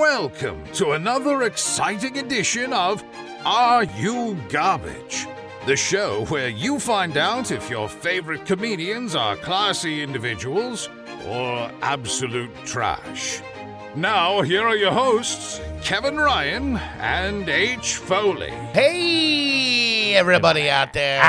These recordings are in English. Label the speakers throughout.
Speaker 1: Welcome to another exciting edition of Are You Garbage? The show where you find out if your favorite comedians are classy individuals or absolute trash. Now, here are your hosts, Kevin Ryan and H. Foley.
Speaker 2: Hey, everybody out there.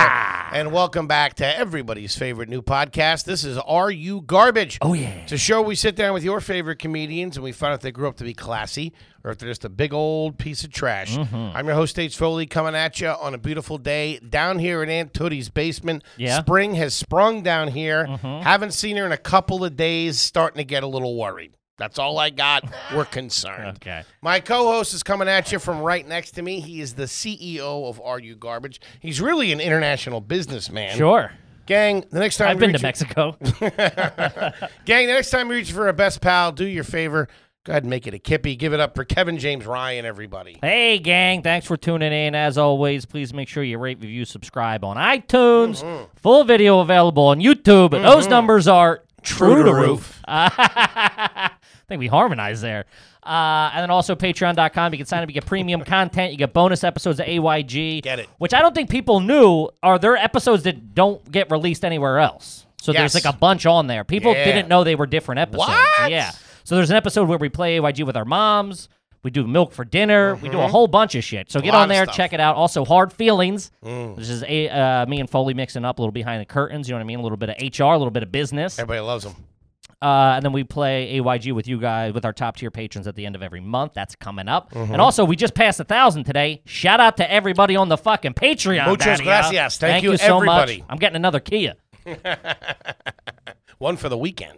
Speaker 2: And welcome back to everybody's favorite new podcast. This is Are You Garbage? Oh, yeah. It's a show we sit down with your favorite comedians and we find out if they grew up to be classy or if they're just a big old piece of trash. I'm your host, H. Foley, coming at you on a beautiful day down here in Aunt Tootie's basement.
Speaker 3: Yeah.
Speaker 2: Spring has sprung down here. Haven't seen her in a couple of days, starting to get a little worried. That's all I got. We're concerned.
Speaker 3: Okay.
Speaker 2: My co-host is coming at you from right next to me. He is the CEO of RU Garbage. He's really an international businessman.
Speaker 3: Sure.
Speaker 2: Gang, the next time
Speaker 3: I've
Speaker 2: we
Speaker 3: been
Speaker 2: reach
Speaker 3: to Mexico.
Speaker 2: Gang, the next time we reach for a best pal, do your favor. Go ahead and make it a kippy. Give it up for Kevin James Ryan, everybody.
Speaker 3: hey, gang. Thanks for tuning in. As always, please make sure you rate, review, subscribe on iTunes.
Speaker 2: Mm-hmm.
Speaker 3: Full video available on YouTube. And Those numbers are true, to roof. Uh, I think we harmonized there. Uh, and then also patreon.com. You can sign up. You get premium content. You get bonus episodes of AYG.
Speaker 2: Get it.
Speaker 3: Which I don't think people knew are there episodes that don't get released anywhere else. So
Speaker 2: Yes.
Speaker 3: there's like a bunch on there. People
Speaker 2: Yeah.
Speaker 3: didn't know they were different episodes.
Speaker 2: What?
Speaker 3: Yeah. So there's an episode where we play AYG with our moms. We do milk for dinner. We do a whole bunch of shit. So get
Speaker 2: Mm-hmm. lot
Speaker 3: on
Speaker 2: of
Speaker 3: there,
Speaker 2: stuff. Mm.
Speaker 3: check it out. Also, Hard Feelings. This is a, uh, me and Foley mixing up a little behind the curtains. You know what I mean? A little bit of HR, a little bit of business.
Speaker 2: Everybody loves him.
Speaker 3: Uh, and then we play AYG with you guys, with our top tier patrons at the end of every month. That's coming up.
Speaker 2: Mm-hmm.
Speaker 3: And also, we just passed a thousand today. Shout out to everybody on the fucking Patreon.
Speaker 2: Muchas
Speaker 3: daddy-o.
Speaker 2: gracias. Thank you,
Speaker 3: so
Speaker 2: everybody.
Speaker 3: much. I'm getting another Kia.
Speaker 2: One for the weekend.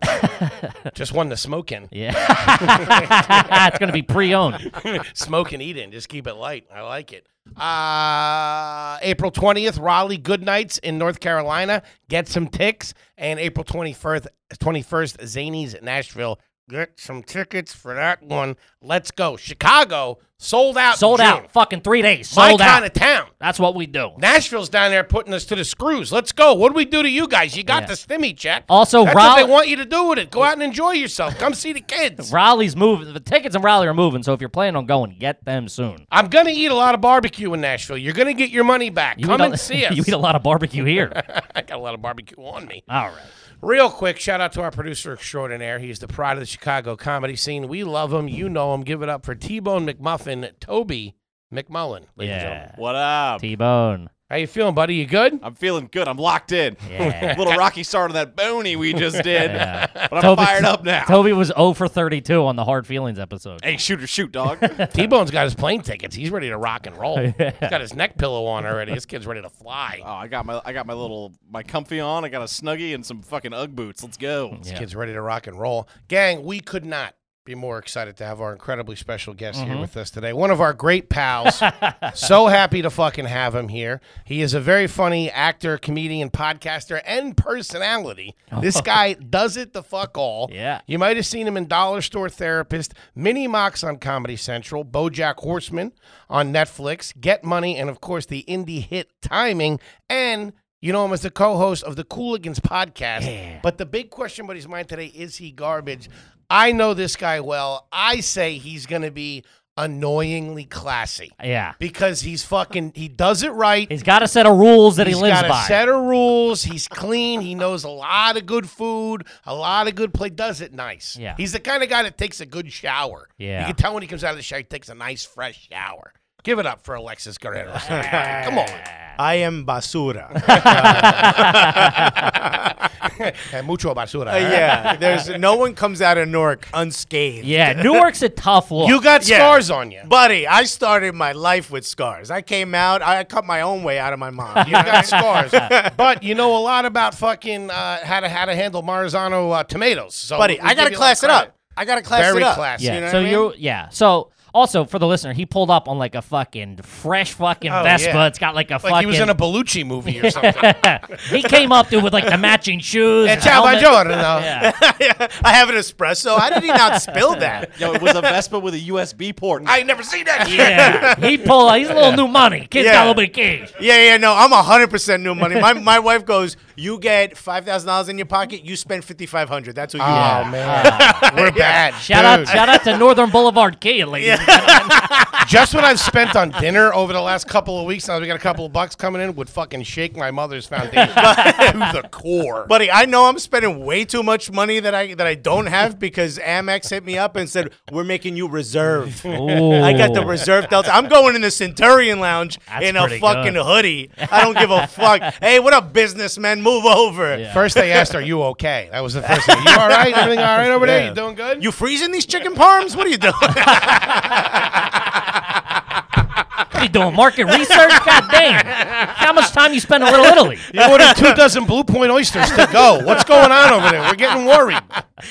Speaker 2: Just one to smoke in.
Speaker 3: Yeah, it's gonna be pre-owned.
Speaker 2: Smoke and eat in. Just keep it light. I like it. Uh, April 20th, Raleigh Good Nights in North Carolina. Get some ticks. And April 21st, 21st Zanies at Nashville. Get some tickets for that one. Let's go. Chicago sold out. in
Speaker 3: Sold
Speaker 2: June.
Speaker 3: out. Fucking three days.
Speaker 2: My
Speaker 3: Sold out.
Speaker 2: kind of town.
Speaker 3: That's what we do.
Speaker 2: Nashville's down there putting us to the screws. Let's go. What do we do to you guys? You got
Speaker 3: Yeah.
Speaker 2: the stimmy check.
Speaker 3: Also,
Speaker 2: That's what
Speaker 3: Raleigh- Oh.
Speaker 2: they want you to do with it. Go out and enjoy yourself. Come see the kids.
Speaker 3: Raleigh's moving. The tickets in Raleigh are moving. So if you're planning on going, get them soon.
Speaker 2: I'm gonna eat a lot of barbecue in Nashville. You're gonna get your money back.
Speaker 3: You
Speaker 2: Come
Speaker 3: eat a-
Speaker 2: and see us.
Speaker 3: You eat a lot of barbecue here.
Speaker 2: I got a lot of barbecue on me.
Speaker 3: All right.
Speaker 2: Real quick, shout out to our producer extraordinaire. He's the pride of the Chicago comedy scene. We love him. You know him. Give it up for T Bone McMuffin, Toby McMullen. Ladies and gentlemen.
Speaker 3: Yeah.
Speaker 4: What up?
Speaker 3: T-Bone.
Speaker 2: How you feeling, buddy? You good?
Speaker 4: I'm feeling good. I'm locked in.
Speaker 3: Yeah.
Speaker 4: Little rocky start on that bony we just did,
Speaker 3: Yeah.
Speaker 4: but I'm
Speaker 3: Toby-
Speaker 4: fired up now.
Speaker 3: Toby was 0 for 32 on the hard feelings episode.
Speaker 4: Hey, shooter, shoot, dog. Oh,
Speaker 2: T Bone's got his plane tickets. He's ready to rock and roll. He's got his neck pillow on already. This kid's ready to fly.
Speaker 4: oh, I got my I got my little my comfy on. I got a snuggie and some fucking UGG boots. Let's go.
Speaker 2: This kid's ready to rock and roll. Gang, we could not be more excited to have our incredibly special guest
Speaker 3: Mm-hmm.
Speaker 2: here with us today. One of our great pals. so happy to fucking have him here. He is a very funny actor, comedian, podcaster, and personality. This guy does it the fuck all.
Speaker 3: Yeah.
Speaker 2: You might have seen him in Dollar Store Therapist, Mini Mox on Comedy Central, Bojack Horseman on Netflix, Get Money, and of course the indie hit Timing. And you know him as the co host of the Cooligans podcast. But the big question buddy's mind today is he garbage? I know this guy well. I say he's going to be annoyingly classy
Speaker 3: Yeah.
Speaker 2: because he's fucking, he does it right.
Speaker 3: He's got a set of rules that he
Speaker 2: He's
Speaker 3: lives
Speaker 2: got
Speaker 3: by.
Speaker 2: a set of rules. He's clean. He knows a lot of good food, a lot of good play. Does it nice.
Speaker 3: Yeah.
Speaker 2: He's the kind of guy that takes a good shower.
Speaker 3: Yeah.
Speaker 2: You can tell when he comes out of the shower, he takes a nice fresh shower. Give it up for Alexis Guerrero. Come on.
Speaker 5: I am basura.
Speaker 2: and Eh, mucho basura. huh?
Speaker 5: Uh, yeah, there's no one comes out of Newark unscathed.
Speaker 3: yeah, Newark's a tough look.
Speaker 2: You got
Speaker 5: Yeah.
Speaker 2: scars on you.
Speaker 5: buddy, I started my life with scars. I came out, I cut my own way out of my mom.
Speaker 2: You got scars, but you know a lot about fucking uh, how to how to handle Marzano uh, tomatoes. So
Speaker 5: buddy,
Speaker 2: we
Speaker 5: I gotta
Speaker 2: give you a lot of
Speaker 5: class it up.
Speaker 2: credit.
Speaker 5: I gotta class
Speaker 2: Very
Speaker 5: it up.
Speaker 2: classy.
Speaker 3: yeah.
Speaker 5: You know what
Speaker 3: so
Speaker 5: I mean?
Speaker 3: you yeah. So also for the listener, he pulled up on like a fucking fresh fucking Vespa.
Speaker 2: Oh, yeah.
Speaker 3: It's got like
Speaker 2: Like
Speaker 3: a fucking
Speaker 2: he was in a Bellucci movie or something.
Speaker 3: He came up dude with like the matching shoes.
Speaker 2: Eh,
Speaker 3: the
Speaker 2: ciao,
Speaker 3: helmet.
Speaker 2: buongiorno.
Speaker 3: Yeah.
Speaker 5: I have an espresso. How did he not spill that?
Speaker 4: Yo, it was a Vespa with a USB port.
Speaker 2: I ain't never seen that.
Speaker 3: yeah. He pulled. He's a little new money. Kid's got
Speaker 5: Yeah.
Speaker 3: a little bit of cash.
Speaker 5: Yeah, yeah, no, I'm 100% new money. My, my wife goes, You get five thousand dollars in your pocket. You spend fifty five hundred. That's what you
Speaker 2: Oh
Speaker 5: get.
Speaker 2: man, we're bad.
Speaker 3: Shout
Speaker 2: dude.
Speaker 3: out, shout out to Northern Boulevard Kia, ladies. and gentlemen.
Speaker 2: Just what I've spent on dinner over the last couple of weeks, now that we got a couple of bucks coming in, would fucking shake my mother's foundation to the core.
Speaker 5: Buddy, I know I'm spending way too much money that I that I don't have because Amex hit me up and said we're making you reserve. I got the
Speaker 3: Ooh.
Speaker 5: reserve Delta. I'm going in the Centurion Lounge
Speaker 3: That's
Speaker 5: in a
Speaker 3: pretty
Speaker 5: fucking
Speaker 3: good.
Speaker 5: hoodie. I don't give a fuck. Hey, what up, businessman? Move over.
Speaker 2: First they asked, "Are you okay?" That was the first thing. You all right? Everything all right over there?
Speaker 5: Yeah.
Speaker 2: You doing good?
Speaker 5: You freezing these chicken parms? What are you doing?
Speaker 3: What are you doing? Market research? God damn. How much time you spend in Little Italy?
Speaker 2: You ordered two dozen Blue Point oysters to go. What's going on over there? We're getting worried.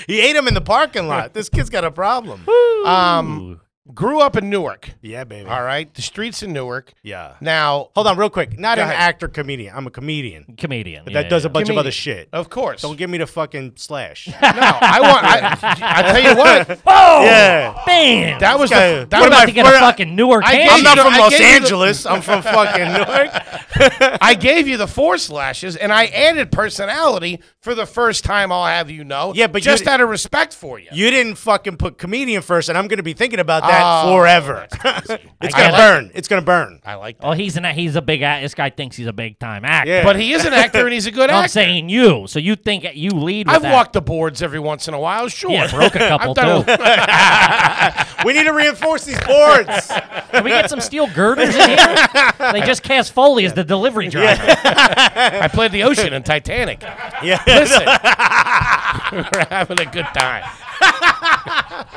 Speaker 5: he ate them in the parking lot. This kid's got a problem.
Speaker 2: Um, grew up in Newark.
Speaker 5: yeah, baby.
Speaker 2: All right, the streets in Newark.
Speaker 5: Yeah.
Speaker 2: Now,
Speaker 5: Hold on, real quick. Not
Speaker 2: Go
Speaker 5: an
Speaker 2: ahead.
Speaker 5: actor comedian. I'm a comedian
Speaker 3: Comedian.
Speaker 5: that does a bunch
Speaker 2: Comedian.
Speaker 5: of other shit.
Speaker 2: of course,
Speaker 5: Don't give me the fucking slash.
Speaker 2: no. I want. I, I tell you what,
Speaker 3: Oh,
Speaker 5: Yeah.
Speaker 3: bam.
Speaker 2: that was
Speaker 5: Okay.
Speaker 2: the. That
Speaker 5: What
Speaker 2: was
Speaker 3: We're
Speaker 5: am I
Speaker 3: about to get a
Speaker 5: for-
Speaker 3: fucking Newark
Speaker 2: I
Speaker 3: hand.
Speaker 2: gave
Speaker 5: I'm not
Speaker 2: you the-
Speaker 5: from
Speaker 2: I
Speaker 5: Los
Speaker 2: gave you the-
Speaker 5: Angeles. I'm from fucking Newark.
Speaker 2: I gave you the four slashes, and I added personality for the first time. I'll have you know.
Speaker 5: Yeah, but you
Speaker 2: just
Speaker 5: di-
Speaker 2: out of respect for you.
Speaker 5: You didn't fucking put comedian first, and I'm gonna be thinking about that
Speaker 2: Oh,
Speaker 5: forever. it's
Speaker 3: I
Speaker 5: gonna
Speaker 3: like
Speaker 5: burn. It's gonna burn.
Speaker 2: I like that.
Speaker 3: oh, he's an he's a big act. This guy thinks he's a big time actor.
Speaker 5: Yeah.
Speaker 2: But he is an actor, and he's a good
Speaker 3: I'm
Speaker 2: actor.
Speaker 3: saying you. So you think you lead with
Speaker 2: I've
Speaker 3: that.
Speaker 2: walked the boards every once in a while. Sure,
Speaker 3: Yeah, broke a couple,
Speaker 2: I've done
Speaker 3: too.
Speaker 2: a-
Speaker 5: We need to reinforce these boards.
Speaker 3: Can we get some steel girders in here? They just cast Foley as the delivery driver.
Speaker 2: I played the ocean in Titanic.
Speaker 5: yeah.
Speaker 2: Listen, we're having a good time.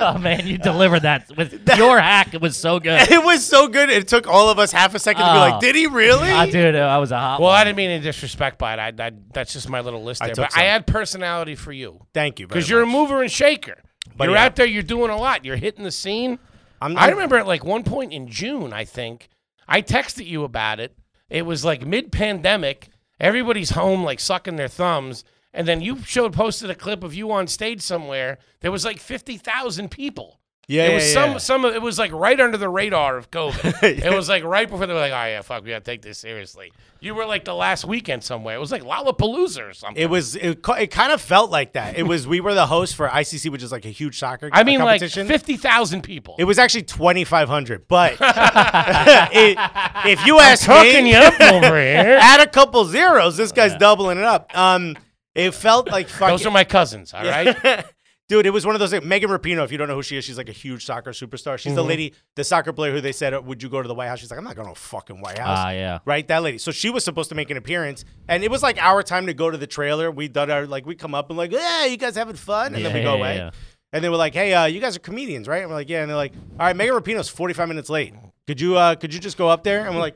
Speaker 3: Oh man, you delivered that with your hack. It was so good.
Speaker 5: It was so good. It took all of us half a second to be
Speaker 3: Oh.
Speaker 5: like, "Did he really?"
Speaker 3: Ah, dude, I was a hot.
Speaker 2: Well,
Speaker 3: one.
Speaker 2: I didn't mean any disrespect by it. I, I, that's just my little list there.
Speaker 5: took
Speaker 2: but I
Speaker 5: some.
Speaker 2: had personality for you
Speaker 5: Thank you.
Speaker 2: because you're a mover and shaker. you're
Speaker 5: yeah.
Speaker 2: out there. You're doing a lot. You're hitting the scene.
Speaker 5: I'm,
Speaker 2: I remember at like one point in June, I think, I texted you about it. It was like mid pandemic. Everybody's home, like sucking their thumbs. And then you showed posted a clip of you on stage somewhere. There was like 50,000 people.
Speaker 5: Yeah,
Speaker 2: it was
Speaker 5: yeah,
Speaker 2: some,
Speaker 5: yeah.
Speaker 2: some, of- it was like right under the radar of COVID. It was like right before they were like, oh yeah, fuck, we gotta take this seriously. You were like the last weekend somewhere. It was like Lollapalooza or something.
Speaker 5: It was. It, co- it kind of felt like that. It was. We were the host for ICC, which is like a huge soccer.
Speaker 2: I mean, like
Speaker 5: competition.
Speaker 2: 50,000 people.
Speaker 5: It was actually twenty five hundred, but it, if you ask
Speaker 2: Hooking
Speaker 5: me,
Speaker 2: you up over here.
Speaker 5: add a couple zeros, this guy's doubling it up. Um, it felt like fucking.
Speaker 2: Those are my cousins, all right?
Speaker 5: Dude, it was one of those. Like, Megan Rapinoe, if you don't know who she is, she's like a huge soccer superstar. She's
Speaker 3: Mm-hmm.
Speaker 5: the lady, the soccer player who they said, uh, "Would you go to the White House?" She's like, "I'm not going to fucking White House."
Speaker 3: Ah, yeah.
Speaker 5: right? That lady. So she was supposed to make an appearance, and it was like our time to go to the trailer. We done our like we come up and like, yeah, you guys having fun, and then we
Speaker 3: Yeah,
Speaker 5: go
Speaker 3: yeah,
Speaker 5: away.
Speaker 3: yeah.
Speaker 5: And they were like, hey, uh, you guys are comedians, right? And we're like, yeah. And they're like, all right, Megan Rapinoe's 45 minutes late. Could you uh, could you just go up there? And we're like,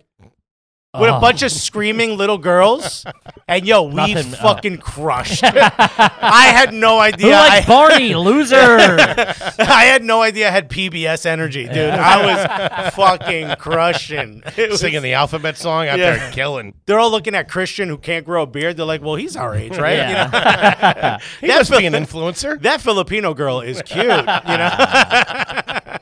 Speaker 5: with
Speaker 3: Oh.
Speaker 5: a bunch of screaming little girls, and yo, we
Speaker 3: Nothing, uh,
Speaker 5: fucking crushed. I had no idea.
Speaker 3: Who
Speaker 5: I,
Speaker 3: likes Barney? Loser.
Speaker 5: I had no idea I had PBS energy, dude. I was fucking crushing. It was-
Speaker 2: Singing the alphabet song out
Speaker 5: Yeah.
Speaker 2: there killing.
Speaker 5: they're all looking at Christian who can't grow a beard. They're like, well, he's our age, right?
Speaker 3: Yeah.
Speaker 5: You know?
Speaker 2: He
Speaker 5: That
Speaker 2: must
Speaker 5: felt-
Speaker 2: be an influencer.
Speaker 5: That Filipino girl is cute, you know?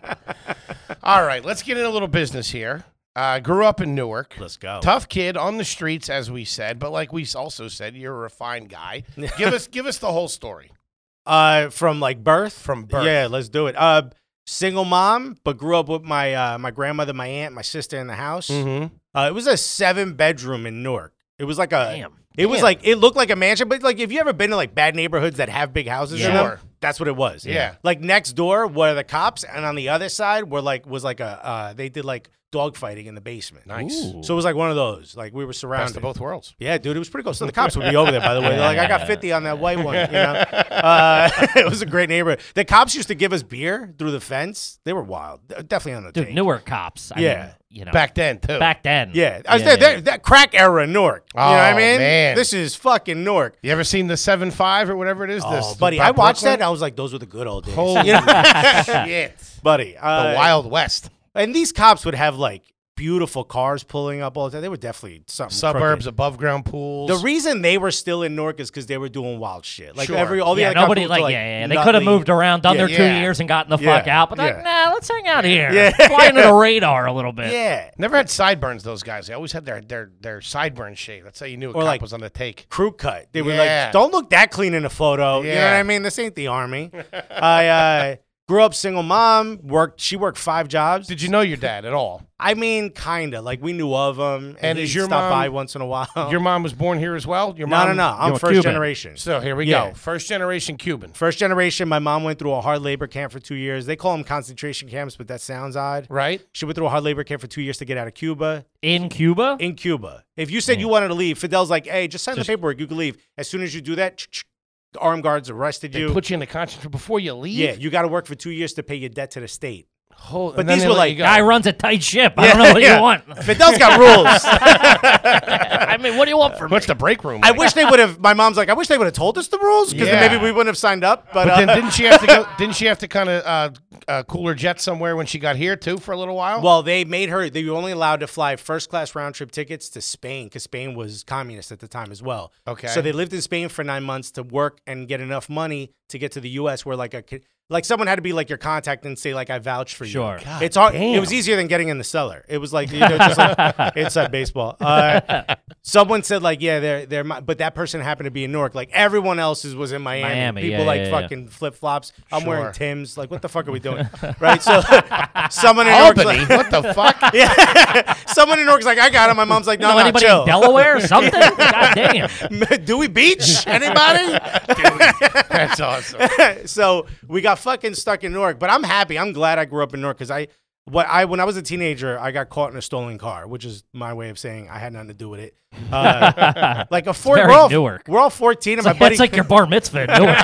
Speaker 2: All right, let's get in a little business here. Uh, grew up in Newark.
Speaker 5: Let's go.
Speaker 2: Tough kid on the streets, as we said, but like we also said, you're a refined guy. give us, give us the whole story.
Speaker 5: Uh, from like birth?
Speaker 2: From birth.
Speaker 5: Yeah, let's do it. Uh, single mom, but grew up with my, uh, my grandmother, my aunt, my sister in the house.
Speaker 2: Mm-hmm.
Speaker 5: Uh, it was a seven bedroom in Newark. It was like a.
Speaker 3: Damn.
Speaker 5: It was like it looked like a mansion, but like if you ever been to like bad neighborhoods that have big houses, in them,
Speaker 2: Sure.
Speaker 5: that's what it was.
Speaker 2: Yeah.
Speaker 5: like next door were the cops, and on the other side were like was like a uh, they did like dog fighting in the basement.
Speaker 2: Nice.
Speaker 3: Ooh.
Speaker 5: So it was like one of those. Like we were surrounded.
Speaker 2: Best of both worlds.
Speaker 5: Yeah, dude, it was pretty cool. So the cops would be over there, by the way. They're like, I got 50 on that white one. You know? uh, it was a great neighborhood. The cops used to give us beer through the fence. They were wild. They're Definitely on the
Speaker 3: Dude,
Speaker 5: take.
Speaker 3: Newark cops. I
Speaker 5: Yeah.
Speaker 3: mean, you know,
Speaker 2: Back then too.
Speaker 3: back then.
Speaker 5: Yeah, I was
Speaker 3: Yeah,
Speaker 5: there,
Speaker 3: yeah.
Speaker 5: there- that crack era in Newark. you know what I
Speaker 2: Oh,
Speaker 5: mean?
Speaker 2: man.
Speaker 5: This is fucking Newark.
Speaker 2: You ever seen the seven five or whatever it is?
Speaker 5: Oh,
Speaker 2: this
Speaker 5: buddy,
Speaker 2: by
Speaker 5: I watched that
Speaker 2: Brooklyn?
Speaker 5: and I was like, those were the good old days.
Speaker 2: Holy
Speaker 5: You know?
Speaker 2: shit!
Speaker 5: buddy.
Speaker 2: The
Speaker 5: Uh,
Speaker 2: Wild West.
Speaker 5: And these cops would have like beautiful cars pulling up all the time. They were definitely something.
Speaker 2: Suburbs,
Speaker 5: crooked.
Speaker 2: above ground pools.
Speaker 5: The reason they were still in Newark is because they were doing wild shit. Like
Speaker 2: Sure.
Speaker 5: every all the
Speaker 3: yeah,
Speaker 5: other
Speaker 3: nobody
Speaker 5: couples
Speaker 3: like,
Speaker 5: were,
Speaker 3: yeah, yeah. They
Speaker 5: nothing.
Speaker 3: could have moved around, done
Speaker 5: Yeah,
Speaker 3: their two
Speaker 2: yeah.
Speaker 3: years, and gotten the
Speaker 5: Yeah,
Speaker 3: fuck out. But they're like, nah, let's hang out here.
Speaker 5: Yeah.
Speaker 3: Fly under the radar a little bit.
Speaker 5: Yeah.
Speaker 2: Never had sideburns. Those guys. They always had their their their sideburns shaved. That's how you knew a
Speaker 5: Or
Speaker 2: cop
Speaker 5: like-
Speaker 2: was on the take.
Speaker 5: crew cut. They were
Speaker 2: Yeah.
Speaker 5: like, "Don't look that clean in a photo." You know what
Speaker 2: Yeah.
Speaker 5: I mean? This ain't the army. I uh, grew up single mom. Worked. She worked five jobs.
Speaker 2: Did you know your dad at all?
Speaker 5: I mean, kinda. Like we knew of him, and,
Speaker 2: And
Speaker 5: he'd
Speaker 2: is your
Speaker 5: stop
Speaker 2: mom-
Speaker 5: by once in a while.
Speaker 2: Your mom was born here as well. Your
Speaker 5: no,
Speaker 2: mom,
Speaker 5: no, no. I'm
Speaker 3: you're
Speaker 5: first
Speaker 3: Cuban.
Speaker 5: generation.
Speaker 2: So here we
Speaker 5: Yeah.
Speaker 2: go. First generation Cuban.
Speaker 5: First generation. My mom went through a hard labor camp for two years. They call them concentration camps, but that sounds odd.
Speaker 2: Right.
Speaker 5: She went through a hard labor camp for two years to get out of Cuba.
Speaker 3: In Cuba?
Speaker 5: In Cuba, if you
Speaker 2: Mm.
Speaker 5: said you wanted to leave, Fidel's like, "Hey, just sign the paperwork. You can leave." As soon as you do that, the armed guards arrested
Speaker 2: They
Speaker 5: you.
Speaker 2: put you in the concentrator before you leave.
Speaker 5: Yeah, you got to work for two years to pay your debt to the state.
Speaker 2: Hol-
Speaker 5: But
Speaker 2: and then
Speaker 5: these
Speaker 2: they
Speaker 5: were
Speaker 2: let you
Speaker 5: like
Speaker 2: go.
Speaker 3: Guy runs a tight ship. I don't know what
Speaker 5: yeah.
Speaker 3: you want.
Speaker 5: Fidel's got rules.
Speaker 3: I mean, what do you want from me?
Speaker 2: What's the break room?
Speaker 5: I
Speaker 2: like?
Speaker 5: wish they would have. My mom's like, I wish they would have told us the rules because
Speaker 2: Yeah.
Speaker 5: maybe we wouldn't have signed up. But,
Speaker 2: But
Speaker 5: uh,
Speaker 2: then didn't she have to go? Didn't she have to kind of uh, uh, cool her jet somewhere when she got here too for a little while?
Speaker 5: well, they made her. They were only allowed to fly first class round trip tickets to Spain because Spain was communist at the time as well.
Speaker 2: Okay.
Speaker 5: So they lived in Spain for nine months to work and get enough money to get to the U.S. Where like a kid- like someone had to be like your contact and say like I vouch for
Speaker 3: Sure.
Speaker 5: you. it's hard. It was easier than getting in the cellar. It was like you know, just like inside baseball. Uh, someone said like, yeah, they're they're, my, but that person happened to be in Newark. Like everyone else's was in Miami.
Speaker 3: Miami,
Speaker 5: People
Speaker 3: yeah,
Speaker 5: like
Speaker 3: yeah, yeah.
Speaker 5: fucking flip flops. I'm
Speaker 2: Sure.
Speaker 5: wearing Tim's. Like, what the fuck are we doing? right. So someone in Newark's
Speaker 2: Albany.
Speaker 5: like,
Speaker 2: what the fuck?
Speaker 5: yeah. someone in Newark's like, I got him. My mom's like, no,
Speaker 3: know
Speaker 5: no,
Speaker 3: anybody
Speaker 5: chill.
Speaker 3: in Delaware or something? God damn.
Speaker 5: Dewey Beach? Anybody?
Speaker 2: That's awesome.
Speaker 5: so we got fucking stuck in Newark, but I'm happy. I'm glad I grew up in Newark because I, what I when I was a teenager, I got caught in a stolen car, which is my way of saying I had nothing to do with it. Uh, like a four,
Speaker 3: very
Speaker 5: we're all,
Speaker 3: Newark.
Speaker 5: We're all 14, and my
Speaker 3: It's like,
Speaker 5: buddy,
Speaker 3: it's like your bar mitzvah. in Newark.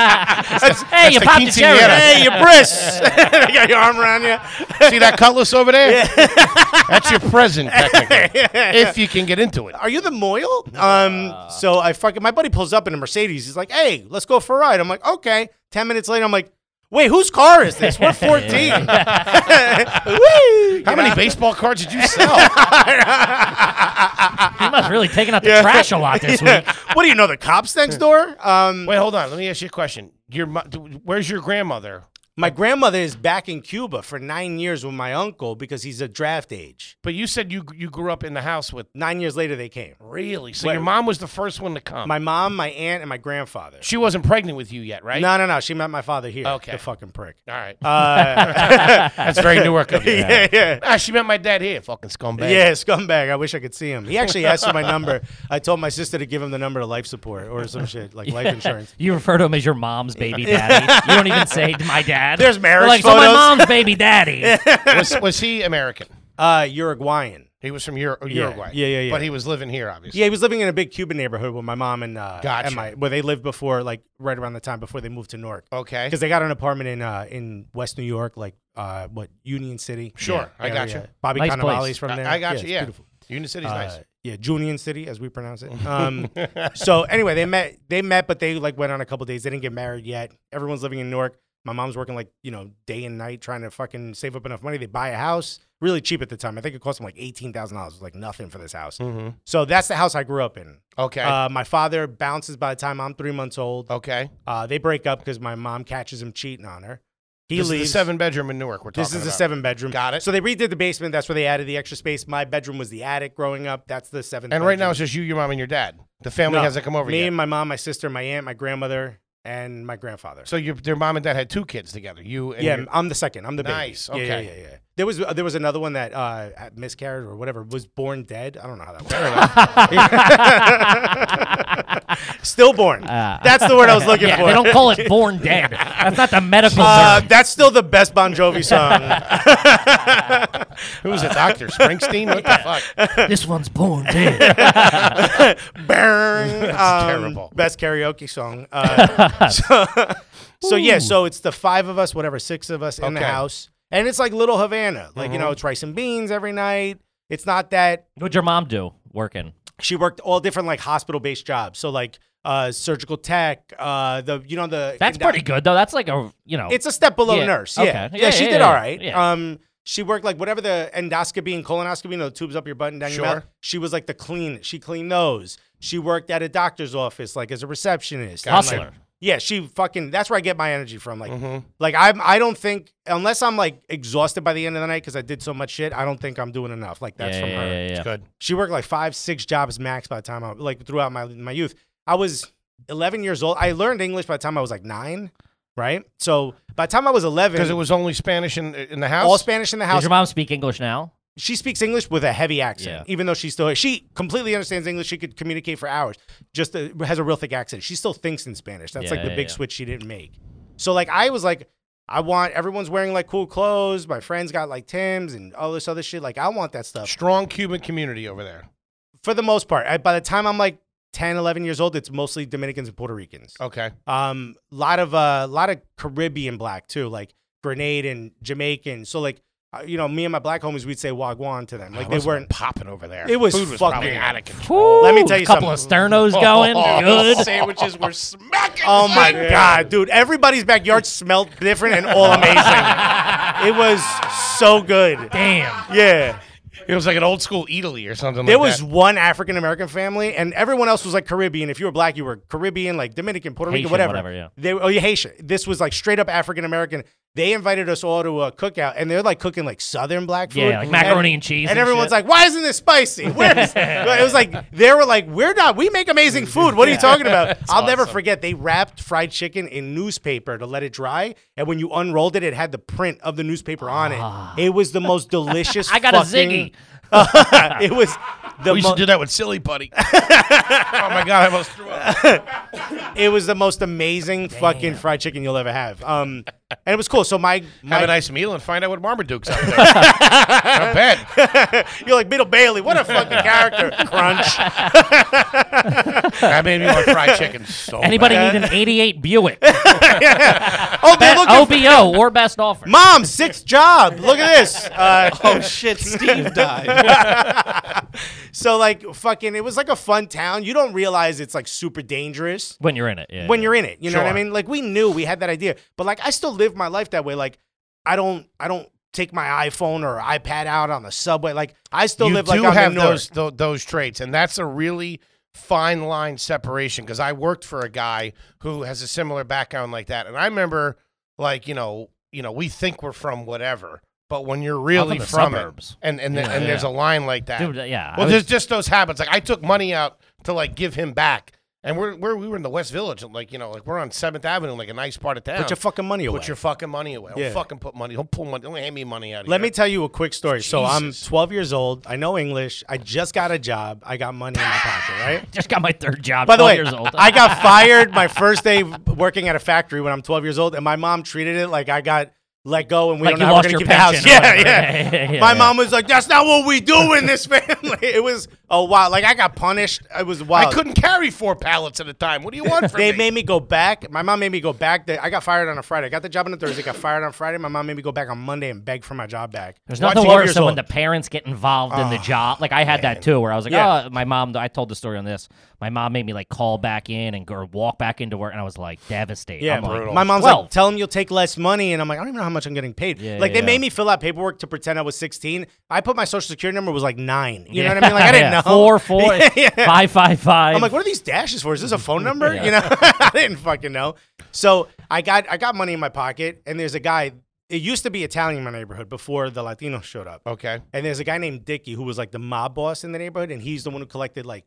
Speaker 3: hey, you
Speaker 2: the
Speaker 3: popped the cherry.
Speaker 2: quinceañera.
Speaker 5: hey, you bris, They got your arm around you.
Speaker 2: See that cutlass over there? That's your present, technically, if you can get into it.
Speaker 5: Are you the Moyle? Um, so I fucking my buddy pulls up in a Mercedes. He's like, "Hey, let's go for a ride." I'm like, "Okay." Ten minutes later, I'm like, "Wait, whose car is this? We're 14." Woo!
Speaker 2: How many baseball cards did you sell?
Speaker 3: You must really taken out the
Speaker 5: Yeah.
Speaker 3: trash a lot this week.
Speaker 5: what do you know? The cops next door. Um,
Speaker 2: Wait, hold on. Let me ask you a question. Your mo- where's your grandmother?
Speaker 5: my grandmother is back in Cuba for nine years with my uncle because he's a draft age.
Speaker 2: But you said you you grew up in the house with
Speaker 5: Nine years later, they came.
Speaker 2: really. So
Speaker 5: Wait.
Speaker 2: your mom was the first one to come.
Speaker 5: My mom, my aunt, and my grandfather.
Speaker 2: she wasn't pregnant with you yet, right?
Speaker 5: No, no, no. She met my father here.
Speaker 2: Okay.
Speaker 5: the fucking prick.
Speaker 2: All right.
Speaker 5: Uh,
Speaker 2: That's very Newark of you.
Speaker 5: yeah, yeah.
Speaker 2: Ah, she met my dad here. Fucking scumbag.
Speaker 5: Yeah, scumbag. I wish I could see him. He actually asked for my number. I told my sister to give him the number to life support or some shit like life insurance.
Speaker 3: You refer to him as your mom's baby daddy. You don't even say my dad.
Speaker 5: There's marriage
Speaker 3: You're like, so
Speaker 5: photos."
Speaker 3: my mom's baby daddy.
Speaker 2: Was, was he American?
Speaker 5: Uh, Uruguayan.
Speaker 2: He was from Ur- Uruguay.
Speaker 5: Yeah, yeah, yeah.
Speaker 2: But he was living here, obviously.
Speaker 5: Yeah, he was living in a big Cuban neighborhood with my mom and uh,
Speaker 2: Gotcha.
Speaker 5: and my where they lived before, like right around the time before they moved to Newark.
Speaker 2: Okay.
Speaker 5: because they got an apartment in uh, in West New York, like uh, what Union City.
Speaker 2: Sure, I
Speaker 5: area.
Speaker 2: gotcha.
Speaker 5: Bobby
Speaker 3: Nice
Speaker 5: Cannavale's
Speaker 3: place.
Speaker 5: from there.
Speaker 2: I, I got you.
Speaker 5: it's
Speaker 2: Yeah.
Speaker 5: beautiful.
Speaker 2: Union City's
Speaker 5: Uh,
Speaker 2: nice.
Speaker 5: Yeah, Junian City, as we pronounce it. Um, so anyway, they met. They met, but they like went on a couple days. They didn't get married yet. Everyone's living in Newark. My mom's working like you know day and night trying to fucking save up enough money. They buy a house really cheap at the time. I think it cost them like eighteen thousand dollars. It was like nothing for this house. So that's the house I grew up in.
Speaker 2: Hmm. Okay.
Speaker 5: Mm-hmm.
Speaker 2: Oh.
Speaker 5: Uh, my father bounces by the time I'm three months old.
Speaker 2: okay.
Speaker 5: Uh, they break up because my mom catches him cheating on her. He
Speaker 2: this
Speaker 5: leaves.
Speaker 2: is a seven bedroom in Newark. We're talking
Speaker 5: This is the
Speaker 2: about.
Speaker 5: seven bedroom.
Speaker 2: Got it.
Speaker 5: So they redid the basement. That's where they added the extra space. My bedroom was the attic growing up. That's the seventh.
Speaker 2: And right now
Speaker 5: bedroom.
Speaker 2: it's just you, your mom, and your dad. The family
Speaker 5: No,
Speaker 2: hasn't come over
Speaker 5: me
Speaker 2: yet.
Speaker 5: and my mom, my sister, my aunt, my grandmother, and my grandfather.
Speaker 2: so your their mom and dad had two kids together. You and
Speaker 5: yeah,
Speaker 2: your-
Speaker 5: I'm the second. I'm the baby.
Speaker 2: Nice,
Speaker 5: Yeah, Yeah,
Speaker 2: okay.
Speaker 5: yeah, yeah, There was there was another one that uh, miscarried or whatever was born dead. I don't know how that works. Stillborn. that's the word I was looking
Speaker 3: Uh, yeah,
Speaker 5: for.
Speaker 3: they don't call it born dead. That's not the medical
Speaker 5: Uh,
Speaker 3: term.
Speaker 5: that's still the best Bon Jovi song.
Speaker 2: who's a doctor? Springsteen? What the fuck?
Speaker 3: This one's born dead.
Speaker 5: Burn. um,
Speaker 2: terrible.
Speaker 5: Best karaoke song. Uh, so, so yeah, so it's the five of us, whatever, six of us in the
Speaker 2: Okay.
Speaker 5: house, and it's like Little Havana. Like you know, it's rice and beans every night. It's not that
Speaker 3: What'd your mom do working?
Speaker 5: she worked all different like hospital based jobs. So like uh, surgical tech, uh, the you know the
Speaker 3: That's
Speaker 5: pretty
Speaker 3: pretty good though. That's like a you know.
Speaker 5: It's a step below
Speaker 3: Oh. Yeah.
Speaker 5: nurse. Yeah.
Speaker 3: Okay.
Speaker 5: Yeah,
Speaker 3: Yeah,
Speaker 5: she
Speaker 3: yeah,
Speaker 5: did
Speaker 3: yeah,
Speaker 5: all right.
Speaker 3: yeah.
Speaker 5: Um, She worked like whatever the endoscopy and colonoscopy, you know, the tubes up your butt and down your
Speaker 2: Sure.
Speaker 5: mouth. She was like the clean. She cleaned those. She worked at a doctor's office, like as a receptionist. And, like,
Speaker 3: Hustler. Mm-hmm.
Speaker 5: yeah, she fucking. That's where I get my energy from. Like,
Speaker 2: Mhm.
Speaker 5: like I'm. I don't think unless I'm like exhausted by the end of the night because I did so much shit. I don't think I'm doing enough. Like that's
Speaker 3: yeah,
Speaker 5: from
Speaker 3: yeah,
Speaker 5: her.
Speaker 3: yeah, yeah.
Speaker 2: Good.
Speaker 5: She worked like five, six jobs max by the time I like throughout my my youth. I was 11 years old. I learned English by the time I was like nine, right? So by the time I was 11,
Speaker 2: Because it was only Spanish in in the house.
Speaker 5: all Spanish in the
Speaker 3: Does
Speaker 5: house.
Speaker 3: your mom speak English now?
Speaker 5: she speaks English with a heavy accent, even though she still she completely understands English. She could communicate for hours. Just uh has a real thick accent. She still thinks in Spanish. That's
Speaker 3: Yeah,
Speaker 5: like the
Speaker 3: yeah,
Speaker 5: big
Speaker 3: yeah.
Speaker 5: switch she didn't make. So like I was like, I want everyone's wearing like cool clothes. My friends got like Tim's and all this other shit. Like I want that stuff.
Speaker 2: Strong Cuban community over there.
Speaker 5: for the most part. I, by the time I'm like 10, 11 years old, it's mostly Dominicans and Puerto Ricans.
Speaker 3: Oh.
Speaker 2: Okay.
Speaker 5: Um, lot of uh, lot of Caribbean black too, like Grenade and Jamaican. So like, uh, you know, me and my black homies, we'd say wagwan to them. Like they weren't.
Speaker 2: popping over there.
Speaker 5: It was
Speaker 2: Food was
Speaker 5: fucking-
Speaker 2: probably out of control.
Speaker 5: Let me
Speaker 3: Whew,
Speaker 5: tell you
Speaker 3: a couple
Speaker 5: something.
Speaker 3: of sternos going. Good.
Speaker 4: Sandwiches were smacking.
Speaker 5: Oh my god, dude! Everybody's backyard smelled different and all amazing. it was so good.
Speaker 3: Damn.
Speaker 5: Yeah.
Speaker 2: It was like an old school Italy or something.
Speaker 5: There
Speaker 2: like
Speaker 5: was
Speaker 2: that.
Speaker 5: one African American family, and everyone else was like Caribbean. If you were black, you were Caribbean, like Dominican, Puerto
Speaker 3: Haitian,
Speaker 5: Rican, whatever.
Speaker 3: whatever, yeah.
Speaker 5: They were- oh, yeah, Haitian. This was like straight up African American. They invited us all to a cookout, and they're like cooking like Southern black food,
Speaker 3: Yeah, like macaroni
Speaker 5: And-
Speaker 3: and cheese and
Speaker 5: And, everyone's
Speaker 3: shit.
Speaker 5: like, "Why isn't this spicy?" Where is-" it was like they were like, "We're not. We make amazing food. What are you talking about?" I'll never forget. They wrapped fried chicken in newspaper to let it dry, and when you unrolled it, it had the print of the newspaper on it. It was the most delicious.
Speaker 3: Ah. I got a
Speaker 5: fucking-
Speaker 3: ziggy.
Speaker 5: it was the
Speaker 2: We used
Speaker 5: mo-
Speaker 2: to do that with Silly Putty. oh my god, I almost threw up.
Speaker 5: it was the most amazing fucking fried chicken you'll ever have. Um, and it was cool. So my,
Speaker 2: Have a
Speaker 5: my
Speaker 2: nice meal and find out what Marmaduke's up there. I bet.
Speaker 5: you're like Middle Bailey. What a fucking character, Crunch.
Speaker 2: That made me want fried chicken so
Speaker 3: Anybody
Speaker 2: bad.
Speaker 3: need an 88 Buick?
Speaker 5: Oh, they're
Speaker 3: Best-
Speaker 5: looking. for-
Speaker 3: OBO or best offer.
Speaker 5: Mom, sixth job. Look at this. Uh,
Speaker 4: Oh shit! Steve died.
Speaker 5: so like fucking, it was like a fun town. You don't realize it's like super dangerous.
Speaker 3: when you're in it. Yeah,
Speaker 5: when
Speaker 3: yeah.
Speaker 5: you're in it. You know what I
Speaker 2: Sure.
Speaker 5: mean? Like we knew we had that idea, but like I still live my life that way. Like I don't, I don't take my iPhone or iPad out on the subway. Like I still
Speaker 2: you
Speaker 5: live
Speaker 2: do
Speaker 5: like I'm
Speaker 2: have
Speaker 5: in Newark.
Speaker 2: those tho- those traits, and that's a really fine line separation. Because I worked for a guy who has a similar background like that, and I remember, like you know, you know, we think we're from whatever, but when you're really
Speaker 3: the
Speaker 2: from
Speaker 3: suburbs.
Speaker 2: it, and and the-
Speaker 3: Yeah,
Speaker 2: and there's
Speaker 3: yeah.
Speaker 2: a line like that.
Speaker 3: Dude, uh, yeah. I
Speaker 2: well,
Speaker 3: was-
Speaker 2: there's just those habits. Like I took money out to like give him back, and we're, we're we were in the West Village, and like you know, like we're on Seventh Avenue, like a nice part of town.
Speaker 5: Put your fucking money away.
Speaker 2: Put your fucking money away. Don't
Speaker 5: Yeah.
Speaker 2: fucking put money. Don't pull money. Don't hand me money out. Of
Speaker 5: Let
Speaker 2: here.
Speaker 5: me tell you a quick story. So I'm
Speaker 2: Jesus.
Speaker 5: 12 years old. I know English. I just got a job. I got money in my pocket, right?
Speaker 3: just got my third job.
Speaker 5: By the
Speaker 3: 12
Speaker 5: way,
Speaker 3: years old.
Speaker 5: I got fired my first day working at a factory when I'm 12 years old, and my mom treated it like I got let go and we
Speaker 3: like
Speaker 5: don't
Speaker 3: you
Speaker 5: know how we're
Speaker 3: lost
Speaker 5: gonna
Speaker 3: your
Speaker 5: keep
Speaker 3: pension.
Speaker 5: the
Speaker 3: or
Speaker 5: house. Yeah,
Speaker 3: whatever.
Speaker 5: yeah.
Speaker 3: yeah,
Speaker 5: My
Speaker 3: yeah.
Speaker 5: mom was like, "That's not what we do in this family." It was a wild. Like I got punished. It was wild.
Speaker 2: I couldn't carry four pallets at a time. What do you want from
Speaker 5: They
Speaker 2: me?
Speaker 5: made me go back. My mom made me go back. They- I got fired on a Friday. I got the job on a Thursday. Got fired on Friday. My mom made me go back on Monday and beg for my job back.
Speaker 3: There's
Speaker 5: Watch
Speaker 3: nothing
Speaker 5: 12
Speaker 3: worse
Speaker 5: years
Speaker 3: than when
Speaker 5: old. Ah.
Speaker 3: the parents get involved in the job. Like I had that too, where I was like,
Speaker 5: Yeah.
Speaker 3: "Oh, my mom." I told the story on this. My mom made me like call back in and go or walk back into work, and I was like devastated.
Speaker 5: Yeah,
Speaker 3: I'm like,
Speaker 5: my mom's
Speaker 3: "Well."
Speaker 5: like, tell him you'll take less money, and I'm like, I don't even know how much I'm getting paid.
Speaker 3: Yeah,
Speaker 5: like
Speaker 3: yeah,
Speaker 5: they
Speaker 3: yeah.
Speaker 5: made me fill out paperwork to pretend I was 16. I put my social security number was like nine. You know
Speaker 3: Yeah,
Speaker 5: what I mean? Like I didn't
Speaker 3: yeah.
Speaker 5: know
Speaker 3: Four, four,
Speaker 5: Yeah, yeah.
Speaker 3: five, five, five.
Speaker 5: I'm like, what are these dashes for? Is this a phone number? You know, I didn't fucking know. So I got I got money in my pocket, and there's a guy. It used to be Italian in my neighborhood before the Latinos showed up.
Speaker 2: Okay.
Speaker 5: And there's a guy named Dickie who was like the mob boss in the neighborhood, and he's the one who collected like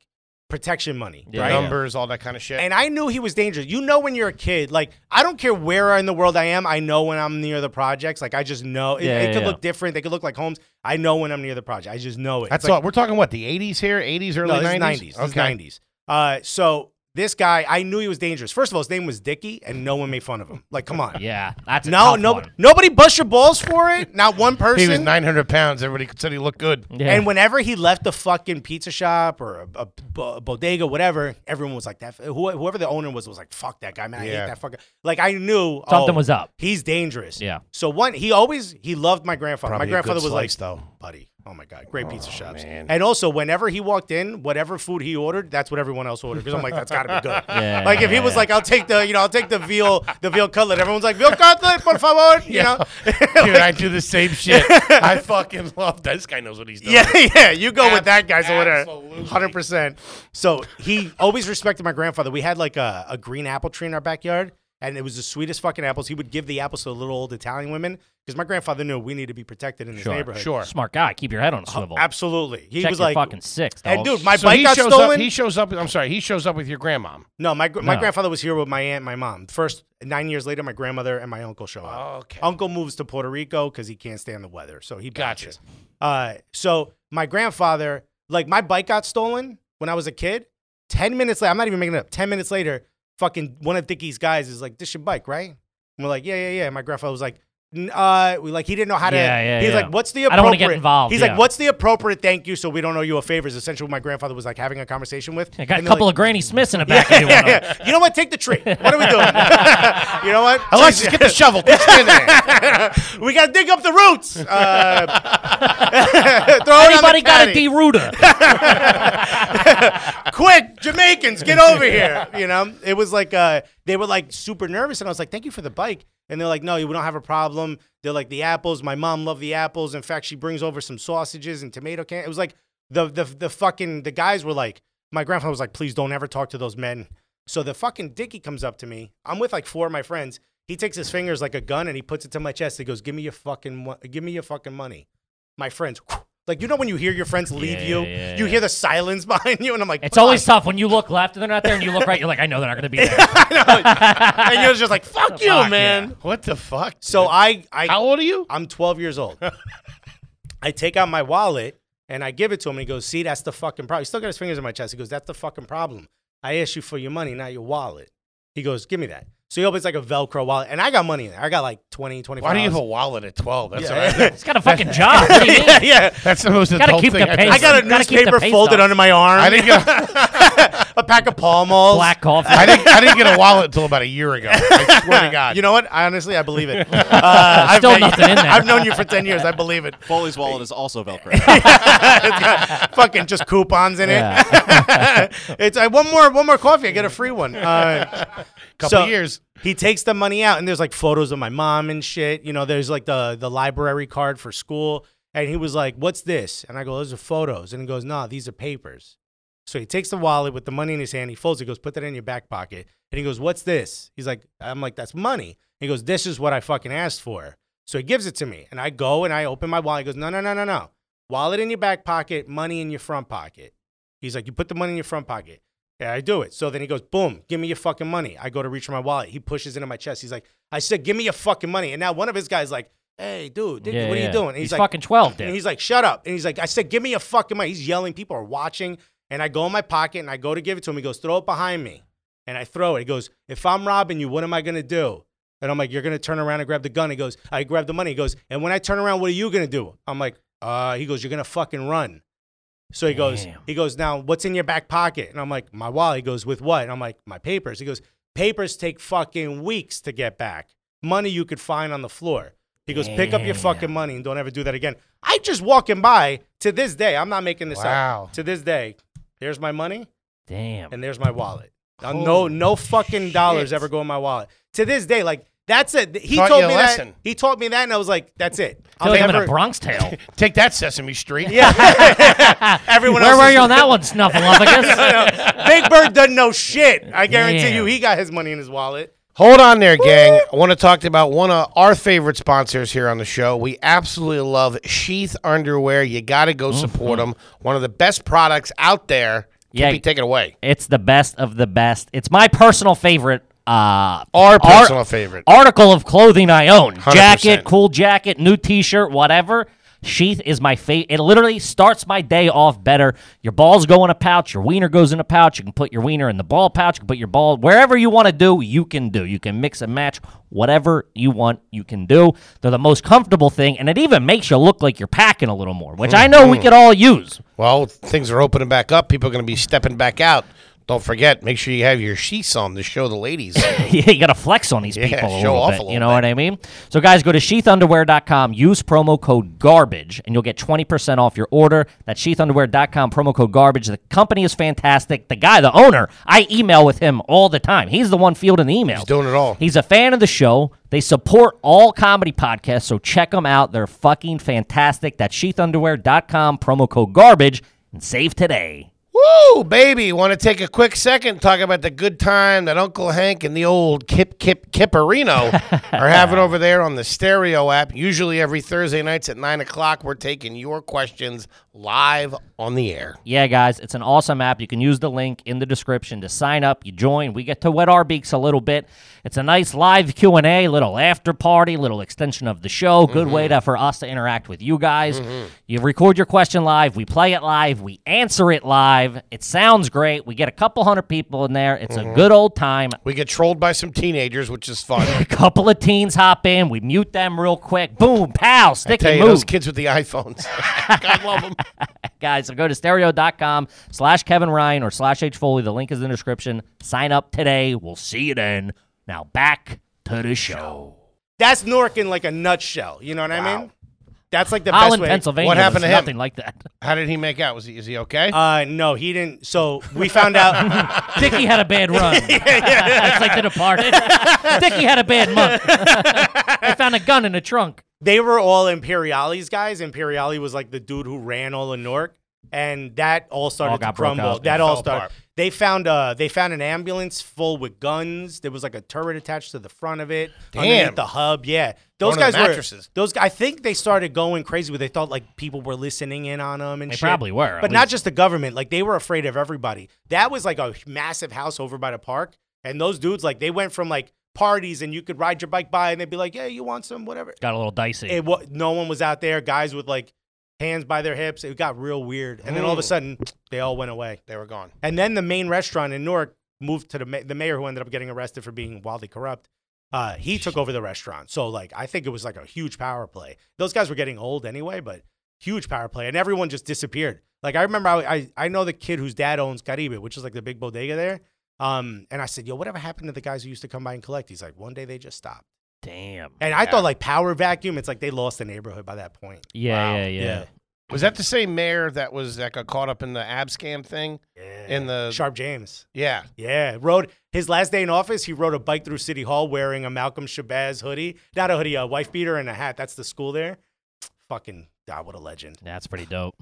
Speaker 5: protection money.
Speaker 3: Yeah,
Speaker 5: right?
Speaker 3: yeah.
Speaker 2: Numbers, all that kind of shit.
Speaker 5: And I knew he was dangerous. You know, when you're a kid, like I don't care where in the world I am, I know when I'm near the projects. Like I just know it,
Speaker 3: Yeah,
Speaker 5: it
Speaker 3: yeah,
Speaker 5: could
Speaker 3: yeah.
Speaker 5: look different. They could look like homes. I know when I'm near the project. I just know it.
Speaker 2: That's
Speaker 5: It's like,
Speaker 2: all. We're talking what the 80s here, 80s, early
Speaker 5: no, this
Speaker 2: 90s.
Speaker 5: is 90s. This is
Speaker 2: Okay.
Speaker 5: 90s. Uh, so this guy, I knew he was dangerous. First of all, his name was Dickie, and no one made fun of him. Like, come on.
Speaker 3: yeah, that's a
Speaker 5: No,
Speaker 3: tough
Speaker 5: no,
Speaker 3: one.
Speaker 5: nobody bust your balls for it. Not one person.
Speaker 2: He was 900 pounds. Everybody said he looked good.
Speaker 3: Yeah.
Speaker 5: And whenever he left the fucking pizza shop or a, a bo- bodega, whatever, everyone was like that. who- Whoever the owner was was like, "Fuck that guy, man! I
Speaker 2: Yeah.
Speaker 5: hate that fucking." Like I knew
Speaker 3: Something
Speaker 5: oh,
Speaker 3: was up.
Speaker 5: He's dangerous.
Speaker 3: Yeah.
Speaker 5: So one, he always he loved my grandfather.
Speaker 2: Probably a
Speaker 5: my
Speaker 2: good
Speaker 5: grandfather was
Speaker 2: slice,
Speaker 5: like,
Speaker 2: though.
Speaker 5: buddy, Oh my god, great pizza shops.
Speaker 2: man.
Speaker 5: And also, whenever he walked in, whatever food he ordered, that's what everyone else ordered. Because I'm like, that's got to be good.
Speaker 3: Yeah,
Speaker 5: like if he
Speaker 3: yeah,
Speaker 5: was
Speaker 3: yeah.
Speaker 5: like, I'll take the, you know, I'll take the veal, the veal cutlet. Everyone's like, veal cutlet, por favor. You know.
Speaker 2: Dude, I do the same shit. I fucking love this guy. Knows what he's doing.
Speaker 5: Yeah, yeah, you go with that guy's
Speaker 2: absolutely.
Speaker 5: order, hundred percent. So he always respected my grandfather. We had like a, a green apple tree in our backyard, and it was the sweetest fucking apples. He would give the apples to the little old Italian women because my grandfather knew we need to be protected in this
Speaker 3: Sure,
Speaker 5: neighborhood.
Speaker 2: sure.
Speaker 3: Smart guy. Keep your head on a swivel.
Speaker 5: absolutely. He
Speaker 3: Check
Speaker 5: was
Speaker 3: your
Speaker 5: like,
Speaker 3: fucking six.
Speaker 5: and
Speaker 3: dog.
Speaker 5: dude, my
Speaker 2: So
Speaker 5: bike
Speaker 2: he
Speaker 5: got
Speaker 2: shows
Speaker 5: stolen.
Speaker 2: up. He shows up. I'm sorry. He shows up with your grandmom.
Speaker 5: no, my gr- my
Speaker 3: No.
Speaker 5: grandfather was here with my aunt, and my mom. First nine years later, my grandmother and my uncle show up.
Speaker 3: Oh,
Speaker 2: okay.
Speaker 5: Uncle moves to Puerto Rico because he can't stand the weather. So he
Speaker 2: Gotcha.
Speaker 5: gotcha. Uh, so my grandfather, like my bike got stolen when I was a kid. Ten minutes later, I'm not even making it up. Ten minutes later, fucking one of Dickie's guys is like, "This your bike, right?" And we're like, "Yeah, yeah, yeah." And my grandfather was like, "N- "Uh, we like he didn't know how to."
Speaker 3: Yeah, yeah,
Speaker 5: he's
Speaker 3: yeah.
Speaker 5: like, "What's the
Speaker 3: I
Speaker 5: appropriate?"
Speaker 3: don't wanna get involved,
Speaker 5: He's
Speaker 3: yeah.
Speaker 5: like, "What's the appropriate thank you?" So we don't owe you a favor. Is essentially what my grandfather was like having a conversation with.
Speaker 3: I got a
Speaker 5: And they're
Speaker 3: couple
Speaker 5: like,
Speaker 3: of Granny Smiths in the
Speaker 5: yeah,
Speaker 3: back. of you
Speaker 5: yeah,
Speaker 3: on them.
Speaker 5: yeah. You know what? Take the tree. What are we doing? you know what?
Speaker 2: Alexis, Oh, get the shovel. Put it in there.
Speaker 5: we gotta dig up the roots. Uh, throw
Speaker 3: Anybody
Speaker 5: it on
Speaker 3: got a
Speaker 5: the
Speaker 3: D
Speaker 5: caddy.
Speaker 3: rooter?
Speaker 5: Quick, Jamaicans, get over here. You know, it was like uh, they were like super nervous, and I was like, "Thank you for the bike." And they're like, "No, we don't have a problem." They're like, "The apples. My mom loved the apples. In fact, she brings over some sausages and tomato can." It was like the the the fucking the guys were like, my grandfather was like, "Please don't ever talk to those men." So the fucking dickie comes up to me. I'm with like four of my friends. He takes his fingers like a gun and he puts it to my chest. He goes, "Give me your fucking, mo- give me your fucking money." My friends, like you know when you hear your friends leave
Speaker 3: Yeah,
Speaker 5: you,
Speaker 3: yeah,
Speaker 5: you
Speaker 3: yeah.
Speaker 5: hear the silence behind you, and I'm like,
Speaker 3: It's
Speaker 5: "Fuck."
Speaker 3: always tough when you look left and they're not there, and you look right. You're like, I know they're not going to be there.
Speaker 5: and you're just like, "Fuck you,
Speaker 3: Fuck,
Speaker 5: man."
Speaker 3: yeah.
Speaker 2: Oh, What the fuck?
Speaker 5: So I, I,
Speaker 2: how old are you?
Speaker 5: I'm 12 years old. I take out my wallet and I give it to him, and he goes, "See, that's the fucking problem." He still got his fingers in my chest. He goes, "That's the fucking problem. I asked you for your money, not your wallet." He goes, "Give me that." So he opens like a Velcro wallet, and I got money in there. I got like 20, 25.
Speaker 2: Why do you have a wallet at 12? That's all right.
Speaker 5: yeah.
Speaker 3: It's got a fucking job. What do you mean?
Speaker 5: yeah, yeah.
Speaker 2: That's the most
Speaker 3: Gotta
Speaker 2: adult
Speaker 3: keep
Speaker 2: thing.
Speaker 3: the
Speaker 2: I've
Speaker 3: pace.
Speaker 2: ever-
Speaker 5: I got a
Speaker 3: Gotta keep the
Speaker 5: newspaper
Speaker 3: pace
Speaker 5: folded
Speaker 3: up.
Speaker 5: under my arm.
Speaker 2: I didn't get. A,
Speaker 5: a pack of Pall Malls.
Speaker 3: Black coffee.
Speaker 2: I didn't. I didn't get a wallet until about a year ago. I swear to God.
Speaker 5: You know what? I honestly, I believe it. Uh, I've
Speaker 3: Still
Speaker 5: met you-
Speaker 3: nothing in there.
Speaker 5: I've known you for ten years. I believe it.
Speaker 4: Foley's wallet is also Velcro.
Speaker 5: it's got fucking just coupons in it. it's uh, one more one more coffee. I get a free one. Uh,
Speaker 2: couple
Speaker 5: so
Speaker 2: years.
Speaker 5: He takes the money out, and there's like photos of my mom and shit. You know, there's like the the library card for school. And he was like, "What's this?" And I go, "Those are photos." And he goes, "Nah, these are papers." So he takes the wallet with the money in his hand. He folds it, goes, put that in your back pocket. And he goes, what's this? He's like, I'm like, that's money. He goes, this is what I fucking asked for. So he gives it to me. And I go and I open my wallet. He goes, no, no, no, no, no. Wallet in your back pocket, money in your front pocket. He's like, you put the money in your front pocket. Yeah, I do it. So then he goes, boom, give me your fucking money. I go to reach for my wallet. He pushes it in my chest. He's like, I said, give me your fucking money. And now one of his guys like, hey, dude, Dickie,
Speaker 3: Yeah,
Speaker 5: what are
Speaker 3: yeah.
Speaker 5: you doing? And
Speaker 3: He's,
Speaker 5: like,
Speaker 3: fucking 12, dude.
Speaker 5: and he's like, shut up. And he's like, I said, give me your fucking money. He's yelling. People are watching. And I go in my pocket and I go to give it to him. He goes, throw it behind me. And I throw it. He goes, if I'm robbing you, what am I going to do? And I'm like, you're going to turn around and grab the gun. He goes, I grab the money. He goes, and when I turn around, what are you going to do? I'm like, uh, he goes, you're going to fucking run. So he goes,
Speaker 3: Damn.
Speaker 5: he goes, now what's in your back pocket? And I'm like, my wallet. He goes, with what? And I'm like, my papers. He goes, papers take fucking weeks to get back. Money you could find on the floor. He goes, pick up your fucking money and don't ever do that again. I just walking by to this day. I'm not making this
Speaker 2: Wow.
Speaker 5: up. To this day, there's my money
Speaker 3: Damn.
Speaker 5: and there's my wallet. Uh, no, no fucking dollars ever go in my wallet. To this day, like that's it. He
Speaker 2: Taught
Speaker 5: told
Speaker 2: you a
Speaker 5: me
Speaker 2: lesson.
Speaker 5: that. He taught me that, and I was like, that's it.
Speaker 3: I feel
Speaker 5: I'll
Speaker 3: like I'm in
Speaker 5: never-
Speaker 3: a Bronx tale.
Speaker 2: Take that, Sesame Street.
Speaker 5: yeah. Everyone
Speaker 3: Where
Speaker 5: else
Speaker 3: were
Speaker 5: is-
Speaker 3: you on that one, Snuffleupagus?
Speaker 5: Big Bird doesn't know shit. I guarantee
Speaker 3: Damn.
Speaker 5: you, he got his money in his wallet.
Speaker 2: Hold on there, gang. I want to talk to you about one of our favorite sponsors here on the show. We absolutely love Sheath Underwear. You got to go support them. One of the best products out there. Can't
Speaker 3: Yeah.
Speaker 2: be taken away.
Speaker 3: it's the best of the best. It's my personal favorite. Uh,
Speaker 2: Our
Speaker 3: ar-
Speaker 2: personal favorite.
Speaker 3: article of clothing I own.
Speaker 2: 100%.
Speaker 3: Jacket, cool jacket, new T-shirt, whatever. Sheath is my favorite. It literally starts my day off better. Your balls go in a pouch. Your wiener goes in a pouch. You can put your wiener in the ball pouch. You can put your ball wherever you want to do. You can do. You can mix and match whatever you want. You can do. They're the most comfortable thing, and it even makes you look like you're packing a
Speaker 2: Mm-hmm.
Speaker 3: little more, which I know we could all use.
Speaker 2: Well, things are opening back up. People are going to be stepping back out. Don't forget, make sure you have your sheaths on to show the ladies.
Speaker 3: yeah, you got to flex on these
Speaker 2: Yeah,
Speaker 3: people a
Speaker 2: show
Speaker 3: little
Speaker 2: off
Speaker 3: bit.
Speaker 2: a little
Speaker 3: you know
Speaker 2: bit.
Speaker 3: what I mean? So, guys, go to sheathunderwear.com, use promo code GARBAGE, and you'll get 20% off your order. That's sheathunderwear.com, promo code GARBAGE. The company is fantastic. The guy, the owner, I email with him all the time. He's the one fielding the emails. He's
Speaker 2: doing it all.
Speaker 3: He's a fan of the show. They support all comedy podcasts, so check them out. They're fucking fantastic. That's sheathunderwear.com, promo code GARBAGE, and save today.
Speaker 2: Woo, baby. Want to take a quick second and talk about the good time that Uncle Hank and the old Kip Kip Kipperino are having over there on the Stereo app. Usually every Thursday nights at 9 o'clock, we're taking your questions live on the air.
Speaker 3: Yeah, guys, it's an awesome app. You can use the link in the description to sign up. You join. We get to wet our beaks a little bit. It's a nice live Q and A, little after party, little extension of the show. Good way
Speaker 2: Mm-hmm.
Speaker 3: to for us to interact with you guys. You record your question live. We play it live. We answer it live. It sounds great. We get a couple hundred people in there. It's
Speaker 2: Mm-hmm.
Speaker 3: a good old time.
Speaker 2: We get trolled by some teenagers, which is fun.
Speaker 3: A couple of teens hop in. We mute them real quick. Boom, pow, stick
Speaker 2: Tell
Speaker 3: and
Speaker 2: you,
Speaker 3: move.
Speaker 2: those kids with the iPhones. God love them.
Speaker 3: guys. So go to stereo.com slash Kevin Ryan or slash H Foley. The link is in the description. Sign up today. We'll see you then. Now back to the show.
Speaker 5: That's Newark in like a nutshell. You know what I mean? That's like the best
Speaker 3: Holland,
Speaker 5: way.
Speaker 3: Pennsylvania.
Speaker 2: What happened
Speaker 3: was
Speaker 2: to him?
Speaker 3: Nothing like that.
Speaker 2: How did he make out? Was he, is he okay?
Speaker 5: Uh, no, he didn't. So we found out.
Speaker 3: Dickie had a bad run. it's like The Departed. Dickie had a bad month. they found a gun in a trunk.
Speaker 5: they were all Imperiali's guys. Imperiali was like the dude who ran all of Newark, and that all started
Speaker 3: All
Speaker 5: to
Speaker 3: got broke
Speaker 5: crumble.
Speaker 3: up.
Speaker 5: That
Speaker 2: It
Speaker 5: all
Speaker 2: fell
Speaker 5: started.
Speaker 2: apart.
Speaker 5: They found uh they found an ambulance full with guns. There was like a turret attached to the front of it
Speaker 2: Damn.
Speaker 5: underneath the hub. Yeah, those
Speaker 2: Going to the
Speaker 5: guys were
Speaker 2: mattresses.
Speaker 5: those. I think they started going crazy. Where they thought like people were listening in on them and
Speaker 3: They
Speaker 5: shit.
Speaker 3: probably were, at
Speaker 5: but not
Speaker 3: least.
Speaker 5: just the government. Like they were afraid of everybody. That was like a massive house over by the park, and those dudes like they went from like parties and you could ride your bike by and they'd be like, yeah, you want some whatever
Speaker 3: Got a little dicey.
Speaker 5: it wa- no one was out there. Guys with like hands by their hips. It got real weird, and then all of a
Speaker 2: Mm.
Speaker 5: sudden they all went away.
Speaker 2: they were gone.
Speaker 5: And then the main restaurant in Newark moved to the ma- the mayor who ended up getting arrested for being wildly corrupt. Uh, he took over the restaurant. So like I think it was like a huge power play. Those guys were getting old anyway, but huge power play, and everyone just disappeared. Like I remember, I I, I know the kid whose dad owns Caribe, which is like the big bodega there. Um, and I said, yo, whatever happened to the guys who used to come by and collect? He's like, one day they just stopped.
Speaker 3: Damn.
Speaker 5: And I thought like power vacuum, it's like they lost the neighborhood by that point.
Speaker 3: Yeah, yeah, yeah,
Speaker 2: Was that the same mayor that was that got caught up in the ab scam thing?
Speaker 5: Yeah.
Speaker 2: In the
Speaker 5: Sharp James.
Speaker 2: yeah,
Speaker 5: Yeah. Rode his last day in office, he rode a bike through City Hall wearing a Malcolm Shabazz hoodie. Not a hoodie, a wife beater and a hat. That's the school there. Fucking God, what a legend.
Speaker 3: That's pretty dope.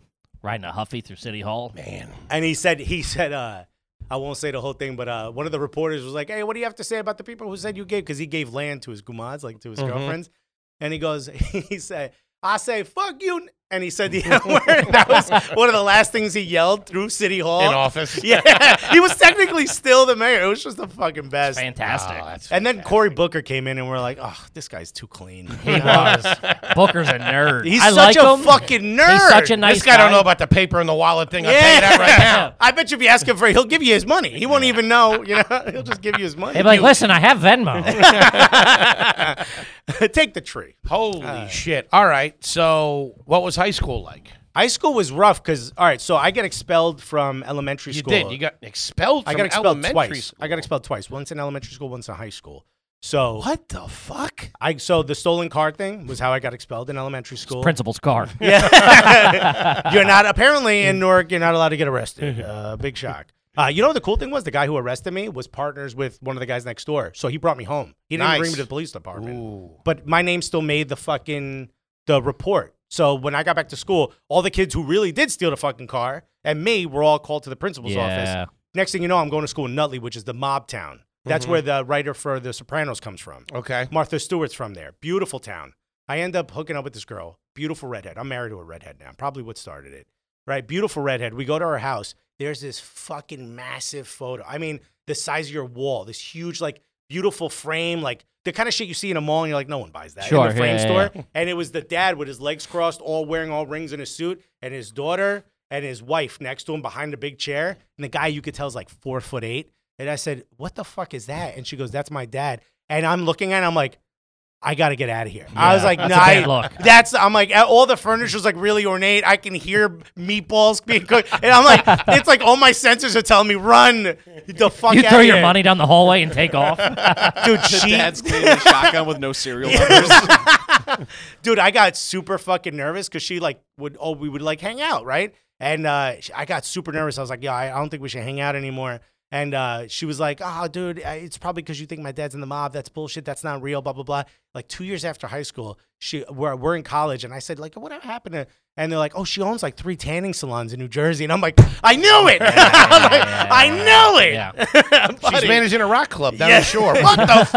Speaker 3: Riding a Huffy through City Hall.
Speaker 2: man.
Speaker 5: And he said, he said, uh, I won't say the whole thing, but uh, one of the reporters was like, "Hey, what do you have to say about the people who said you gave?" Because he gave land to his gumads, like to
Speaker 3: Mm-hmm.
Speaker 5: his girlfriends, and he goes, he said, "I say fuck you," and he said the N word. That was one of the last things he yelled through City Hall
Speaker 2: In office.
Speaker 5: Yeah, he was technically still the mayor. It was just the fucking best.
Speaker 3: Fantastic.
Speaker 2: Oh, that's
Speaker 5: And then Cory Booker came in, and we're like, "Oh, this guy's too clean."
Speaker 3: he was. Booker's a nerd.
Speaker 5: He's
Speaker 3: I
Speaker 5: such
Speaker 3: like
Speaker 5: a
Speaker 3: him.
Speaker 5: fucking nerd.
Speaker 3: He's such a nice
Speaker 2: this guy, don't know about the paper and the wallet thing. I'll tell you that right now.
Speaker 5: I bet you if you ask him for it, he'll give you his money. He won't even know. You know, he'll just give you his money.
Speaker 3: They'd be like, listen, I have Venmo.
Speaker 5: Take the tree.
Speaker 2: Holy shit! All right, so what was high school like?
Speaker 5: High school was rough because all right, so I get expelled from elementary
Speaker 2: You
Speaker 5: school.
Speaker 2: did. You got expelled from
Speaker 5: I got expelled
Speaker 2: elementary
Speaker 5: twice.
Speaker 2: school.
Speaker 5: I got expelled twice. Once in elementary school, once in high school. So
Speaker 2: What the fuck?
Speaker 5: I so the stolen car thing was how I got expelled in elementary school.
Speaker 3: Principal's car.
Speaker 5: you're not apparently
Speaker 2: Mm.
Speaker 5: in Newark. You're not allowed to get arrested.
Speaker 2: Mm-hmm.
Speaker 5: Uh, big shock. Uh, you know what the cool thing was? The guy who arrested me was partners with one of the guys next door, so he brought me home. He didn't even bring
Speaker 2: Nice.
Speaker 5: me to the police department.
Speaker 2: Ooh.
Speaker 5: But my name still made the fucking the report. So when I got back to school, all the kids who really did steal the fucking car and me were all called to the principal's
Speaker 3: Yeah.
Speaker 5: office. Next thing you know, I'm going to school in Nutley, which is the mob town. That's where the writer for The Sopranos comes from.
Speaker 2: Okay.
Speaker 5: Martha Stewart's from there. Beautiful town. I end up hooking up with this girl. Beautiful redhead. I'm married to a redhead now. Probably what started it. Right? Beautiful redhead. We go to her house. There's this fucking massive photo. I mean, the size of your wall, this huge, like, beautiful frame, like the kind of shit you see in a mall and you're like, no one buys that.
Speaker 3: Sure,
Speaker 5: in the frame
Speaker 3: yeah, yeah,
Speaker 5: store. And it was the dad with his legs crossed, all wearing all rings in a suit, and his daughter and his wife next to him behind a big chair. And the guy you could tell is like four foot eight. And I said, What the fuck is that? And she goes, That's my dad. And I'm looking at it, I'm like, I gotta get out of here. I was
Speaker 3: Yeah,
Speaker 5: like,
Speaker 3: that's
Speaker 5: no,
Speaker 3: a bad
Speaker 5: I-
Speaker 3: look.
Speaker 5: that's I'm like all the furniture's like really ornate. I can hear meatballs being cooked, and I'm like, it's like all my senses are telling me run the fuck.
Speaker 3: You
Speaker 5: out
Speaker 3: throw
Speaker 5: of
Speaker 3: your
Speaker 5: here.
Speaker 3: money down the hallway and take off.
Speaker 5: dude. She,
Speaker 4: Dad's cleaning the shotgun with no serial numbers.
Speaker 5: dude, I got super fucking nervous because she like would oh we would like hang out right, and uh, sh- I got super nervous. I was like, yeah, I, I don't think we should hang out anymore. And uh, she was like, oh, dude, I- it's probably because you think my dad's in the mob. That's bullshit. That's not real. Blah blah blah. Like two years after high school, she we're, we're in college, and I said like, whatever happened to? And they're like, oh, she owns like three tanning salons in New Jersey, and I'm like, I knew it. I'm like, I knew it.
Speaker 3: Yeah.
Speaker 2: She's
Speaker 5: Buddy.
Speaker 2: managing a rock club down
Speaker 5: Yeah.
Speaker 2: the shore.
Speaker 5: What the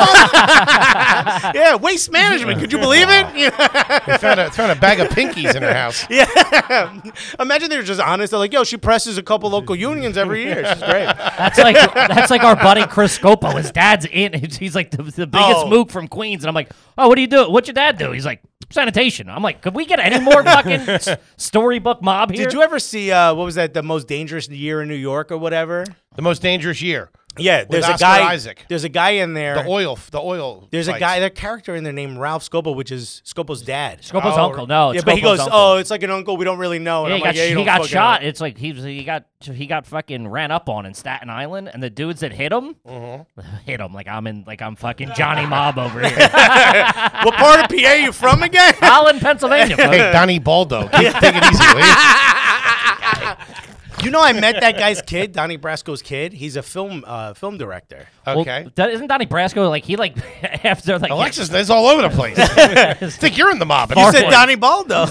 Speaker 5: fuck? yeah, waste management. Could you believe it?
Speaker 2: They found a, found a bag of pinkies in her house.
Speaker 5: Yeah. Imagine they're just honest. They're like, yo, she presses a couple local unions every year. She's great.
Speaker 3: That's like that's like our buddy Chris Scopo. His dad's in. He's like the, the biggest
Speaker 5: Oh.
Speaker 3: mook from Queens, and I'm like, oh, what do you do? What'd your dad do? He's like sanitation. I'm like, could we get any more fucking s- storybook mob here?
Speaker 5: Did you ever see, uh, what was that, the most dangerous year in New York or whatever?
Speaker 2: The most dangerous year.
Speaker 5: Yeah, there's a
Speaker 2: Oscar
Speaker 5: guy.
Speaker 2: Isaac.
Speaker 5: There's a guy in there.
Speaker 2: The oil. The oil.
Speaker 5: there's
Speaker 2: fights.
Speaker 5: a guy, their character in there named Ralph Scopo, which is Scopo's dad.
Speaker 3: Scopo's
Speaker 2: Oh,
Speaker 3: uncle? No, it's
Speaker 5: yeah, but he
Speaker 3: Scopo's
Speaker 5: goes,
Speaker 3: uncle.
Speaker 5: oh, it's like an uncle we don't really know. And
Speaker 3: Yeah,
Speaker 5: I'm
Speaker 3: he got,
Speaker 5: like, yeah, you
Speaker 3: he
Speaker 5: don't
Speaker 3: got
Speaker 5: fucking
Speaker 3: shot.
Speaker 5: know."
Speaker 3: It's like he was, he got he got fucking ran up on in Staten Island, and the dudes that hit him
Speaker 2: Mm-hmm.
Speaker 3: hit him like I'm in like I'm fucking Johnny Mob over here,
Speaker 5: what part of PA you from again?
Speaker 3: Holland, Pennsylvania. folks.
Speaker 2: Hey, Donnie Baldo. Keep, take it easy, will you?
Speaker 5: you know, I met that guy's kid, Donnie Brasco's kid. He's a film uh, film director.
Speaker 3: Well,
Speaker 2: Okay.
Speaker 3: do- isn't Donnie Brasco like he like after like
Speaker 2: Alexis is all over the place. I think you're in the mob.
Speaker 5: You
Speaker 3: Far-
Speaker 5: said Donnie Baldo.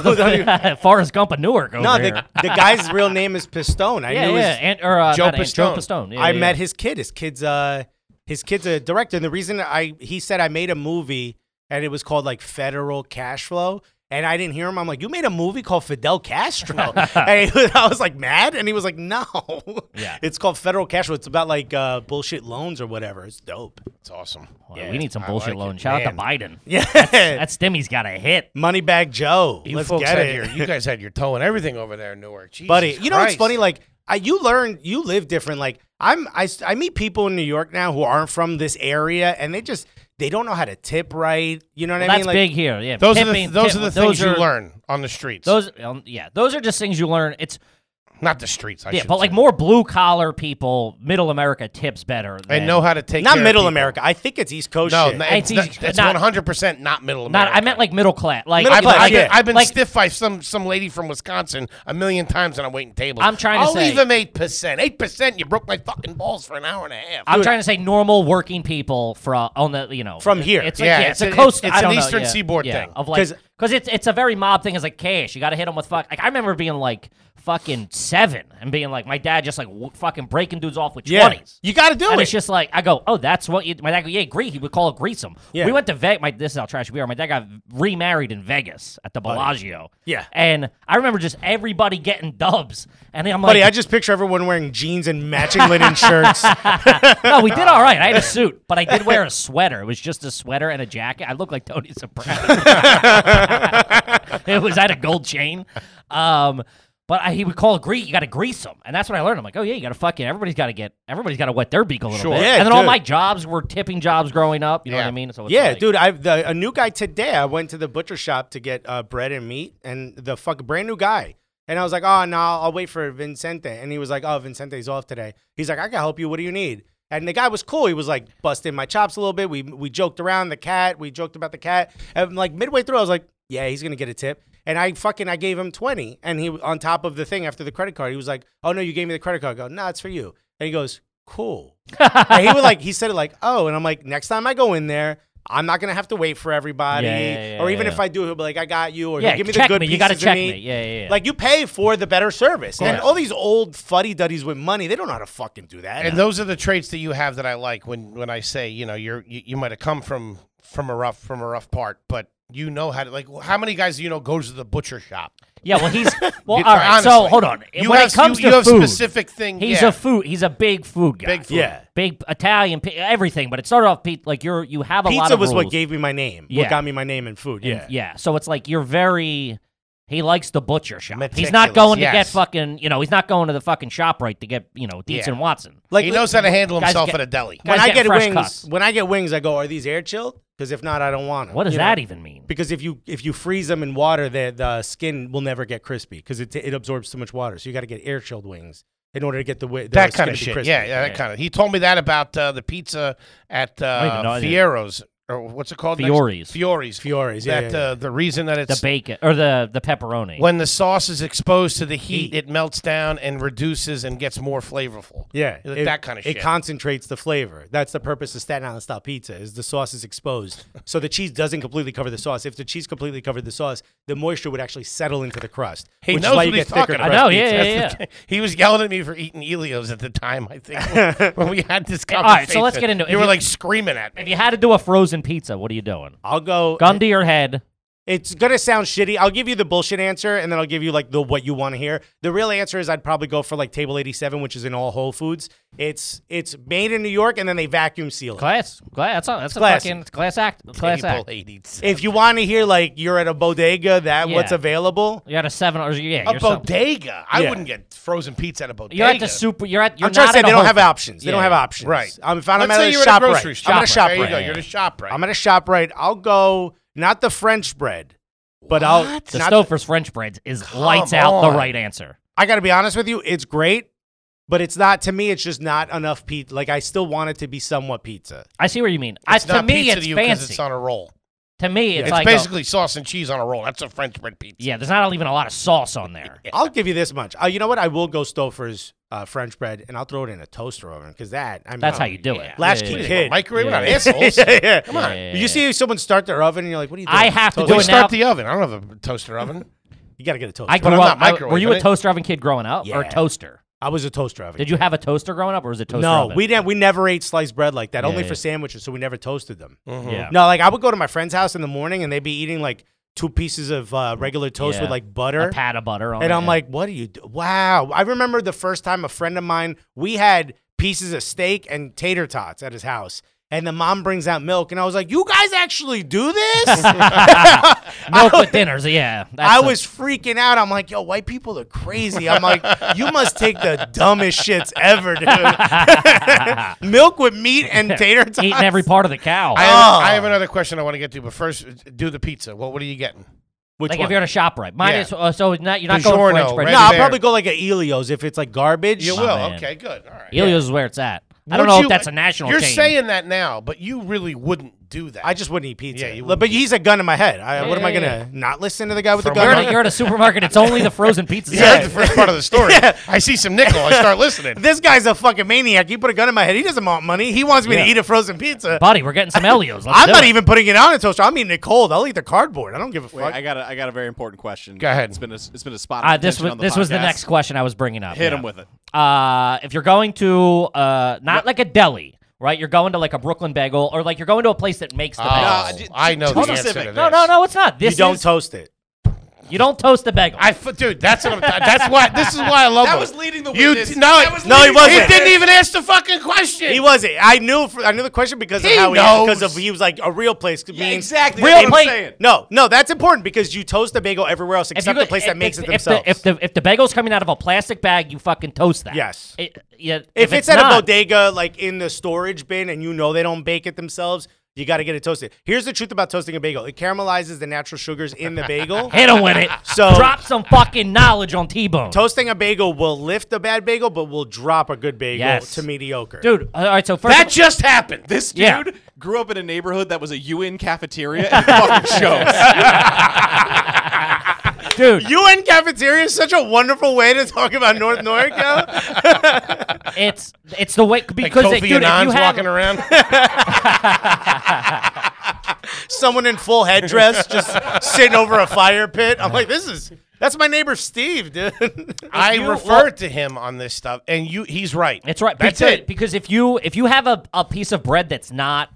Speaker 3: Forrest Gump of Newark over
Speaker 5: No,
Speaker 3: here.
Speaker 5: the, the guy's real name is Pistone. I
Speaker 3: yeah,
Speaker 5: knew
Speaker 3: yeah,
Speaker 5: his,
Speaker 3: and, or uh,
Speaker 2: Joe
Speaker 3: not Ant- Joe
Speaker 2: Pistone.
Speaker 3: Pistone. Yeah,
Speaker 5: I
Speaker 3: yeah.
Speaker 5: met his kid. His kid's uh his kid's a director. And the reason I he said I made a movie and it was called like Federal Cash Flow. And I didn't hear him. I'm like, you made a movie called Fidel Castro, and he was, I was like, mad. And he was like, no,
Speaker 3: Yeah.
Speaker 5: it's called Federal Cash Flow. It's about like uh, bullshit loans or whatever. It's dope.
Speaker 2: It's awesome.
Speaker 3: Wow, we need some
Speaker 2: I
Speaker 3: bullshit
Speaker 2: like
Speaker 3: loan.
Speaker 2: it.
Speaker 3: Shout out to Biden.
Speaker 5: Yeah,
Speaker 3: That Stimmy's got a hit.
Speaker 5: Moneybag Joe.
Speaker 2: You
Speaker 5: Let's
Speaker 2: folks
Speaker 5: get
Speaker 2: had
Speaker 5: it.
Speaker 2: your, you guys had your toe and everything over there in Newark. Jesus
Speaker 5: buddy. You know what's
Speaker 2: Christ.
Speaker 5: funny? Like I, you learn, you live different. Like I'm, I, s- I meet people in New York now who aren't from this area, and they just they don't know how to tip right. You know what
Speaker 3: Well,
Speaker 5: I
Speaker 3: that's
Speaker 5: mean? Like
Speaker 3: big here. Yeah,
Speaker 2: Those are the
Speaker 3: tipping-
Speaker 2: those
Speaker 3: tip-
Speaker 2: are the things
Speaker 3: are-
Speaker 2: you learn on the streets.
Speaker 3: Those, um, yeah, those are just things you learn. It's
Speaker 2: not the streets. I
Speaker 3: yeah,
Speaker 2: should
Speaker 3: but like
Speaker 2: say.
Speaker 3: more blue collar people, middle America tips better. Than,
Speaker 2: and know how to take
Speaker 5: not
Speaker 2: care of
Speaker 5: middle
Speaker 2: people.
Speaker 5: America. I think it's East Coast.
Speaker 2: No,
Speaker 5: shit.
Speaker 2: no, it's,
Speaker 3: It's
Speaker 2: not-
Speaker 3: easy-
Speaker 2: it's
Speaker 3: not-
Speaker 2: 100 percent not middle
Speaker 3: Not,
Speaker 2: America.
Speaker 3: I meant like middle class. Like,
Speaker 5: Middle
Speaker 2: I've been,
Speaker 5: class,
Speaker 2: I've
Speaker 3: like,
Speaker 2: been,
Speaker 5: yeah.
Speaker 2: I've been
Speaker 3: like-
Speaker 2: stiff by some some lady from Wisconsin a million times, and I'm waiting tables.
Speaker 3: I'm trying to
Speaker 2: I'll
Speaker 3: say-
Speaker 2: leave him eight percent. Eight percent. You broke my fucking balls for an hour and a half.
Speaker 3: I'm trying to say normal working people from on the you know
Speaker 5: From here.
Speaker 3: It's like,
Speaker 2: Yeah,
Speaker 3: yeah,
Speaker 2: it's
Speaker 3: it's,
Speaker 2: a-
Speaker 3: a coast.
Speaker 2: it's
Speaker 3: I
Speaker 2: an
Speaker 3: don't know,
Speaker 2: Eastern
Speaker 3: yeah,
Speaker 2: Seaboard
Speaker 3: yeah,
Speaker 2: thing.
Speaker 3: of like
Speaker 5: 'Cause-
Speaker 3: because it's it's a very mob thing. Is like cash. You got to hit them with fuck. Like I remember being like fucking seven and being like my dad just like w- fucking breaking dudes off with
Speaker 5: yeah,
Speaker 3: twenties.
Speaker 5: you got to do
Speaker 3: And
Speaker 5: it.
Speaker 3: it's just like I go, oh, that's what you, my dad. Go, yeah, grease. He would call it greasem.
Speaker 5: Yeah.
Speaker 3: We went to Vegas. My this is how trash we are. My dad got remarried in Vegas at the Bellagio.
Speaker 5: Yeah.
Speaker 3: and I remember just everybody getting dubs, and I'm like,
Speaker 5: buddy, I just picture everyone wearing jeans and matching linen shirts.
Speaker 3: no, we did all right. I had a suit, but I did wear a sweater. It was just a sweater and a jacket. I looked like Tony Soprano. it was I had a gold chain. Um, but I, he would call a grease. You got to grease them, and that's what I learned. I'm like, oh yeah, you got to fucking. Everybody's got to get. Everybody's got to wet their beak a little bit.
Speaker 5: Yeah,
Speaker 3: and then all
Speaker 5: dude.
Speaker 3: my jobs were tipping jobs growing up. You know
Speaker 2: Yeah.
Speaker 3: what I mean? So it's
Speaker 5: Yeah,
Speaker 3: like-
Speaker 5: dude. I the a new guy today. I went to the butcher shop to get uh, bread and meat, and the fuck brand new guy. And I was like, oh no, I'll wait for Vincente. And he was like, oh, Vincente's off today. He's like, I can help you. What do you need? And the guy was cool. He was like busting my chops a little bit. We we joked around the cat. We joked about the cat. And like midway through, I was like, yeah, he's gonna get a tip. And I fucking I gave him twenty. And he on top of the thing after the credit card, he was like, oh no, you gave me the credit card. I go, no, it's for you. And he goes, cool. and he would like he said it like oh and i'm like next time i go in there i'm not gonna have to wait for everybody
Speaker 3: Yeah, yeah, yeah,
Speaker 5: or even
Speaker 3: yeah.
Speaker 5: if i do he'll be like i got you or
Speaker 3: yeah,
Speaker 5: he'll give me the
Speaker 3: check
Speaker 5: good
Speaker 3: me. You got to
Speaker 5: pieces of
Speaker 3: check
Speaker 5: meat.
Speaker 3: me. Yeah, yeah, yeah.
Speaker 5: like you pay for the better service and
Speaker 3: Correct.
Speaker 5: all these old fuddy-duddies with money they don't know how to fucking do that
Speaker 2: And those are the traits that you have that I like. When when I say, you know, you're you, you might have come from from a rough from a rough part, but you know how to like. How many guys do you know goes to the butcher shop?
Speaker 3: yeah. Well, he's well.
Speaker 2: You-
Speaker 3: all right. So
Speaker 2: honestly.
Speaker 3: hold on.
Speaker 2: You
Speaker 3: when
Speaker 2: have
Speaker 3: it comes
Speaker 2: you,
Speaker 3: to
Speaker 2: you
Speaker 3: food,
Speaker 2: have specific thing.
Speaker 3: He's
Speaker 2: yeah.
Speaker 3: a food. He's a big food guy.
Speaker 2: Big food.
Speaker 5: Yeah.
Speaker 3: Big Italian, pi- everything. But it started off pe- like you're you have a lot
Speaker 5: pizza
Speaker 3: of
Speaker 5: was
Speaker 3: rules.
Speaker 5: what gave me my name
Speaker 3: Yeah.
Speaker 5: what got me my name in food yeah
Speaker 3: yeah. So it's like you're very. He likes the butcher shop. He's
Speaker 2: Meticulous,
Speaker 3: not going to get
Speaker 2: yes.
Speaker 3: fucking. You know, he's not going to the fucking shop right to get you know Dietz
Speaker 2: Yeah.
Speaker 3: and Watson.
Speaker 5: like
Speaker 2: he knows how to handle
Speaker 3: guys
Speaker 2: himself
Speaker 3: get-
Speaker 2: at a deli.
Speaker 5: when
Speaker 3: Guys
Speaker 5: i
Speaker 3: get
Speaker 5: get
Speaker 3: fresh
Speaker 5: wings
Speaker 3: cuts.
Speaker 5: when i get wings i go are these air chilled Because if not, I don't want them.
Speaker 3: What does
Speaker 5: you know?
Speaker 3: that even mean?
Speaker 5: Because if you if you freeze them in water, the the skin will never get crispy because it it absorbs too much water. So you got to get air chilled wings in order to get the, wi- the
Speaker 2: that
Speaker 5: skin
Speaker 2: kind of
Speaker 5: to be
Speaker 2: shit.
Speaker 5: crispy.
Speaker 2: Yeah, yeah, that
Speaker 3: Yeah.
Speaker 2: kind of. He told me that about uh, the pizza at
Speaker 3: don't even know,
Speaker 2: uh,
Speaker 3: I didn't-
Speaker 2: Fiero's or what's it called? next?
Speaker 3: Fiori's.
Speaker 2: Fiori's.
Speaker 5: Fiores. Yeah,
Speaker 2: That
Speaker 5: yeah, yeah.
Speaker 2: Uh, the reason that
Speaker 3: The
Speaker 2: it's
Speaker 3: bacon or the the pepperoni.
Speaker 2: when the sauce is exposed to the heat,
Speaker 5: Heat.
Speaker 2: it melts down and reduces and gets more flavorful.
Speaker 5: Yeah,
Speaker 2: Like that kinda shit.
Speaker 5: It concentrates the flavor. That's the purpose of Staten Island style pizza: is the sauce is exposed, so the cheese doesn't completely cover the sauce. If the cheese completely covered the sauce, the moisture would actually settle into the crust.
Speaker 2: He
Speaker 5: which is
Speaker 2: knows what
Speaker 5: why you
Speaker 2: he's
Speaker 5: get
Speaker 2: talking
Speaker 5: thicker
Speaker 2: about.
Speaker 3: I know,
Speaker 5: crust
Speaker 3: yeah,
Speaker 5: pizza.
Speaker 3: yeah, yeah.
Speaker 2: he was yelling at me for eating Elios at the time. I think when we had this conversation.
Speaker 3: All right, so let's get into it.
Speaker 2: You
Speaker 3: If
Speaker 2: were
Speaker 3: you-
Speaker 2: like screaming at
Speaker 3: if
Speaker 2: me.
Speaker 3: you had to do a frozen pizza, what are you doing?
Speaker 5: I'll go.
Speaker 3: Gun to your head.
Speaker 5: It's gonna sound shitty. I'll give you the bullshit answer, and then I'll give you like the what you want to hear. The real answer is I'd probably go for like Table Eighty Seven, which is in all Whole Foods. It's it's made in New York, and then they vacuum seal it.
Speaker 3: Class, class. That's a, that's a
Speaker 5: Classic.
Speaker 3: fucking class act. Class
Speaker 2: Table
Speaker 3: act.
Speaker 2: 87.
Speaker 5: If you want to hear like you're at a bodega, that
Speaker 3: Yeah.
Speaker 5: what's available.
Speaker 3: You got a seven or yeah.
Speaker 2: A
Speaker 3: you're some-
Speaker 2: bodega. I
Speaker 5: Yeah.
Speaker 2: wouldn't get frozen pizza at a bodega.
Speaker 3: You're at the super. You're at. You're
Speaker 5: I'm trying
Speaker 3: not
Speaker 5: to say
Speaker 3: at a
Speaker 5: they don't
Speaker 3: Whole
Speaker 5: have
Speaker 3: Foods.
Speaker 5: options. They don't
Speaker 3: Yeah.
Speaker 5: have options.
Speaker 2: Right.
Speaker 5: Um, if I'm
Speaker 2: Let's
Speaker 5: at
Speaker 2: say
Speaker 5: a
Speaker 2: you're at a
Speaker 5: shop
Speaker 2: grocery
Speaker 5: right.
Speaker 2: shop.
Speaker 5: I'm at a shop
Speaker 2: There you go.
Speaker 5: right.
Speaker 2: You're at a shop right.
Speaker 5: I'm at a shop right. I'll go not the French bread, but I'll not
Speaker 3: The Stouffer's French breads is lights out
Speaker 2: on.
Speaker 3: the right answer.
Speaker 5: I got to be honest with you, it's great, but it's not to me. It's just not enough pizza. Like I still want it to be somewhat pizza.
Speaker 3: I see what you mean. I,
Speaker 2: It's
Speaker 3: to
Speaker 2: not
Speaker 3: me,
Speaker 2: pizza
Speaker 3: it's
Speaker 2: to you 'cause
Speaker 3: fancy.
Speaker 2: It's on a roll.
Speaker 3: to me, it's,
Speaker 2: It's
Speaker 3: like a-
Speaker 2: basically sauce and cheese on a roll. That's a French bread pizza.
Speaker 3: yeah. There's not even a lot of sauce on there.
Speaker 5: I'll give you this much. Uh, you know what? I will go Stouffer's uh, French bread, and I'll throw it in a toaster oven because that. I mean,
Speaker 3: That's how you do it.
Speaker 5: Latchkey
Speaker 3: Yeah, yeah, yeah.
Speaker 5: kid.
Speaker 2: Microwave, we're not
Speaker 3: Yeah.
Speaker 2: assholes.
Speaker 5: yeah, yeah.
Speaker 2: Come on.
Speaker 3: Yeah.
Speaker 5: You see someone start their oven, and you're like, "What are you doing?"
Speaker 3: I have to
Speaker 5: Toaster.
Speaker 3: do
Speaker 2: Well,
Speaker 3: it
Speaker 2: start
Speaker 3: now-
Speaker 2: the oven. I don't have a toaster oven.
Speaker 5: You gotta get a toaster.
Speaker 3: I
Speaker 5: I,
Speaker 3: grew
Speaker 2: I'm
Speaker 3: up.
Speaker 2: not
Speaker 3: I- were
Speaker 2: microwaving
Speaker 3: you a
Speaker 2: it.
Speaker 3: toaster oven kid growing up or
Speaker 5: Yeah.
Speaker 3: toaster?
Speaker 5: was a toaster oven.
Speaker 3: Did you have a toaster growing up or was it toaster?
Speaker 5: no,
Speaker 3: oven?
Speaker 5: we didn't. We never ate sliced bread like that.
Speaker 3: Yeah,
Speaker 5: only
Speaker 3: yeah.
Speaker 5: for sandwiches, so we never toasted them.
Speaker 3: Yeah.
Speaker 5: No, like I would go to my friend's house in the morning, and they'd be eating like two pieces of uh, regular toast
Speaker 3: Yeah.
Speaker 5: with like
Speaker 3: A
Speaker 5: butter.
Speaker 3: pat of butter on
Speaker 5: And
Speaker 3: it.
Speaker 5: I'm
Speaker 3: Oh, yeah.
Speaker 5: like, what do you do? Wow. I remember the first time a friend of mine, we had pieces of steak and tater tots at his house. And the mom brings out milk. And I was like, you guys actually do this?
Speaker 3: milk with dinners. Yeah,
Speaker 5: I
Speaker 3: that's a-
Speaker 5: was freaking out. I'm like, yo, white people are crazy. I'm like, you must take the dumbest shits ever, dude. milk with meat and tater tots.
Speaker 3: eating every part of the cow.
Speaker 2: I have,
Speaker 5: Oh.
Speaker 2: I have another question I want to get to, but first, uh, do the pizza. Well, what are you getting?
Speaker 5: Which
Speaker 3: like
Speaker 5: one?
Speaker 3: if you're in a shop right, mine
Speaker 2: Yeah.
Speaker 3: is uh, so it's not you're not
Speaker 2: DiGiorno,
Speaker 3: going French bread.
Speaker 2: right?
Speaker 5: no, I'll
Speaker 2: there.
Speaker 5: probably go like a Elio's if it's like garbage.
Speaker 2: You
Speaker 3: My
Speaker 2: will.
Speaker 3: man.
Speaker 2: Okay, good. All right.
Speaker 3: Elio's is where it's at. I don't
Speaker 2: Would
Speaker 3: know
Speaker 2: you-
Speaker 3: if that's a national.
Speaker 2: You're
Speaker 3: chain.
Speaker 2: saying that now, but you really wouldn't do that.
Speaker 5: I just wouldn't eat pizza.
Speaker 2: Yeah, you
Speaker 5: but he's a gun in my head. I,
Speaker 3: Yeah,
Speaker 5: what am I
Speaker 3: yeah,
Speaker 5: gonna
Speaker 3: yeah.
Speaker 5: not listen to the guy with
Speaker 2: From
Speaker 5: the
Speaker 3: you're
Speaker 5: gun?
Speaker 3: at, a, you're at a supermarket. It's only the frozen pizza.
Speaker 2: yeah,
Speaker 3: section.
Speaker 2: that's the first part of the story. I see some nickel. I start listening.
Speaker 5: This guy's a fucking maniac. He put a gun in my head. He doesn't want money. He wants me to eat a frozen pizza.
Speaker 3: buddy, we're getting some Elio's. Let's
Speaker 5: I'm
Speaker 3: do
Speaker 5: not
Speaker 3: it.
Speaker 5: even putting it on a toaster. I'm eating it cold. I'll eat the cardboard. I don't give a
Speaker 4: Wait,
Speaker 5: fuck.
Speaker 4: I got a, I got a very important question.
Speaker 2: Go ahead.
Speaker 4: It's been a, it's been a spot. of
Speaker 3: Uh, this
Speaker 4: contention
Speaker 3: was
Speaker 4: on
Speaker 3: this was the
Speaker 4: podcast.
Speaker 3: next question I was bringing up.
Speaker 4: Hit
Speaker 3: yeah.
Speaker 4: him with it.
Speaker 3: Uh, if you're going to uh, not like a deli, right? You're going to like a Brooklyn Bagel, or like you're going to a place that makes the
Speaker 2: Oh,
Speaker 3: bagels.
Speaker 4: d-
Speaker 2: I know
Speaker 4: too
Speaker 2: the answer
Speaker 4: specific.
Speaker 2: to this.
Speaker 3: No, no, no, it's not.
Speaker 5: you
Speaker 3: This
Speaker 5: don't
Speaker 3: is-
Speaker 5: toast it.
Speaker 3: you don't toast the bagel.
Speaker 2: I f- dude, that's what I'm, that's why this is why I love
Speaker 4: That
Speaker 2: him.
Speaker 4: was leading the
Speaker 2: You
Speaker 4: witness.
Speaker 2: d- no,
Speaker 4: That was
Speaker 5: no, he
Speaker 4: leading the
Speaker 5: wasn't.
Speaker 2: He
Speaker 4: witness.
Speaker 2: didn't even ask the fucking question.
Speaker 5: He wasn't. I knew. I knew the question because of
Speaker 2: He
Speaker 5: how he because
Speaker 2: knows.
Speaker 5: of he was like a real place.
Speaker 4: Yeah,
Speaker 5: means-
Speaker 4: exactly.
Speaker 3: Real
Speaker 4: Real that's
Speaker 3: plate.
Speaker 4: What I'm saying.
Speaker 5: No, no, that's important because you toast the bagel everywhere else
Speaker 3: If
Speaker 5: except
Speaker 3: you
Speaker 5: the
Speaker 3: go-
Speaker 5: place
Speaker 3: if-
Speaker 5: that makes
Speaker 3: if,
Speaker 5: it themselves.
Speaker 3: If the, if the if the bagel's coming out of a plastic bag, you fucking toast that.
Speaker 5: Yes.
Speaker 3: It- yeah, if,
Speaker 5: if, it's, at
Speaker 3: not,
Speaker 5: a bodega, like in the storage bin, and you know they don't bake it themselves, you got to get it toasted. Here's the truth about toasting a bagel: it caramelizes the natural sugars in the bagel.
Speaker 3: hit 'em with it.
Speaker 5: So-
Speaker 3: drop some fucking knowledge on T-Bone,
Speaker 5: Toasting a bagel will lift a bad bagel, but will drop a good bagel
Speaker 3: Yes.
Speaker 5: to mediocre.
Speaker 3: dude. All right, so first
Speaker 2: that
Speaker 3: of-
Speaker 2: just happened.
Speaker 4: This dude
Speaker 3: Yeah.
Speaker 4: grew up in a neighborhood that was a UN cafeteria and it fucking shows.
Speaker 3: dude,
Speaker 5: UN cafeteria is such a wonderful way to talk about North Norco.
Speaker 3: it's it's the way
Speaker 2: Like
Speaker 3: because
Speaker 2: Kofi
Speaker 3: it, dude, if you
Speaker 2: Annan's
Speaker 3: have,
Speaker 2: walking around.
Speaker 5: Someone in full headdress just sitting over a fire pit. I'm like, this is that's my neighbor Steve, dude.
Speaker 2: I
Speaker 3: you-
Speaker 2: refer to him on this stuff, and you he's right.
Speaker 3: It's right.
Speaker 2: That's
Speaker 3: because,
Speaker 2: it.
Speaker 3: Because if you if you have a, a piece of bread that's not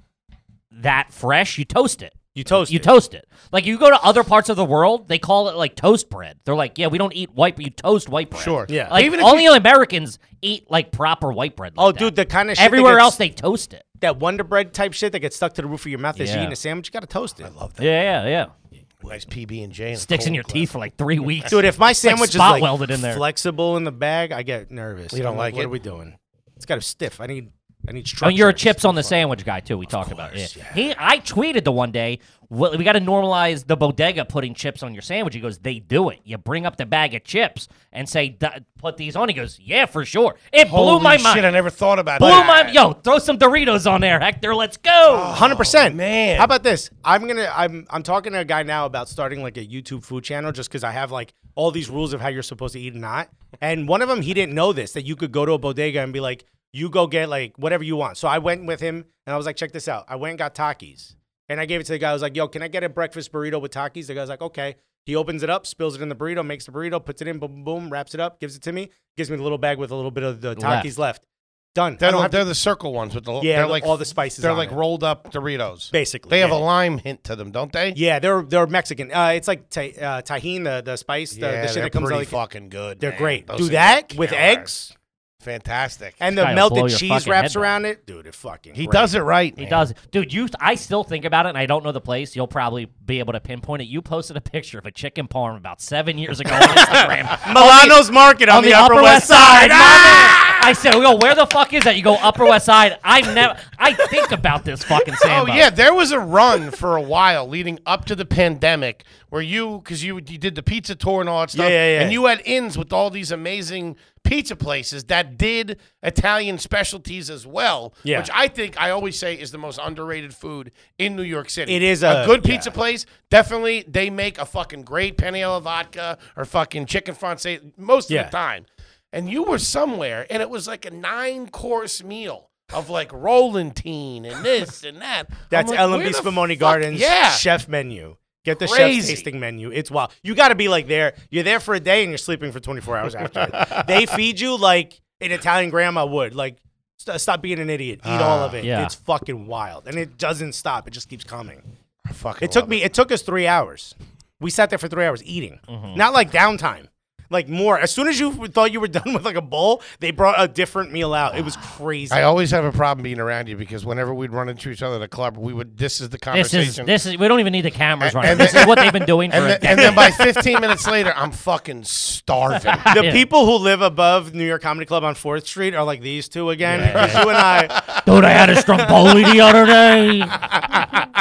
Speaker 3: that fresh, you toast it.
Speaker 5: You toast
Speaker 3: You
Speaker 5: it.
Speaker 3: toast it. Like you go to other parts of the world, they call it like toast bread. They're like, yeah, we don't eat white, but you toast white bread.
Speaker 2: Sure. Yeah.
Speaker 3: Like
Speaker 2: Even if
Speaker 3: only Americans eat like proper white bread. Like
Speaker 5: Oh,
Speaker 3: that.
Speaker 5: dude, the kind of shit that
Speaker 3: everywhere
Speaker 5: gets-
Speaker 3: else they toast it.
Speaker 5: that Wonder Bread type shit that gets stuck to the roof of your mouth as
Speaker 3: Yeah.
Speaker 5: you're eating a sandwich, you gotta toast it. I love that.
Speaker 3: Yeah, yeah, yeah.
Speaker 2: Nice PB and J.
Speaker 3: Sticks in your teeth for like three weeks.
Speaker 5: Dude, if my sandwich
Speaker 3: spot
Speaker 5: is like
Speaker 3: welded in there.
Speaker 5: flexible in the bag, I get nervous. You
Speaker 2: don't like
Speaker 5: what
Speaker 2: it?
Speaker 5: What are we doing? It's got to stiff. I need I need structure.
Speaker 3: I mean, Oh, you're a
Speaker 5: It's
Speaker 3: chips
Speaker 5: so
Speaker 3: on the
Speaker 5: fun.
Speaker 3: sandwich guy too. We talked about it.
Speaker 5: course,
Speaker 3: He, I tweeted the one day. Well, we got to normalize the bodega putting chips on your sandwich. He goes, they do it. You bring up the bag of chips and say, D- put these on. He goes, yeah, for sure. It blew
Speaker 2: Holy
Speaker 3: my
Speaker 2: shit,
Speaker 3: mind.
Speaker 2: I never thought about
Speaker 3: blew
Speaker 2: that. Oh,
Speaker 3: my yo. Throw some Doritos on there, Hector. Let's go.
Speaker 5: hundred percent.
Speaker 2: man.
Speaker 5: how about this? I'm gonna I'm I'm talking to a guy now about starting like a YouTube food channel just because I have like all these rules of how you're supposed to eat and not. And one of them he didn't know this that you could go to a bodega and be like, you go get like whatever you want. So I went with him and I was like, check this out. I went and got Takis and I gave it to the guy. I was like, yo, can I get a breakfast burrito with Takis? The guy's like, okay. He opens it up, spills it in the burrito, makes the burrito, puts it in, boom, boom, boom, wraps it up, gives it to me, gives me the little bag with a little bit of the
Speaker 3: Left.
Speaker 5: Takis left. Done. I
Speaker 2: They're,
Speaker 5: don't
Speaker 2: the,
Speaker 5: have to-
Speaker 2: they're the circle ones with the
Speaker 5: Yeah,
Speaker 2: they're
Speaker 5: with
Speaker 2: like
Speaker 5: all the spices
Speaker 2: They're
Speaker 5: on
Speaker 2: like
Speaker 5: it.
Speaker 2: rolled up Doritos.
Speaker 5: basically.
Speaker 2: They have
Speaker 5: yeah.
Speaker 2: a lime hint to them, don't they?
Speaker 5: Yeah, they're they're Mexican. Uh, it's like ta- uh, tahine, the, the spice, the,
Speaker 2: Yeah,
Speaker 5: the shit
Speaker 2: they're
Speaker 5: that comes out.
Speaker 2: pretty
Speaker 5: Like,
Speaker 2: fucking good.
Speaker 5: they're
Speaker 2: man.
Speaker 5: great.
Speaker 2: Those
Speaker 5: Do
Speaker 2: things
Speaker 5: that
Speaker 2: are
Speaker 5: with
Speaker 2: killer.
Speaker 5: eggs
Speaker 2: Fantastic.
Speaker 5: and the
Speaker 3: Trying to blow
Speaker 5: melted
Speaker 3: your
Speaker 5: cheese
Speaker 3: fucking
Speaker 5: wraps
Speaker 3: head off.
Speaker 5: around it, dude. It fucking
Speaker 2: he
Speaker 5: great.
Speaker 2: does it right.
Speaker 3: He
Speaker 2: man.
Speaker 3: does, dude. You, I still think about it, and I don't know the place. You'll probably be able to pinpoint it. You posted a picture of a chicken parm about seven years ago on Instagram.
Speaker 5: Milano's Market on, the, Upper, West Side.
Speaker 3: my
Speaker 5: Ah!
Speaker 3: man. I said, "Yo, where the fuck is that?" You go Upper West Side. I never. I think about this fucking
Speaker 2: Oh
Speaker 3: sandbox.
Speaker 2: yeah, there was a run for a while leading up to the pandemic where you because you you did the pizza tour and all that stuff,
Speaker 5: Yeah, yeah, yeah.
Speaker 2: and you had ins with all these amazing pizza places that did Italian specialties as well,
Speaker 5: Yeah.
Speaker 2: which I think I always say is the most underrated food in New York City.
Speaker 5: It is a-
Speaker 2: good pizza place. Definitely, they make a fucking great penne alla vodka or fucking chicken francese most
Speaker 5: Yeah.
Speaker 2: of the time. And you were somewhere, and it was like a nine course meal. Of like rolantine and this and that.
Speaker 5: That's
Speaker 2: I'm like,
Speaker 5: LMB
Speaker 2: where the
Speaker 5: Spumoni
Speaker 2: fuck-
Speaker 5: Gardens
Speaker 2: Yeah.
Speaker 5: chef menu. Get the chef's
Speaker 2: Crazy.
Speaker 5: tasting menu. It's wild. You got to be like there. You're there for a day and you're sleeping for 24 hours after. it. They feed you like an Italian grandma would. Like, st- stop being an idiot. Eat all of it.
Speaker 3: yeah.
Speaker 5: It's fucking wild, and it doesn't stop. It just keeps coming.
Speaker 2: I fucking
Speaker 5: It took
Speaker 2: love
Speaker 5: me. It took us three hours. We sat there for three hours eating,
Speaker 2: Mm-hmm.
Speaker 5: not like downtime. Like more. As soon as you thought you were done with like a bowl, they brought a different meal out. It was crazy.
Speaker 2: I always have a problem being around you because whenever we'd run into each other at a club, we would. This is the
Speaker 3: This
Speaker 2: conversation.
Speaker 3: is this is. We don't even need the cameras right.
Speaker 2: and
Speaker 3: This
Speaker 2: then-
Speaker 3: is what they've been doing for
Speaker 2: and,
Speaker 3: a
Speaker 2: then, and then by 15 minutes later, I'm fucking starving.
Speaker 5: the
Speaker 3: Yeah.
Speaker 5: people who live above New York Comedy Club on Fourth Street are like these two again. 'Cause You and I,
Speaker 3: Dude, I had a stromboli the other day to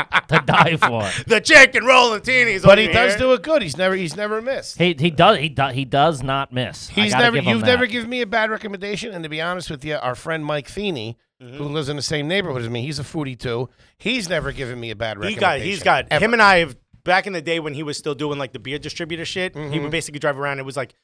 Speaker 3: die for.
Speaker 5: the chicken rollantinis.
Speaker 2: but
Speaker 5: over
Speaker 2: he does
Speaker 5: here.
Speaker 2: do it good. He's never. He's never missed.
Speaker 3: He he does he does he does not miss. I
Speaker 2: He's
Speaker 3: gotta
Speaker 2: never.
Speaker 3: give him
Speaker 2: You've
Speaker 3: that.
Speaker 2: never given me a bad recommendation. And to be honest with you, our friend Mike Feeney, who
Speaker 5: Mm-hmm.
Speaker 2: lives in the same neighborhood as me, he's a foodie too. He's never given me a bad
Speaker 5: He
Speaker 2: recommendation.
Speaker 5: got. He's got.
Speaker 2: ever.
Speaker 5: Him and I have back in the day when he was still doing like the beer distributor shit. He
Speaker 2: Mm-hmm.
Speaker 5: would basically drive around. It was like.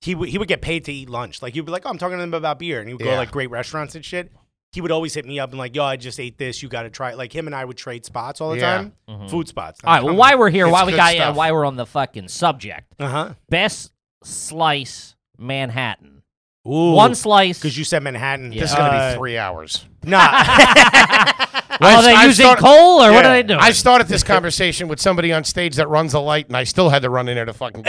Speaker 5: He would, he would get paid to eat lunch. Like, you'd be like, oh, I'm talking to them about beer. And he would go
Speaker 2: Yeah.
Speaker 5: like great restaurants and shit. He would always hit me up and like, yo, I just ate this. You got to try it. Like, him and I would trade spots all the
Speaker 2: Yeah.
Speaker 5: time. Food spots.
Speaker 3: Mm-hmm. All right. Well, why we're here,
Speaker 2: It's
Speaker 3: why we
Speaker 2: good
Speaker 3: got
Speaker 2: stuff.
Speaker 3: and why we're on the fucking subject.
Speaker 5: Uh
Speaker 3: Best slice Manhattan.
Speaker 5: huh. Ooh.
Speaker 3: One slice.
Speaker 5: Because you said Manhattan.
Speaker 2: This is gonna
Speaker 5: Uh,
Speaker 2: be three hours.
Speaker 5: Nah.
Speaker 3: are they
Speaker 2: I've
Speaker 3: Oh, using
Speaker 2: started-
Speaker 3: coal or what are they
Speaker 5: Yeah.
Speaker 3: doing?
Speaker 2: I started this conversation with somebody on stage that runs a light, and I still had to run in there to fucking.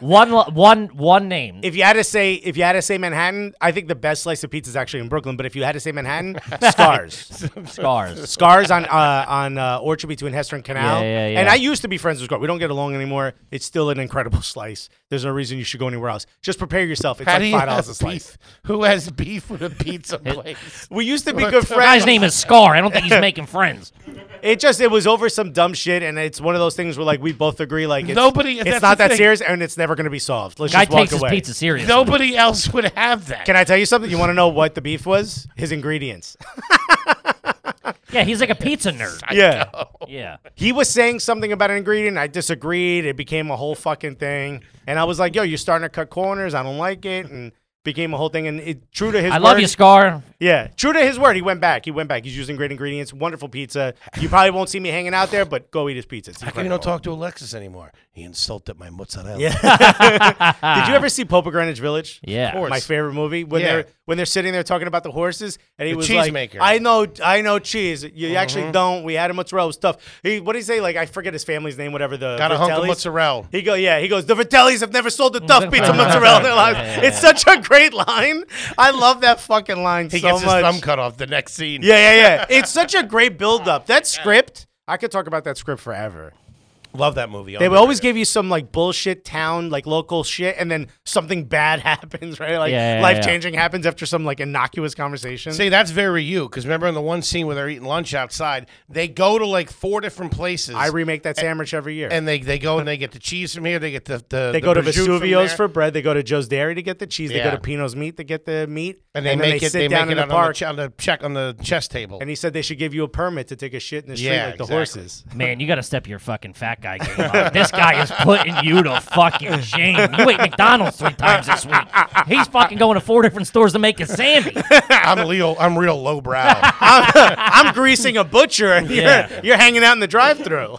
Speaker 3: one lo- one one name.
Speaker 5: if you had to say, if you had to say Manhattan, I think the best slice of pizza is actually in Brooklyn. But if you had to say Manhattan, Scars,
Speaker 3: Scars.
Speaker 5: Scars on uh, on uh, Orchard between Hester and Canal.
Speaker 3: Yeah, yeah, yeah.
Speaker 5: And I used to be friends with Scars. We don't get along anymore. It's still an incredible slice. There's no reason you should go anywhere else. Just prepare yourself. It's
Speaker 2: How do
Speaker 5: like
Speaker 2: you
Speaker 5: five dollars
Speaker 2: have
Speaker 5: a slice.
Speaker 2: beef? Who has beef with a pizza place?
Speaker 5: We used to be good
Speaker 3: The guy's
Speaker 5: friends.
Speaker 3: name is Scar. I don't think he's making friends.
Speaker 5: It just it was over some dumb shit, and it's one of those things where like we both agree like it's,
Speaker 2: Nobody-
Speaker 5: It's
Speaker 2: that's
Speaker 5: not
Speaker 2: the
Speaker 5: that
Speaker 2: thing.
Speaker 5: serious, and it's never going to be solved. Let's
Speaker 3: Guy
Speaker 5: just walk
Speaker 3: takes his
Speaker 5: away.
Speaker 3: pizza seriously.
Speaker 2: Nobody else would have that.
Speaker 5: Can I tell you something? You want to know what the beef was? His ingredients.
Speaker 3: Yeah, he's like a pizza nerd.
Speaker 5: yeah.
Speaker 3: Yeah.
Speaker 5: He was saying something about an ingredient. I disagreed. It became a whole fucking thing. And I was like, yo, you're starting to cut corners. I don't like it. And became a whole thing. And it, true to his
Speaker 3: I
Speaker 5: word.
Speaker 3: love you, Scar.
Speaker 5: yeah. True to his word. He went back. He went back. He's using great ingredients. Wonderful pizza. You probably won't see me hanging out there, but go eat his pizza. It's
Speaker 2: How come you don't
Speaker 5: incredible.
Speaker 2: talk to Alexis anymore? He insulted my mozzarella.
Speaker 5: Did you ever see Pope of Greenwich Village?
Speaker 3: Ah. Yeah. Of course.
Speaker 5: my favorite movie. When
Speaker 2: Yeah.
Speaker 5: they're when they're sitting there talking about the horses, and
Speaker 2: The
Speaker 5: he
Speaker 2: Mm-hmm.
Speaker 5: was
Speaker 2: cheese
Speaker 5: like,
Speaker 2: maker.
Speaker 5: "I know, I know cheese. You actually don't. We had a mozzarella stuff. He, what did he say? Like I forget his family's name. Whatever the
Speaker 2: Got a hunk of
Speaker 5: Vitellis.
Speaker 2: mozzarella.
Speaker 5: He go, yeah. He goes, the Vitellis have never sold a
Speaker 2: Mm,
Speaker 5: tough pizza
Speaker 3: Yeah,
Speaker 5: mozzarella in their
Speaker 3: yeah,
Speaker 5: lives.
Speaker 3: yeah,
Speaker 5: It's such a great line. I love that fucking line
Speaker 2: He
Speaker 5: so
Speaker 2: gets
Speaker 5: much.
Speaker 2: his thumb cut off the next scene.
Speaker 5: Yeah, yeah, yeah. It's such a great build up. That script. I could talk about that script forever.
Speaker 2: Love that movie.
Speaker 5: They would always give you some like bullshit town, like local shit, and then something bad happens, right? Like
Speaker 3: Yeah, yeah,
Speaker 5: life changing happens after some like innocuous conversation.
Speaker 2: See, that's very you. Because remember in the one scene where they're eating lunch outside, they go to like four different places.
Speaker 5: I remake that sandwich every year.
Speaker 2: and they, they go and they get the cheese from here. They get the, the
Speaker 5: they
Speaker 2: the
Speaker 5: go to
Speaker 2: prosciutto from
Speaker 5: Vesuvio's
Speaker 2: there,
Speaker 5: for bread. They go to Joe's Dairy to get the cheese. They
Speaker 2: Yeah.
Speaker 5: go to Pino's Meat to get the meat.
Speaker 2: and they
Speaker 5: then
Speaker 2: make it.
Speaker 5: sit
Speaker 2: They
Speaker 5: down
Speaker 2: make it
Speaker 5: in
Speaker 2: on
Speaker 5: the park.
Speaker 2: the, che- on the check on the chess table.
Speaker 5: and he said they should give you a permit to take a shit in the street
Speaker 2: Yeah,
Speaker 5: like the
Speaker 2: exactly.
Speaker 5: horses.
Speaker 3: Man, you got to step your fucking fat guy game up. This guy is putting you to fucking shame. You ate McDonald's three times this week. He's fucking going to four different stores to make a sandwich.
Speaker 2: I'm real. I'm real lowbrow.
Speaker 5: I'm greasing a butcher, and you're,
Speaker 3: Yeah.
Speaker 5: you're hanging out in the drive-through.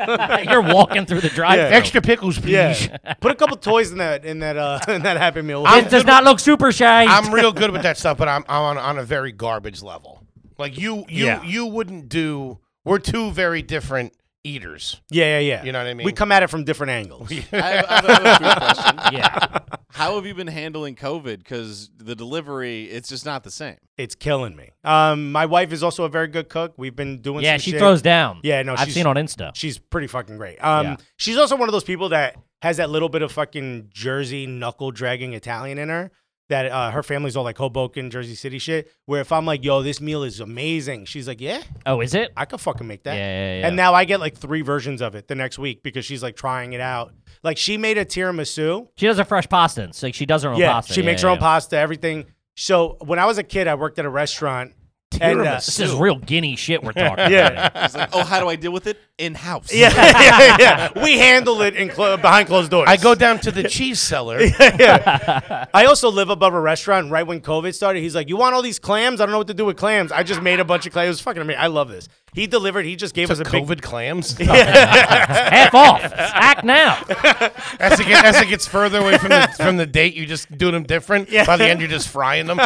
Speaker 3: You're walking through the drive.
Speaker 2: Extra pickles, please.
Speaker 5: yeah, put a couple toys in that in that uh, in that Happy Meal.
Speaker 3: thru It does not look super shy.
Speaker 2: I'm real good with that stuff, but I'm, I'm on, on a very garbage level. Like you, you,
Speaker 5: Yeah.
Speaker 2: you wouldn't do. We're two very different eaters.
Speaker 5: yeah, yeah, yeah.
Speaker 2: You know what I mean?
Speaker 5: We come at it from different angles.
Speaker 4: I have, I have a food question.
Speaker 3: yeah.
Speaker 4: How have you been handling COVID? Because the delivery, it's just not the same.
Speaker 5: It's killing me. Um, my wife is also a very good cook. We've been doing.
Speaker 3: Yeah,
Speaker 5: some
Speaker 3: she
Speaker 5: shit.
Speaker 3: throws down.
Speaker 5: Yeah, no,
Speaker 3: I've
Speaker 5: she's-
Speaker 3: seen on Insta.
Speaker 5: She's pretty fucking great. Um,
Speaker 3: Yeah.
Speaker 5: she's also one of those people that has that little bit of fucking Jersey knuckle dragging Italian in her. That uh, her family's all like Hoboken, Jersey City shit. Where if I'm like, yo, this meal is amazing, she's like, yeah,
Speaker 3: Oh, is it?
Speaker 5: I could fucking make that.
Speaker 3: Yeah, yeah, yeah.
Speaker 5: And now I get like three versions of it the next week because she's like trying it out. Like she made a tiramisu.
Speaker 3: She does a fresh pasta. It's like she does her own
Speaker 5: yeah,
Speaker 3: pasta.
Speaker 5: she
Speaker 3: Yeah,
Speaker 5: makes
Speaker 3: yeah,
Speaker 5: her own
Speaker 3: yeah.
Speaker 5: pasta, everything. So when I was a kid, I worked at a restaurant. And, uh,
Speaker 3: This is real guinea shit we're talking.
Speaker 5: Yeah.
Speaker 3: about.
Speaker 4: It's like, oh, how do I deal with it? In house.
Speaker 5: yeah, yeah, yeah. We handle it in clo- behind closed doors.
Speaker 2: I go down to the cheese cellar.
Speaker 5: I also live above a restaurant. Right when COVID started, he's like, "You want all these clams? I don't know what to do with clams. I just made a bunch of clams. It was fucking amazing. I love this." He delivered. He just gave
Speaker 2: Took
Speaker 5: us a
Speaker 2: COVID
Speaker 5: big.
Speaker 2: clams.
Speaker 3: Half off. Act now.
Speaker 2: As it, get, as it gets further away from the, from the date, you just do them different. By the end, you're just frying them.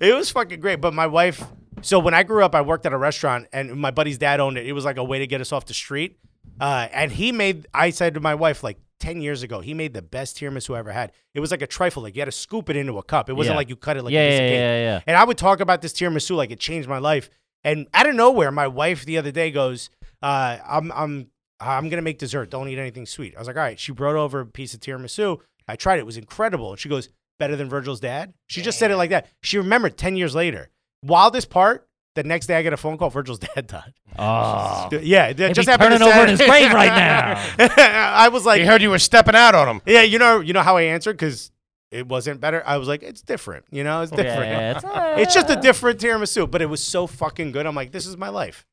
Speaker 5: It was fucking great. But my wife. So when I grew up, I worked at a restaurant, and my buddy's dad owned it. It was like a way to get us off the street. Uh, and he made. I said to my wife, like ten years ago, he made the best tiramisu I ever had. It was like a trifle. Like you had to scoop it into a cup. It wasn't
Speaker 3: Yeah.
Speaker 5: like you cut it like
Speaker 3: Yeah,
Speaker 5: a piece
Speaker 3: yeah,
Speaker 5: of cake.
Speaker 3: yeah, yeah.
Speaker 5: And I would talk about this tiramisu like it changed my life. And out of nowhere, my wife the other day goes, uh, "I'm I'm I'm gonna make dessert. Don't eat anything sweet." I was like, "All right." She brought over a piece of tiramisu. I tried it. It was incredible. And she goes, "Better than Virgil's dad." She just said it like that. She remembered ten years later. Wildest part. The next day, I get a phone call. Virgil's dad died.
Speaker 3: Oh.
Speaker 5: Yeah, that
Speaker 3: He'd
Speaker 5: just
Speaker 3: be
Speaker 5: happened.
Speaker 3: turning over in
Speaker 5: to
Speaker 3: his grave right now.
Speaker 5: I was like,
Speaker 2: He heard you were stepping out on them.
Speaker 5: "Yeah, you know, you know how I answered because it wasn't better." I was like, "It's different. You know, it's different."
Speaker 3: Yeah, it's-
Speaker 5: It's just a different tiramisu, but it was so fucking good. I'm like, this is my life.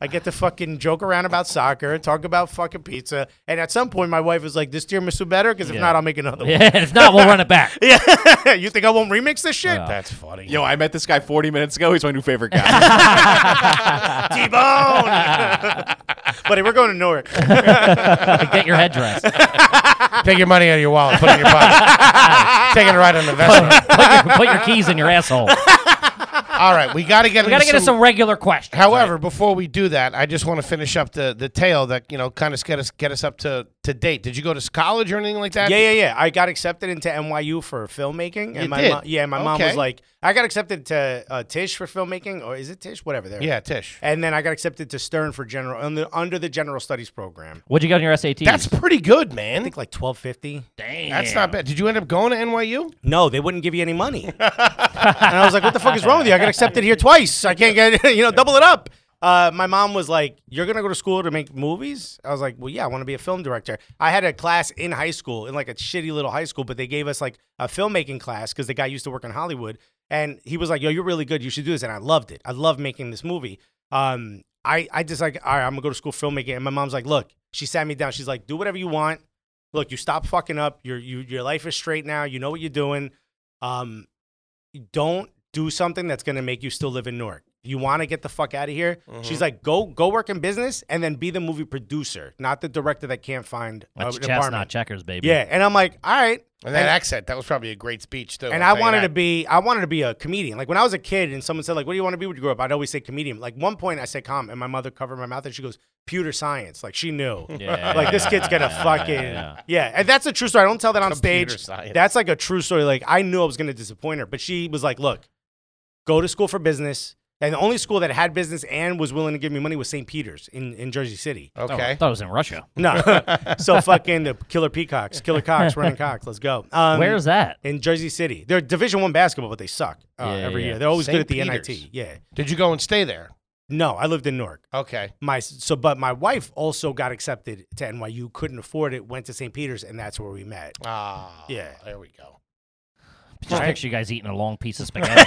Speaker 5: I get to fucking joke around about soccer, talk about fucking pizza, and at some point, my wife was like, "This tiramisu better?" Because if not, I'll make another one.
Speaker 3: yeah, if not, we'll run it back.
Speaker 5: Yeah, you think I won't remix this shit?
Speaker 3: Yeah.
Speaker 2: That's funny.
Speaker 4: Yo, I met this guy 40 minutes ago. He's my new favorite guy.
Speaker 5: T-bone. Buddy, we're going to Newark.
Speaker 3: Get your head dressed. Put
Speaker 2: Take your money out of your wallet, put it in your pocket. Taking it right on the vest.
Speaker 3: your, put your keys in your asshole.
Speaker 2: All right, we got to get.
Speaker 3: We gotta
Speaker 2: into
Speaker 3: get into some regular questions.
Speaker 2: However, before we do that, I just want to finish up the the tale that you know kind of get us get us up to to date. Did you go to college or anything like that?
Speaker 5: Yeah, yeah, yeah. I got accepted into NYU for filmmaking, and
Speaker 2: You
Speaker 5: my
Speaker 2: did?
Speaker 5: mom, yeah, my mom was
Speaker 2: Okay.
Speaker 5: like, I got accepted to uh, Tish for filmmaking, or is it Tish? Whatever. There.
Speaker 2: yeah, Tish.
Speaker 5: And then I got accepted to Stern for general under, under the general studies program.
Speaker 3: What'd you get on your SAT?
Speaker 2: That's pretty good, man.
Speaker 5: I think like twelve fifty.
Speaker 3: damn.
Speaker 2: That's not bad. Did you end up going to NYU?
Speaker 5: No, they wouldn't give you any money. and I was like, what the fuck is wrong with you? I got accepted here twice. I can't get, you know, double it up. Uh, my mom was like, you're going to go to school to make movies? I was like, well, yeah, I want to be a film director. I had a class in high school, in like a shitty little high school, but they gave us like a filmmaking class because the guy used to work in Hollywood. And he was like, yo, you're really good. You should do this. And I loved it. I love making this movie. Um, I, I just like, all right, I'm going to go to school filmmaking. And my mom's like, look, she sat me down. She's like, do whatever you want look, you stop fucking up. Your you your life is straight now. You know what you're doing. Um, don't do something that's gonna make you still live in Newark. You want to get the fuck out of here. She's like, go go work in business and then be the movie producer, not the director that can't find uh,
Speaker 3: That's
Speaker 5: an
Speaker 3: chestnut
Speaker 5: apartment.
Speaker 3: checkers, baby.
Speaker 5: Yeah, and I'm like, all right.
Speaker 2: And that accent, that was probably a great speech too.
Speaker 5: And I wanted to be, I wanted to be a comedian. Like when I was a kid, and someone said, like, what do you want to be when you grow up? I'd always say comedian. Like one point, I said com, and my mother covered my mouth, and she goes, "Pewter science." Like she knew.
Speaker 3: Yeah,
Speaker 5: like this kid's gonna
Speaker 3: yeah,
Speaker 5: fucking
Speaker 3: yeah,
Speaker 5: yeah, and that's a true story. I don't tell that on
Speaker 2: Computer
Speaker 5: stage.
Speaker 2: science.
Speaker 5: That's like a true story. Like I knew I was gonna disappoint her, but she was like, "Look, go to school for business. And the only school that had business and was willing to give me money was St. Peter's in, in Jersey City.
Speaker 3: Oh, I
Speaker 2: Okay.
Speaker 3: thought it was in Russia.
Speaker 5: No. so fucking the killer peacocks, killer cocks, running cocks. Let's go. Um,
Speaker 3: Where's that?
Speaker 5: in Jersey City? They're Division One basketball, but they suck uh,
Speaker 3: Yeah,
Speaker 5: every
Speaker 3: yeah.
Speaker 5: year. They're always
Speaker 2: St.
Speaker 5: good at the
Speaker 2: Peter's.
Speaker 5: NIT. Yeah.
Speaker 2: Did you go and stay there?
Speaker 5: No, I lived in Newark.
Speaker 2: Okay.
Speaker 5: My so, but my wife also got accepted to NYU. Couldn't afford it. Went to St. Peter's, and that's where we met.
Speaker 2: Ah.
Speaker 5: Yeah.
Speaker 2: There we go.
Speaker 3: Just picture you guys eating a long piece of spaghetti.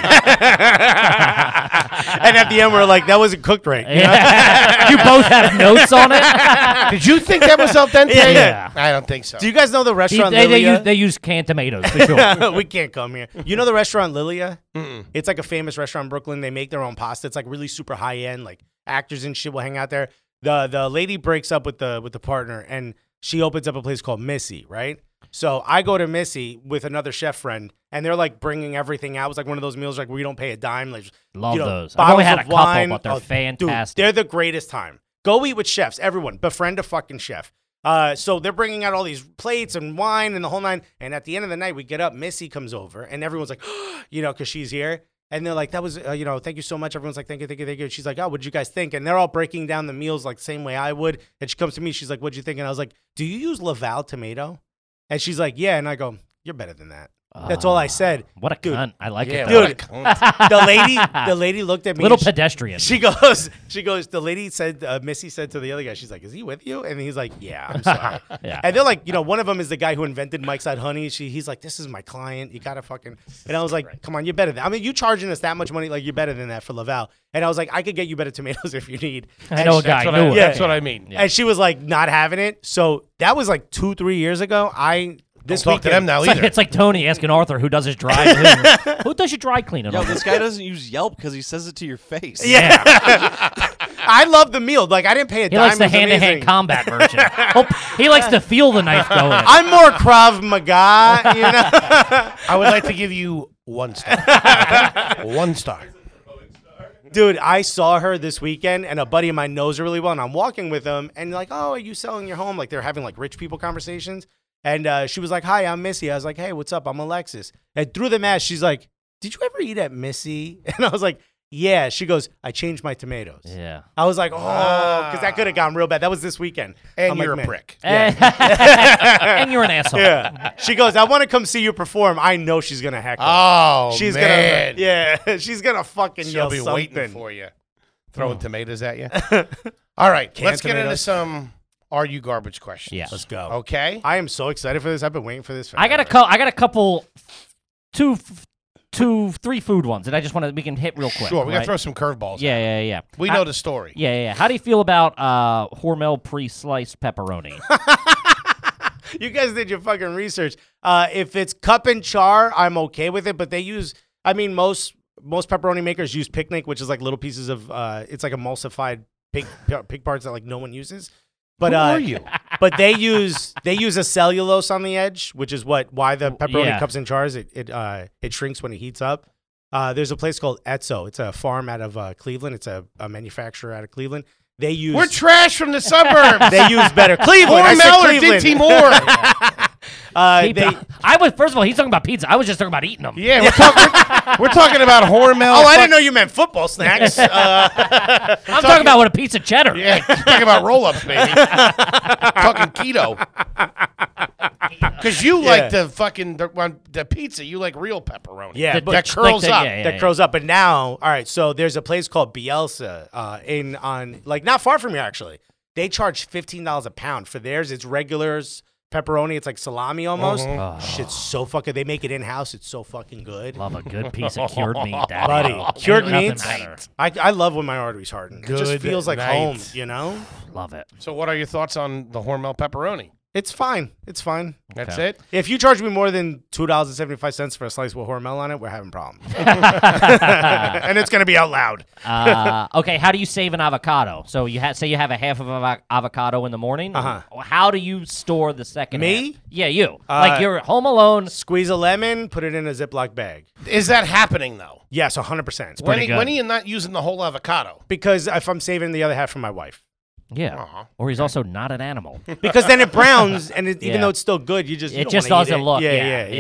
Speaker 5: and at the end, we're like, that wasn't cooked right. you know?
Speaker 3: Yeah. you both have notes on it.
Speaker 2: Did you think that was authentic?
Speaker 3: Yeah.
Speaker 2: I don't think so.
Speaker 5: Do you guys know the
Speaker 3: They,
Speaker 5: restaurant?
Speaker 3: they, they
Speaker 5: Lilia?
Speaker 3: use, they use canned tomatoes for sure.
Speaker 5: we can't come here. You know the restaurant Lilia?
Speaker 2: Mm-mm.
Speaker 5: It's like a famous restaurant in Brooklyn. They make their own pasta. It's like really super high end. Like actors and shit will hang out there. The the lady breaks up with the with the partner and she opens up a place called Missy, right? So I go to Missy with another chef friend, and they're like bringing everything out. It's like one of those meals like where you don't pay a dime. Like
Speaker 3: Love
Speaker 5: you know,
Speaker 3: those. I've only
Speaker 5: bottles
Speaker 3: had
Speaker 5: of
Speaker 3: a couple,
Speaker 5: wine.
Speaker 3: but they're
Speaker 5: Oh,
Speaker 3: fantastic.
Speaker 5: Dude, they're the greatest time. Go eat with chefs. Everyone befriend a fucking chef. Uh, so they're bringing out all these plates and wine and the whole nine. And at the end of the night, we get up. Missy comes over, and everyone's like, you know, because she's here. And they're like, that was, uh, you know, thank you so much. Everyone's like, thank you, thank you, thank you. And she's like, oh, what'd you guys think? And they're all breaking down the meals like the same way I would. And she comes to me, she's like, what'd you think? And I was like, do you use Laval tomato? And she's like, yeah. And I go, you're better than that. That's all I said.
Speaker 3: Oh, What a
Speaker 5: Dude.
Speaker 3: cunt. I like
Speaker 2: yeah,
Speaker 3: it.
Speaker 5: Dude.
Speaker 3: Though.
Speaker 2: what a cunt.
Speaker 5: The lady, the lady looked at me.
Speaker 3: Little
Speaker 5: and she-
Speaker 3: pedestrian.
Speaker 5: she goes, she goes, the lady said, uh, Missy said to the other guy, she's like, is he with you? And he's like, yeah, I'm sorry.
Speaker 3: Yeah.
Speaker 5: And they're like, you know, one of them is the guy who invented Mike's Hot Honey. She, he's like, this is my client. You gotta fucking. And I was like, come on, you're better than. I mean, you charging us that much money, like you're better than that for Laval. And I was like, I could get you better tomatoes if you need.
Speaker 3: I know a guy.
Speaker 2: That's what,
Speaker 3: knew
Speaker 2: I,
Speaker 3: it.
Speaker 2: that's what I mean.
Speaker 3: Yeah.
Speaker 5: And she was like, not having it. So that was like two, three years ago. I this
Speaker 2: Talk to
Speaker 5: weekend-
Speaker 2: them now
Speaker 3: It's like,
Speaker 2: either.
Speaker 3: it's like Tony asking Arthur who does his dry cleaning. who does your dry cleaning?
Speaker 4: Yo,
Speaker 3: Arthur?
Speaker 4: this guy doesn't use Yelp because he says it to your face.
Speaker 5: Yeah. I love the meal. Like I didn't pay a
Speaker 3: He
Speaker 5: dime.
Speaker 3: likes the
Speaker 5: It was
Speaker 3: hand to hand
Speaker 5: amazing.
Speaker 3: combat version. Oh, he likes to feel the knife go in.
Speaker 5: I'm more Krav Maga, you know.
Speaker 2: I would like to give you one star. one star.
Speaker 5: Dude, I saw her this weekend, and a buddy of mine knows her really well, and I'm walking with him, and like, oh, are you selling your home? Like they're having like rich people conversations, and uh, she was like, hi, I'm Missy. I was like, hey, what's up? I'm Alexis. And through the mask, she's like, did you ever eat at Missy? And I was like, yeah. She goes, I changed my tomatoes.
Speaker 3: Yeah.
Speaker 5: I was like, oh, because that could have gone real bad. That was this weekend.
Speaker 2: Ah. And
Speaker 5: I'm like,
Speaker 2: you're a
Speaker 5: "Man."
Speaker 2: prick.
Speaker 3: and you're an asshole.
Speaker 5: Yeah. She goes, I want to come see you perform. I know she's gonna heckle.
Speaker 2: Oh,
Speaker 5: she's
Speaker 2: man.
Speaker 5: gonna, yeah, she's gonna fucking
Speaker 2: She'll
Speaker 5: yell
Speaker 2: be
Speaker 5: something. Hmm.
Speaker 2: waiting for you. Throwing tomatoes at you. All right. let's get into
Speaker 5: tomatoes.
Speaker 2: some are you garbage questions.
Speaker 3: Yeah.
Speaker 5: Let's go.
Speaker 2: Okay.
Speaker 5: I am so excited for this. I've been waiting for this. For
Speaker 3: I got a cou- I got a couple, two, f- two, three food ones that I just want to we can hit real quick.
Speaker 2: Sure, we gotta
Speaker 3: right?
Speaker 2: throw some curveballs.
Speaker 3: Yeah, yeah, yeah.
Speaker 2: We
Speaker 3: How-
Speaker 2: know the story.
Speaker 3: Yeah, yeah, yeah. How do you feel about uh, Hormel pre-sliced pepperoni?
Speaker 5: You guys did your fucking research. Uh, if it's cup and char, I'm okay with it. But they use, I mean, most most pepperoni makers use picnic, which is like little pieces of, uh, it's like emulsified pig pig parts that like no one uses. But
Speaker 2: Who
Speaker 5: uh,
Speaker 2: are you?
Speaker 5: But they use they use a cellulose on the edge, which is what why the pepperoni
Speaker 3: yeah.
Speaker 5: cups and jars it it uh, it shrinks when it heats up. Uh, there's a place called Etzo. It's a farm out of uh, Cleveland. It's a, a manufacturer out of Cleveland. They use
Speaker 2: We're trash from the suburbs.
Speaker 5: they use better Cleveland. I said
Speaker 2: Hormel or
Speaker 5: Cleveland.
Speaker 2: DT Moore.
Speaker 5: Uh,
Speaker 3: He-
Speaker 5: they,
Speaker 3: I was first of all, he's talking about pizza. I was just talking about eating them.
Speaker 2: Yeah, we're, talk, we're, we're talking about Hormel.
Speaker 5: oh, I didn't know you meant football snacks. Uh,
Speaker 3: I'm talking, about what a piece of cheddar.
Speaker 2: Yeah, talking about roll ups, baby. talking keto. Because you like the fucking the, one- the pizza. You like real pepperoni.
Speaker 5: yeah,
Speaker 3: The-
Speaker 5: but
Speaker 2: that
Speaker 3: the-
Speaker 2: curls
Speaker 3: the-
Speaker 2: up.
Speaker 3: yeah, yeah,
Speaker 5: that grows up. But now, all right. So there's a place called Bielsa uh, in on like not far from here actually. They charge fifteen dollars a pound for theirs. It's regulars pepperoni. It's like salami almost.
Speaker 2: Mm-hmm.
Speaker 3: Uh-huh.
Speaker 5: Shit's so fucking. They make it in house. It's so fucking good.
Speaker 3: Oh, Love a good piece of cured meat, Daddy.
Speaker 5: Buddy,
Speaker 3: Ain't
Speaker 5: cured
Speaker 3: nothing
Speaker 5: meats.
Speaker 3: better.
Speaker 5: I, I love when my arteries harden. it just
Speaker 2: Good
Speaker 5: feels like
Speaker 2: night.
Speaker 5: home, you know.
Speaker 3: Love it.
Speaker 2: So, what are your thoughts on the Hormel pepperoni?
Speaker 5: It's fine. It's fine.
Speaker 2: That's
Speaker 3: Okay.
Speaker 2: it.
Speaker 5: If you charge me more than two dollars and seventy five cents for a slice with Hormel on it, we're having problems. and it's gonna be out loud.
Speaker 3: Uh, okay, how do you save an avocado? So you ha- say you have a half of an avo- avocado in the morning.
Speaker 5: Uh-huh.
Speaker 3: How do you store the second?
Speaker 5: Me?
Speaker 3: half? Yeah, you.
Speaker 5: Uh,
Speaker 3: like you're home alone.
Speaker 5: Squeeze a lemon, put it in a Ziploc bag.
Speaker 2: Is that happening though?
Speaker 5: Yes, hundred percent.
Speaker 2: When,
Speaker 3: pretty
Speaker 2: when
Speaker 3: good.
Speaker 2: are you not using the whole avocado?
Speaker 5: Because if I'm saving the other half for my wife,
Speaker 3: Yeah.
Speaker 2: Aw.
Speaker 3: Or he's also not an animal.
Speaker 5: because then it browns, and it,
Speaker 3: Yeah.
Speaker 5: even though it's still good, you just you
Speaker 3: it
Speaker 5: don't
Speaker 3: just
Speaker 5: wanna eat
Speaker 3: doesn't
Speaker 5: it.
Speaker 3: look.
Speaker 5: Yeah, yeah,
Speaker 3: yeah, yeah,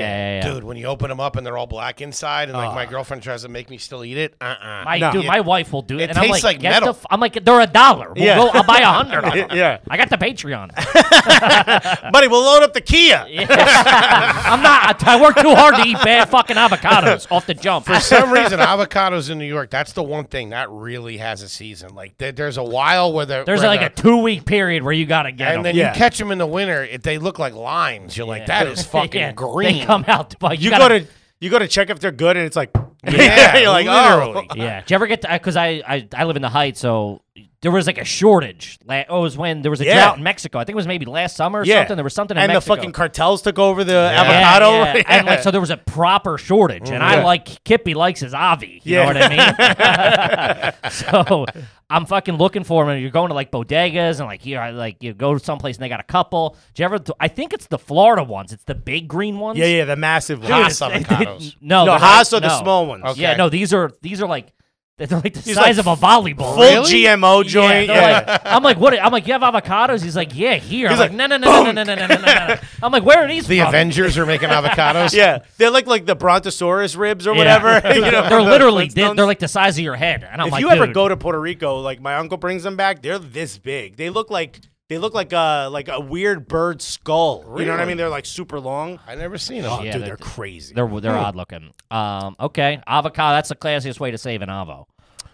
Speaker 3: yeah.
Speaker 2: Dude, when you open them up and they're all black inside, and like my girlfriend tries to make me still eat it, uh uh
Speaker 3: My
Speaker 5: No.
Speaker 3: dude, my wife will do it.
Speaker 2: It
Speaker 3: and I'm
Speaker 2: tastes
Speaker 3: like,
Speaker 2: like
Speaker 3: "Get
Speaker 2: metal."
Speaker 3: The f-" I'm like, they're a dollar. We'll
Speaker 5: Yeah.
Speaker 3: go, I'll buy a hundred on them.
Speaker 5: Yeah.
Speaker 3: I got the Patreon.
Speaker 5: Buddy, we'll load up the Kia.
Speaker 3: I'm not. I work too hard to eat bad fucking avocados off the jump.
Speaker 2: For some reason, avocados in New York, that's the one thing that really has a season. Like, there, there's a while where they're.
Speaker 3: There's
Speaker 2: where
Speaker 3: like a
Speaker 2: they're-
Speaker 3: two week period where you gotta get
Speaker 2: And
Speaker 3: them.
Speaker 2: then
Speaker 5: Yeah.
Speaker 2: you catch them in the winter, it, they look like limes. You're like, that is fucking
Speaker 3: Yeah,
Speaker 2: green.
Speaker 3: They come out. But you,
Speaker 5: You
Speaker 3: gotta,
Speaker 5: go to you go to check if they're good, and it's like
Speaker 2: Yeah,
Speaker 5: you're like
Speaker 2: literally.
Speaker 5: oh.
Speaker 3: Yeah. Did you ever get to? Because I, I I live in the heights, so there was like a shortage. La- oh, it was when there was a
Speaker 5: Yeah.
Speaker 3: drought in Mexico. I think it was maybe last summer or
Speaker 5: Yeah.
Speaker 3: something. There was something in
Speaker 5: and
Speaker 3: Mexico.
Speaker 5: the fucking cartels took over the
Speaker 3: Yeah,
Speaker 5: avocado.
Speaker 3: yeah. And like so there was a proper shortage. And I
Speaker 5: Yeah.
Speaker 3: like Kippy likes his Avi. You
Speaker 5: Yeah.
Speaker 3: know what I mean? so I'm fucking looking for him and you're going to like bodegas and like here I like you go someplace and they got a couple. Do you ever I think it's the Florida ones. It's the big green ones.
Speaker 5: yeah, yeah, the massive
Speaker 3: Dude,
Speaker 5: ones.
Speaker 2: Haas
Speaker 3: it's-
Speaker 2: avocados.
Speaker 3: no,
Speaker 5: no,
Speaker 3: they're
Speaker 5: Haas
Speaker 3: not-
Speaker 5: are the
Speaker 3: no.
Speaker 5: small ones.
Speaker 2: Okay.
Speaker 3: Yeah, no, these are these are like they're like the
Speaker 5: These are,
Speaker 3: size
Speaker 5: like,
Speaker 3: of a volleyball.
Speaker 5: Full
Speaker 2: Really?
Speaker 5: GMO
Speaker 3: Yeah, they're
Speaker 5: joint. Yeah,
Speaker 3: Like, I'm like, what? I'm like, you have avocados? He's like, yeah, here. I'm
Speaker 5: He's
Speaker 3: like,
Speaker 5: like,
Speaker 3: no, no, no, no, no, no, no, no, no, no. I'm like, where are these?
Speaker 2: The
Speaker 3: from?
Speaker 2: Avengers are making avocados.
Speaker 5: yeah. They're like like the brontosaurus ribs or
Speaker 3: Yeah.
Speaker 5: whatever. you know,
Speaker 3: they're
Speaker 5: from the
Speaker 3: literally they,
Speaker 5: Flintstones.
Speaker 3: they're like the size of your head, and I'm
Speaker 5: if
Speaker 3: like,
Speaker 5: you ever
Speaker 3: "Dude."
Speaker 5: go to Puerto Rico, like my uncle brings them back, they're this big. They look like they look like a like a weird bird skull. You know what I
Speaker 2: Really?
Speaker 5: mean? They're like super long.
Speaker 2: I never seen them.
Speaker 5: Oh,
Speaker 3: Yeah,
Speaker 5: dude,
Speaker 3: they're-
Speaker 5: they're, crazy.
Speaker 3: they're they're odd looking. Um, okay, avocado. That's the classiest way to save an avo.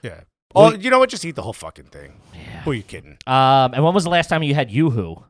Speaker 5: yeah. Oh, you know what? Just eat the whole fucking thing. Who are you kidding?
Speaker 3: Um, and when was the last time you had YooHoo?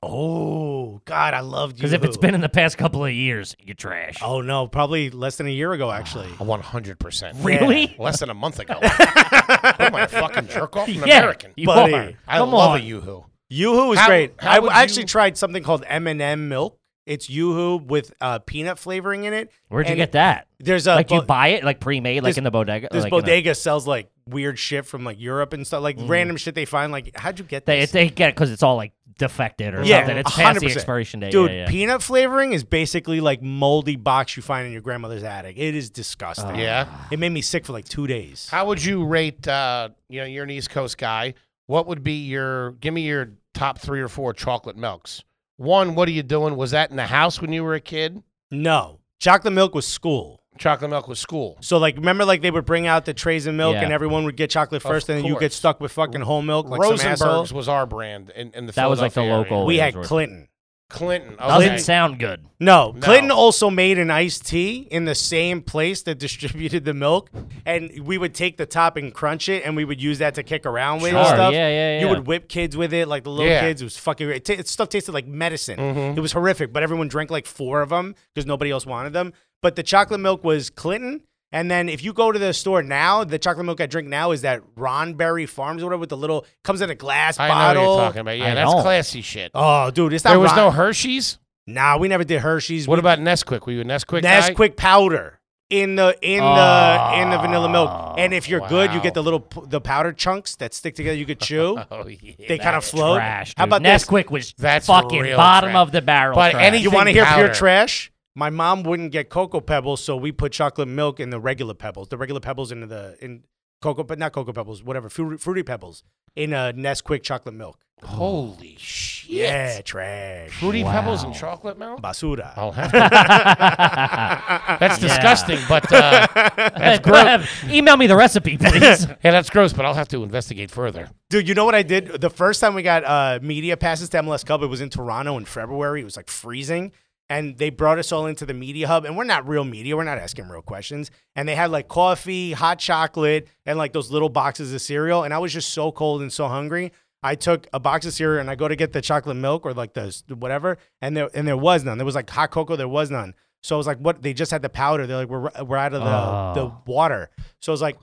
Speaker 5: Oh God, I loved you.
Speaker 3: Because if it's been in the past couple of years, you're trash.
Speaker 5: oh no, probably less than a year ago actually.
Speaker 2: 100%.
Speaker 3: really?
Speaker 2: Less than a month ago. What am I, a fucking jerk off? An
Speaker 3: Yeah,
Speaker 2: American.
Speaker 3: you
Speaker 5: buddy.
Speaker 3: are.
Speaker 2: I
Speaker 3: Come
Speaker 2: love
Speaker 3: on.
Speaker 2: a Yoo-Hoo.
Speaker 5: Yoo-Hoo was
Speaker 2: How-
Speaker 5: great.
Speaker 2: how
Speaker 5: I
Speaker 2: would
Speaker 5: actually
Speaker 2: you-
Speaker 5: tried something called M&M milk. It's Yoo-Hoo with uh, peanut flavoring in it.
Speaker 3: Where'd you
Speaker 5: And
Speaker 3: get that?
Speaker 5: There's a
Speaker 3: like, do you
Speaker 5: bo-
Speaker 3: buy it like pre-made, like
Speaker 5: this-
Speaker 3: in the bodega?
Speaker 5: this
Speaker 3: like in a- Mm.
Speaker 5: bodega sells like weird shit from like Europe and stuff, like random shit they find. Like, how'd you get
Speaker 3: They,
Speaker 5: this?
Speaker 3: they get it because it's all like defected or
Speaker 5: Yeah,
Speaker 3: something. It's past the
Speaker 5: 100%.
Speaker 3: expiration date.
Speaker 5: Dude,
Speaker 3: yeah, yeah.
Speaker 5: peanut flavoring is basically like moldy box you find in your grandmother's attic. It is disgusting.
Speaker 3: Oh.
Speaker 2: Yeah.
Speaker 3: Ah.
Speaker 5: It made me sick for like two days.
Speaker 2: How would you rate? Uh, you know, you're an East Coast guy. What would be your? Give me your top three or four chocolate milks. One, what are you doing? Was that in the house when you were a kid?
Speaker 5: No. Chocolate milk was school.
Speaker 2: Chocolate milk was school.
Speaker 5: So like remember like they would bring out the trays of milk
Speaker 3: Yeah.
Speaker 5: and everyone would get chocolate
Speaker 2: Of
Speaker 5: first and then you get
Speaker 2: course.
Speaker 5: stuck with fucking whole milk like some asshole.
Speaker 2: Rosenberg's was our brand in, in the
Speaker 3: That was, like, the
Speaker 2: Philadelphia
Speaker 3: local-
Speaker 5: We
Speaker 3: Yeah,
Speaker 5: had
Speaker 3: it was-
Speaker 5: Clinton.
Speaker 2: Clinton. Okay.
Speaker 3: doesn't sound good.
Speaker 5: No,
Speaker 2: No.
Speaker 5: Clinton also made an iced tea in the same place that distributed the milk, and we would take the top and crunch it, and we would use that to kick around with and
Speaker 3: Sure,
Speaker 5: stuff.
Speaker 3: yeah, yeah,
Speaker 5: You
Speaker 3: yeah.
Speaker 5: would whip kids with it, like the little
Speaker 2: Yeah. Mm-hmm.
Speaker 5: kids. It was fucking. It, ta- it stuff tasted like medicine. It was horrific, but everyone drank like four of them because nobody else wanted them. But the chocolate milk was Clinton. And then if you go to the store now, the chocolate milk I drink now is that Ron Berry Farms or whatever with the little comes in a glass
Speaker 2: I know
Speaker 5: bottle.
Speaker 2: what you're talking about. Yeah,
Speaker 3: I
Speaker 2: that's
Speaker 3: don't.
Speaker 2: classy shit.
Speaker 5: Oh, dude, it's not.
Speaker 2: there was
Speaker 5: Ron-
Speaker 2: no Hershey's.
Speaker 5: Nah, we never did Hershey's.
Speaker 2: What
Speaker 5: We-
Speaker 2: about Nesquik? Were you a Nesquik guy?
Speaker 5: Nesquik powder in the in the in the vanilla milk. And if you're good, you
Speaker 2: Oh, wow.
Speaker 5: get the little p- the powder chunks that stick together. You could chew.
Speaker 2: Oh yeah.
Speaker 5: they kind of
Speaker 2: that's
Speaker 5: float.
Speaker 3: Trash.
Speaker 5: How
Speaker 3: dude.
Speaker 5: about this?
Speaker 3: Nesquik was
Speaker 2: That's
Speaker 3: fucking
Speaker 2: real
Speaker 3: bottom
Speaker 2: trash.
Speaker 3: of the barrel.
Speaker 2: But
Speaker 3: trash.
Speaker 2: any-
Speaker 5: You want to hear
Speaker 2: powder.
Speaker 5: pure trash? My mom wouldn't get cocoa pebbles, so we put chocolate milk in the regular pebbles. The regular pebbles into the in cocoa, but not cocoa pebbles. Whatever, fruity, fruity pebbles in a Nesquik chocolate milk.
Speaker 2: Holy shit.
Speaker 5: Yeah, trash.
Speaker 2: Fruity pebbles and
Speaker 3: Wow.
Speaker 2: chocolate milk.
Speaker 5: Basura.
Speaker 2: I'll have to That's disgusting, but uh, that's gross.
Speaker 3: Email me the recipe, please.
Speaker 2: Yeah, that's gross, but I'll have to investigate further.
Speaker 5: Dude, you know what I did? The first time we got uh, media passes to MLS Cup, it was in Toronto in February. It was like freezing. And they brought us all into the media hub. And we're not real media. We're not asking real questions. And they had like coffee, hot chocolate, and like those little boxes of cereal. And I was just so cold and so hungry. I took a box of cereal and I go to get the chocolate milk or like the s- whatever. And there and there was none. There was like hot cocoa. There was none. So I was like, what? They just had the powder. They're like, we're, we're out of the,
Speaker 3: Oh.
Speaker 5: the water. So I was like,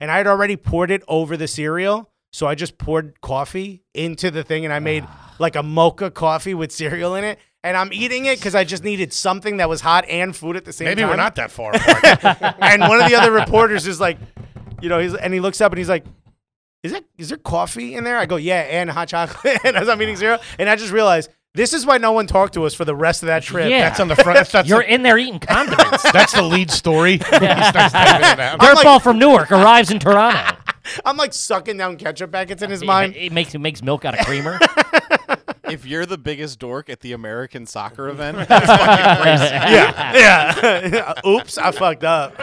Speaker 5: and I had already poured it over the cereal. So I just poured coffee into the thing and I made
Speaker 2: Ah.
Speaker 5: like a mocha coffee with cereal in it. And I'm eating it because I just needed something that was hot and food at the same
Speaker 2: Maybe
Speaker 5: time.
Speaker 2: we're not that far apart.
Speaker 5: and one of the other reporters is like, you know, he's, and he looks up and he's like, is that is there coffee in there? I go, yeah, and hot chocolate. and as I'm eating cereal, and I just realized this is why no one talked to us for the rest of that trip.
Speaker 3: Yeah.
Speaker 2: that's on the front. That's, that's,
Speaker 3: You're
Speaker 2: the,
Speaker 3: in there eating condiments.
Speaker 2: that's the lead story. He starts typing it out.
Speaker 3: Dirtball from Newark arrives in Toronto.
Speaker 5: I'm like sucking down ketchup packets in his mind.
Speaker 3: It, it makes it makes milk out of creamer.
Speaker 4: if you're the biggest dork at the American soccer event,
Speaker 5: yeah, yeah. Oops, I fucked up.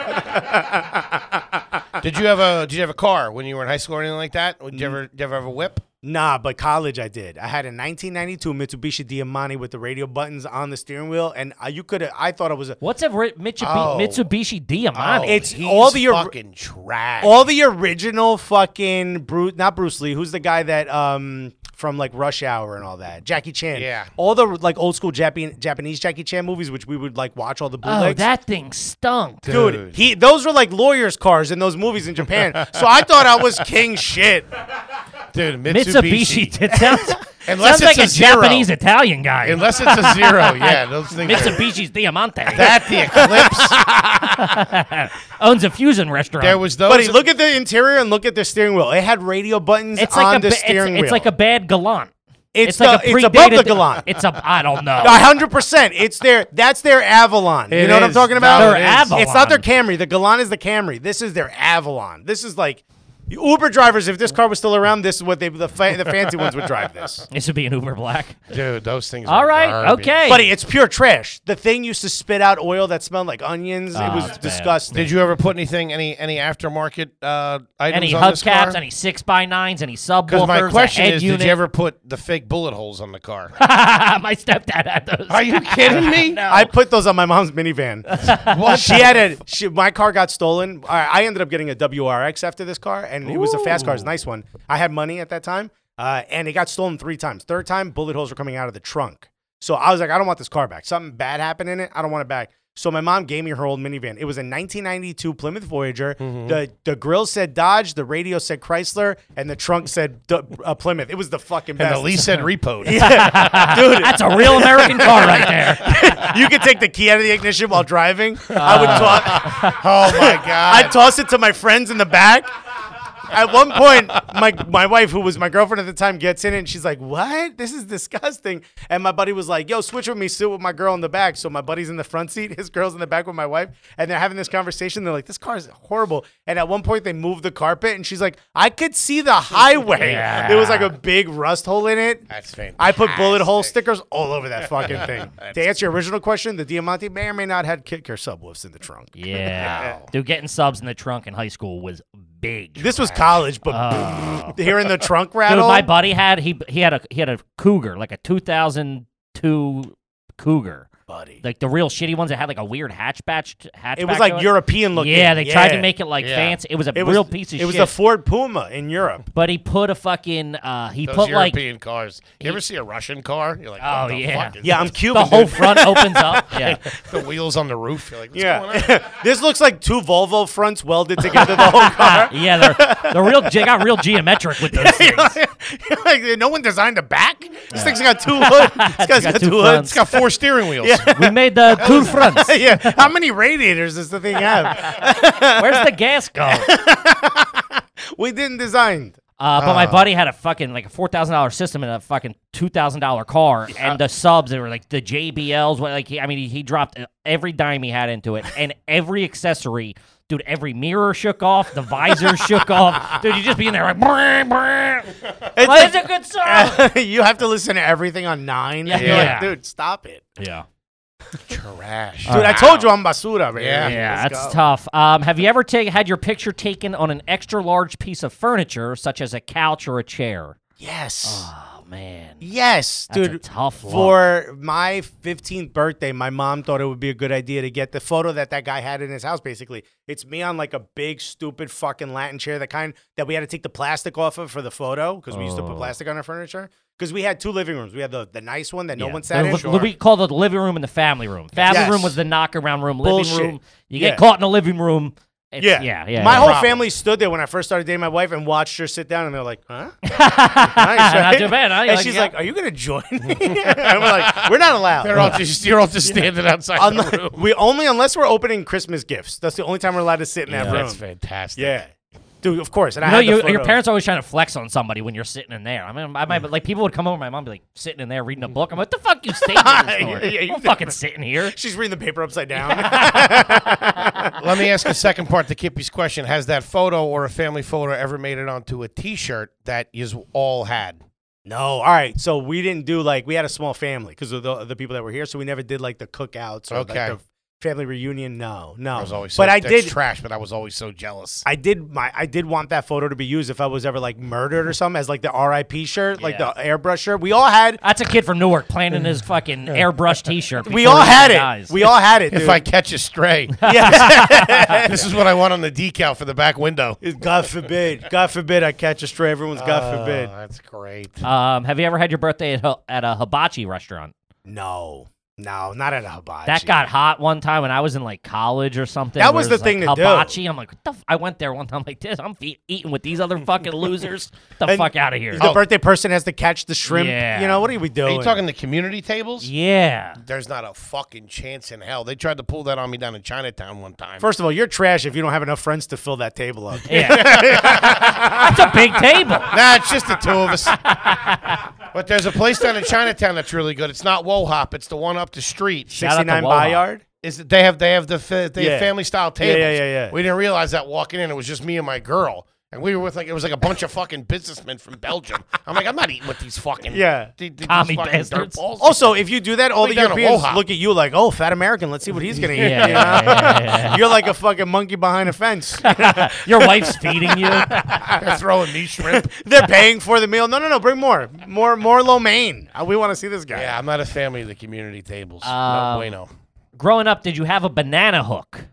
Speaker 2: did you have a Did you have a car when you were in high school or anything like that? Did you ever Did you ever have a whip?
Speaker 5: Nah, but college I did. I had a 1992 Mitsubishi Diamante with the radio buttons on the steering wheel, and I, you could. I thought it was a,
Speaker 3: What's a ri- Mitsubishi,
Speaker 2: Oh.
Speaker 3: Mitsubishi Diamante?
Speaker 5: Oh. It's all the-
Speaker 2: fucking trash.
Speaker 5: all the original fucking Bruce, not Bruce Lee. Who's the guy that um from like Rush Hour and all that? Jackie Chan.
Speaker 2: Yeah.
Speaker 5: All the like old school Japan, Japanese Jackie Chan movies, which we would like watch all the
Speaker 3: Oh,
Speaker 5: bootlegs.
Speaker 3: that thing stunk.
Speaker 5: Dude, he those were like lawyers' cars in those movies in Japan. so I thought I was king shit.
Speaker 2: dude,
Speaker 3: Mitsubishi.
Speaker 2: Mitsubishi.
Speaker 3: It sounds,
Speaker 2: Unless
Speaker 3: sounds like
Speaker 2: it's
Speaker 3: a,
Speaker 2: a zero.
Speaker 3: Japanese Italian guy.
Speaker 2: Unless it's a zero, yeah, those things. are-
Speaker 3: Mitsubishi's Diamante
Speaker 2: that the Eclipse.
Speaker 3: owns a fusion restaurant.
Speaker 2: There was those.
Speaker 5: Buddy, look at the interior and look at the steering wheel. It had radio buttons
Speaker 3: it's
Speaker 5: on
Speaker 3: like a
Speaker 5: the
Speaker 3: ba-
Speaker 5: steering
Speaker 3: it's,
Speaker 5: wheel.
Speaker 3: it's like a bad Gallant.
Speaker 5: It's, the,
Speaker 3: like a
Speaker 5: it's
Speaker 3: predated
Speaker 5: above the
Speaker 3: th-
Speaker 5: Galant.
Speaker 3: It's a I don't know.
Speaker 5: A hundred percent. It's their that's their Avalon. you
Speaker 2: It
Speaker 5: know what I'm
Speaker 2: is.
Speaker 5: talking about?
Speaker 2: No,
Speaker 3: Their it is.
Speaker 5: It's not their
Speaker 3: Avalon.
Speaker 5: Camry. The Galant is the Camry. This is their Avalon. This is like Uber drivers. If this car was still around, this is what they the, fa- the fancy ones would drive this.
Speaker 3: This would be an Uber Black.
Speaker 2: dude, those things.
Speaker 3: All
Speaker 2: were
Speaker 3: right,
Speaker 2: garbage.
Speaker 3: okay.
Speaker 5: Buddy, it's pure trash. The thing used to spit out oil that smelled like onions.
Speaker 3: Ah,
Speaker 5: it was
Speaker 3: it's bad.
Speaker 5: disgusting.
Speaker 2: Did you ever put anything, any any aftermarket uh, items
Speaker 3: Any
Speaker 2: on this car?
Speaker 3: hubcaps, any six by nines, any subwoofers,
Speaker 2: Because my
Speaker 3: a
Speaker 2: question
Speaker 3: head
Speaker 2: is,
Speaker 3: unit.
Speaker 2: did you ever put the fake bullet holes on the car?
Speaker 3: my stepdad had those.
Speaker 2: Are you kidding me? no.
Speaker 5: I put those on my mom's minivan. she had a she, my car got stolen. I, I ended up getting a WRX after this car, and it was a fast car. It's a nice one. I had money at that time, uh, and it got stolen three times. Third time, bullet holes were coming out of the trunk. So I was like, I don't want this car back. Something bad happened in it. I don't want it back. So my mom gave me her old minivan. It was a 1992 Plymouth Voyager.
Speaker 2: Mm-hmm.
Speaker 5: The the grill said Dodge, the radio said Chrysler, and the trunk said D- uh, Plymouth. It was the fucking best.
Speaker 2: and the lease said repoed.
Speaker 5: dude,
Speaker 3: That's a real American car right there.
Speaker 5: you could take the key out of the ignition while driving. I would toss.
Speaker 2: Ah. Oh my god!
Speaker 5: I toss it to my friends in the back. At one point, my my wife, who was my girlfriend at the time, gets in it and she's like, "What? This is disgusting." And my buddy was like, "Yo, switch with me, sit with my girl in the back." So my buddy's in the front seat, his girl's in the back with my wife, and they're having this conversation. They're like, "This car is horrible." And at one point, they moved the carpet, and she's like, "I could see the highway.
Speaker 3: Yeah.
Speaker 5: There was like a big rust hole in it."
Speaker 2: That's
Speaker 5: I put bullet hole stickers all over that fucking thing. to answer your original question, the Diamante may or may not had kicker subwoofs in the trunk.
Speaker 3: Yeah, dude, getting subs in the trunk in high school was big.
Speaker 5: This was college, but hearing the trunk
Speaker 3: Oh. Dude,
Speaker 5: rattle.
Speaker 3: my buddy had he he had a he had a cougar, like a 2002 cougar,
Speaker 5: buddy.
Speaker 3: like the real shitty ones that had like a weird hatchback. hatchback
Speaker 5: It was
Speaker 3: to
Speaker 5: like European looking.
Speaker 3: Yeah, they tried to
Speaker 5: Yeah.
Speaker 3: make it like
Speaker 2: Yeah.
Speaker 3: fancy. It was a
Speaker 5: It was,
Speaker 3: real piece of shit.
Speaker 5: It was the Ford Puma in Europe.
Speaker 3: but he put a fucking uh, he
Speaker 2: Those
Speaker 3: put like
Speaker 2: European cars. You ever see a Russian car? You're like,
Speaker 3: Oh,
Speaker 2: what the
Speaker 3: yeah.
Speaker 2: fuck is
Speaker 5: Yeah, I'm
Speaker 2: this?
Speaker 5: Cuban.
Speaker 3: the whole
Speaker 5: dude.
Speaker 3: front opens up. Yeah.
Speaker 2: the wheels on the roof. You're like, what's going on?
Speaker 5: yeah. this looks like two Volvo fronts welded together the whole car.
Speaker 3: Yeah, they're, they're real. They got real geometric with those things.
Speaker 5: like, no one designed the back. This thing's got two hoods. This guy's got,
Speaker 3: two
Speaker 5: two hoods.
Speaker 2: It's got four steering wheels.
Speaker 3: We made the two fronts.
Speaker 5: yeah. How many radiators does the thing have?
Speaker 3: Where's the gas go? Uh,
Speaker 5: we didn't design.
Speaker 3: but
Speaker 5: Oh.
Speaker 3: my buddy had a fucking like a four thousand dollar system and a fucking two thousand dollar car, and the subs they were like the JBLs. what- Like he, I mean, he, he dropped uh, every dime he had into it, and every accessory. Dude, every mirror shook off, the visor shook off. Dude, you just be in there like, brr, brr.
Speaker 5: It's
Speaker 3: Well, it's
Speaker 5: like-
Speaker 3: a good song.
Speaker 5: you have to listen to everything on nine.
Speaker 3: Yeah.
Speaker 5: You're
Speaker 3: Yeah.
Speaker 5: like, dude, stop it.
Speaker 3: Yeah.
Speaker 2: Trash.
Speaker 5: Dude, I told you I'm basura, man.
Speaker 2: Yeah.
Speaker 3: Yeah,
Speaker 5: Let's
Speaker 3: that's
Speaker 5: go.
Speaker 3: tough. Um, have you ever ta- had your picture taken on an extra large piece of furniture, such as a couch or a chair?
Speaker 5: Yes.
Speaker 3: Oh man,
Speaker 5: Yes,
Speaker 3: that's
Speaker 5: dude.
Speaker 3: a tough one.
Speaker 5: For my 15th birthday, my mom thought it would be a good idea to get the photo that that guy had in his house. Basically, it's me on like a big, stupid fucking Latin chair, the kind that we had to take the plastic off of for the photo because we used to
Speaker 3: Oh.
Speaker 5: put plastic on our furniture. Because we had two living rooms. We had the, the nice one that no
Speaker 3: Yeah.
Speaker 5: one sat
Speaker 3: The
Speaker 5: in.
Speaker 3: li- We call the living room and the family room. Family
Speaker 5: Yes.
Speaker 3: room was the knockaround room. Living
Speaker 5: Bullshit.
Speaker 3: room, you
Speaker 5: Yeah.
Speaker 3: get caught in the living room. It's,
Speaker 5: Yeah.
Speaker 3: yeah, yeah.
Speaker 5: My
Speaker 3: yeah.
Speaker 5: whole
Speaker 2: Problem.
Speaker 5: family stood there when I first started dating my wife and watched her sit down, and they're like, "Huh? nice,
Speaker 3: Not
Speaker 5: right?
Speaker 3: too bad, huh? You're
Speaker 5: And
Speaker 3: like,
Speaker 5: she's
Speaker 3: yeah.
Speaker 5: like, "Are you gonna join me?" and we're like, "We're not allowed."
Speaker 2: They're all just you're all just standing outside the
Speaker 5: Unle-
Speaker 2: room.
Speaker 5: we only unless we're opening Christmas gifts. That's the only time we're allowed to sit in that room.
Speaker 2: That's fantastic.
Speaker 5: Yeah. dude. Of course, and I
Speaker 3: You know,
Speaker 5: had the
Speaker 3: you, your
Speaker 5: photo. Mm.
Speaker 3: parents are always trying to flex on somebody when you're sitting in there. I mean, I might, like people would come over, my mom would be like sitting in there reading a book. I'm like, "What the fuck you staying here for?
Speaker 5: Yeah, yeah, you
Speaker 3: Don't
Speaker 5: know.
Speaker 3: fucking sit in here.
Speaker 5: She's reading the paper upside down.
Speaker 2: Let me ask the second part to Kippy's question. Has that photo or a family photo ever made it onto a T-shirt that is all had?
Speaker 5: no, all right. So we didn't do like we had a small family because of the, the people that were here, so we never did like the cookouts or
Speaker 2: Okay.
Speaker 5: like the family reunion. No, no.
Speaker 2: I was always so,
Speaker 5: but I
Speaker 2: that's
Speaker 5: did.
Speaker 2: trash, but I was always so jealous.
Speaker 5: I did my I did want that photo to be used if I was ever like murdered or something as like the R.I.P. shirt, like
Speaker 3: Yeah.
Speaker 5: the airbrush shirt. We all had
Speaker 3: That's a kid from Newark planning his fucking airbrush T-shirt.
Speaker 5: we
Speaker 3: before
Speaker 5: all
Speaker 3: he
Speaker 5: had it.
Speaker 3: dies.
Speaker 5: We all had it.
Speaker 2: if
Speaker 5: dude.
Speaker 2: I catch a stray,
Speaker 5: yeah.
Speaker 2: this is what I want on the decal for the back window.
Speaker 5: God forbid. God forbid I catch a stray. Everyone's God forbid.
Speaker 2: Oh, that's great.
Speaker 3: Um, have you ever had your birthday at, a- at a hibachi restaurant?
Speaker 5: No. No, not at a hibachi.
Speaker 3: That got hot one time when I was in like college or something.
Speaker 5: That
Speaker 3: where
Speaker 5: was
Speaker 3: it
Speaker 5: the thing
Speaker 3: like,
Speaker 5: to do.
Speaker 3: hibachi. I'm like, what the f-? I went there one time like this. I'm fe- eating with these other fucking losers. Get the
Speaker 5: And
Speaker 3: fuck out of here.
Speaker 5: The birthday person has to catch the shrimp.
Speaker 3: Oh. Yeah.
Speaker 5: You know, what are we
Speaker 2: Are
Speaker 5: doing?
Speaker 2: you talking the community tables?
Speaker 3: Yeah.
Speaker 2: There's not a fucking chance in hell. They tried to pull that on me down in Chinatown one time.
Speaker 5: First of all, you're trash if you don't have enough friends to fill that table up.
Speaker 3: Yeah. That's a big table.
Speaker 2: nah, it's just the two of us. but there's a place down in Chinatown that's really good. It's not Wohop. It's the one up the street.
Speaker 3: Shout out to
Speaker 5: 69
Speaker 3: Wawa.
Speaker 5: Bayard?
Speaker 2: Is it, they have they have the fa- they
Speaker 5: Yeah.
Speaker 2: have family style
Speaker 5: Yeah, yeah,
Speaker 2: tables.
Speaker 5: yeah, yeah.
Speaker 2: We didn't realize that walking in. It was just me and my girl, and we were with like it was like a bunch of fucking businessmen from Belgium. I'm like, I'm not eating with these fucking
Speaker 5: Yeah.
Speaker 2: the- the- these
Speaker 3: Commie
Speaker 2: fucking
Speaker 3: bastards.
Speaker 2: dirtballs.
Speaker 5: Also, if you do that, all
Speaker 2: We
Speaker 5: the
Speaker 2: down at
Speaker 5: Europeans
Speaker 2: Wohop.
Speaker 5: look at you like, oh, fat American, let's see what he's going to eat.
Speaker 3: Yeah,
Speaker 5: you
Speaker 3: yeah,
Speaker 5: know?
Speaker 3: yeah, yeah.
Speaker 5: You're like a fucking monkey behind a fence.
Speaker 3: Your wife's feeding you.
Speaker 2: They're throwing me shrimp.
Speaker 5: They're paying for the meal. No, no, no, bring more. More more lo mein. Uh, We want to see this guy.
Speaker 2: yeah, I'm not a family of the community tables.
Speaker 3: Um,
Speaker 2: no bueno.
Speaker 3: Growing up, did you have a banana hook?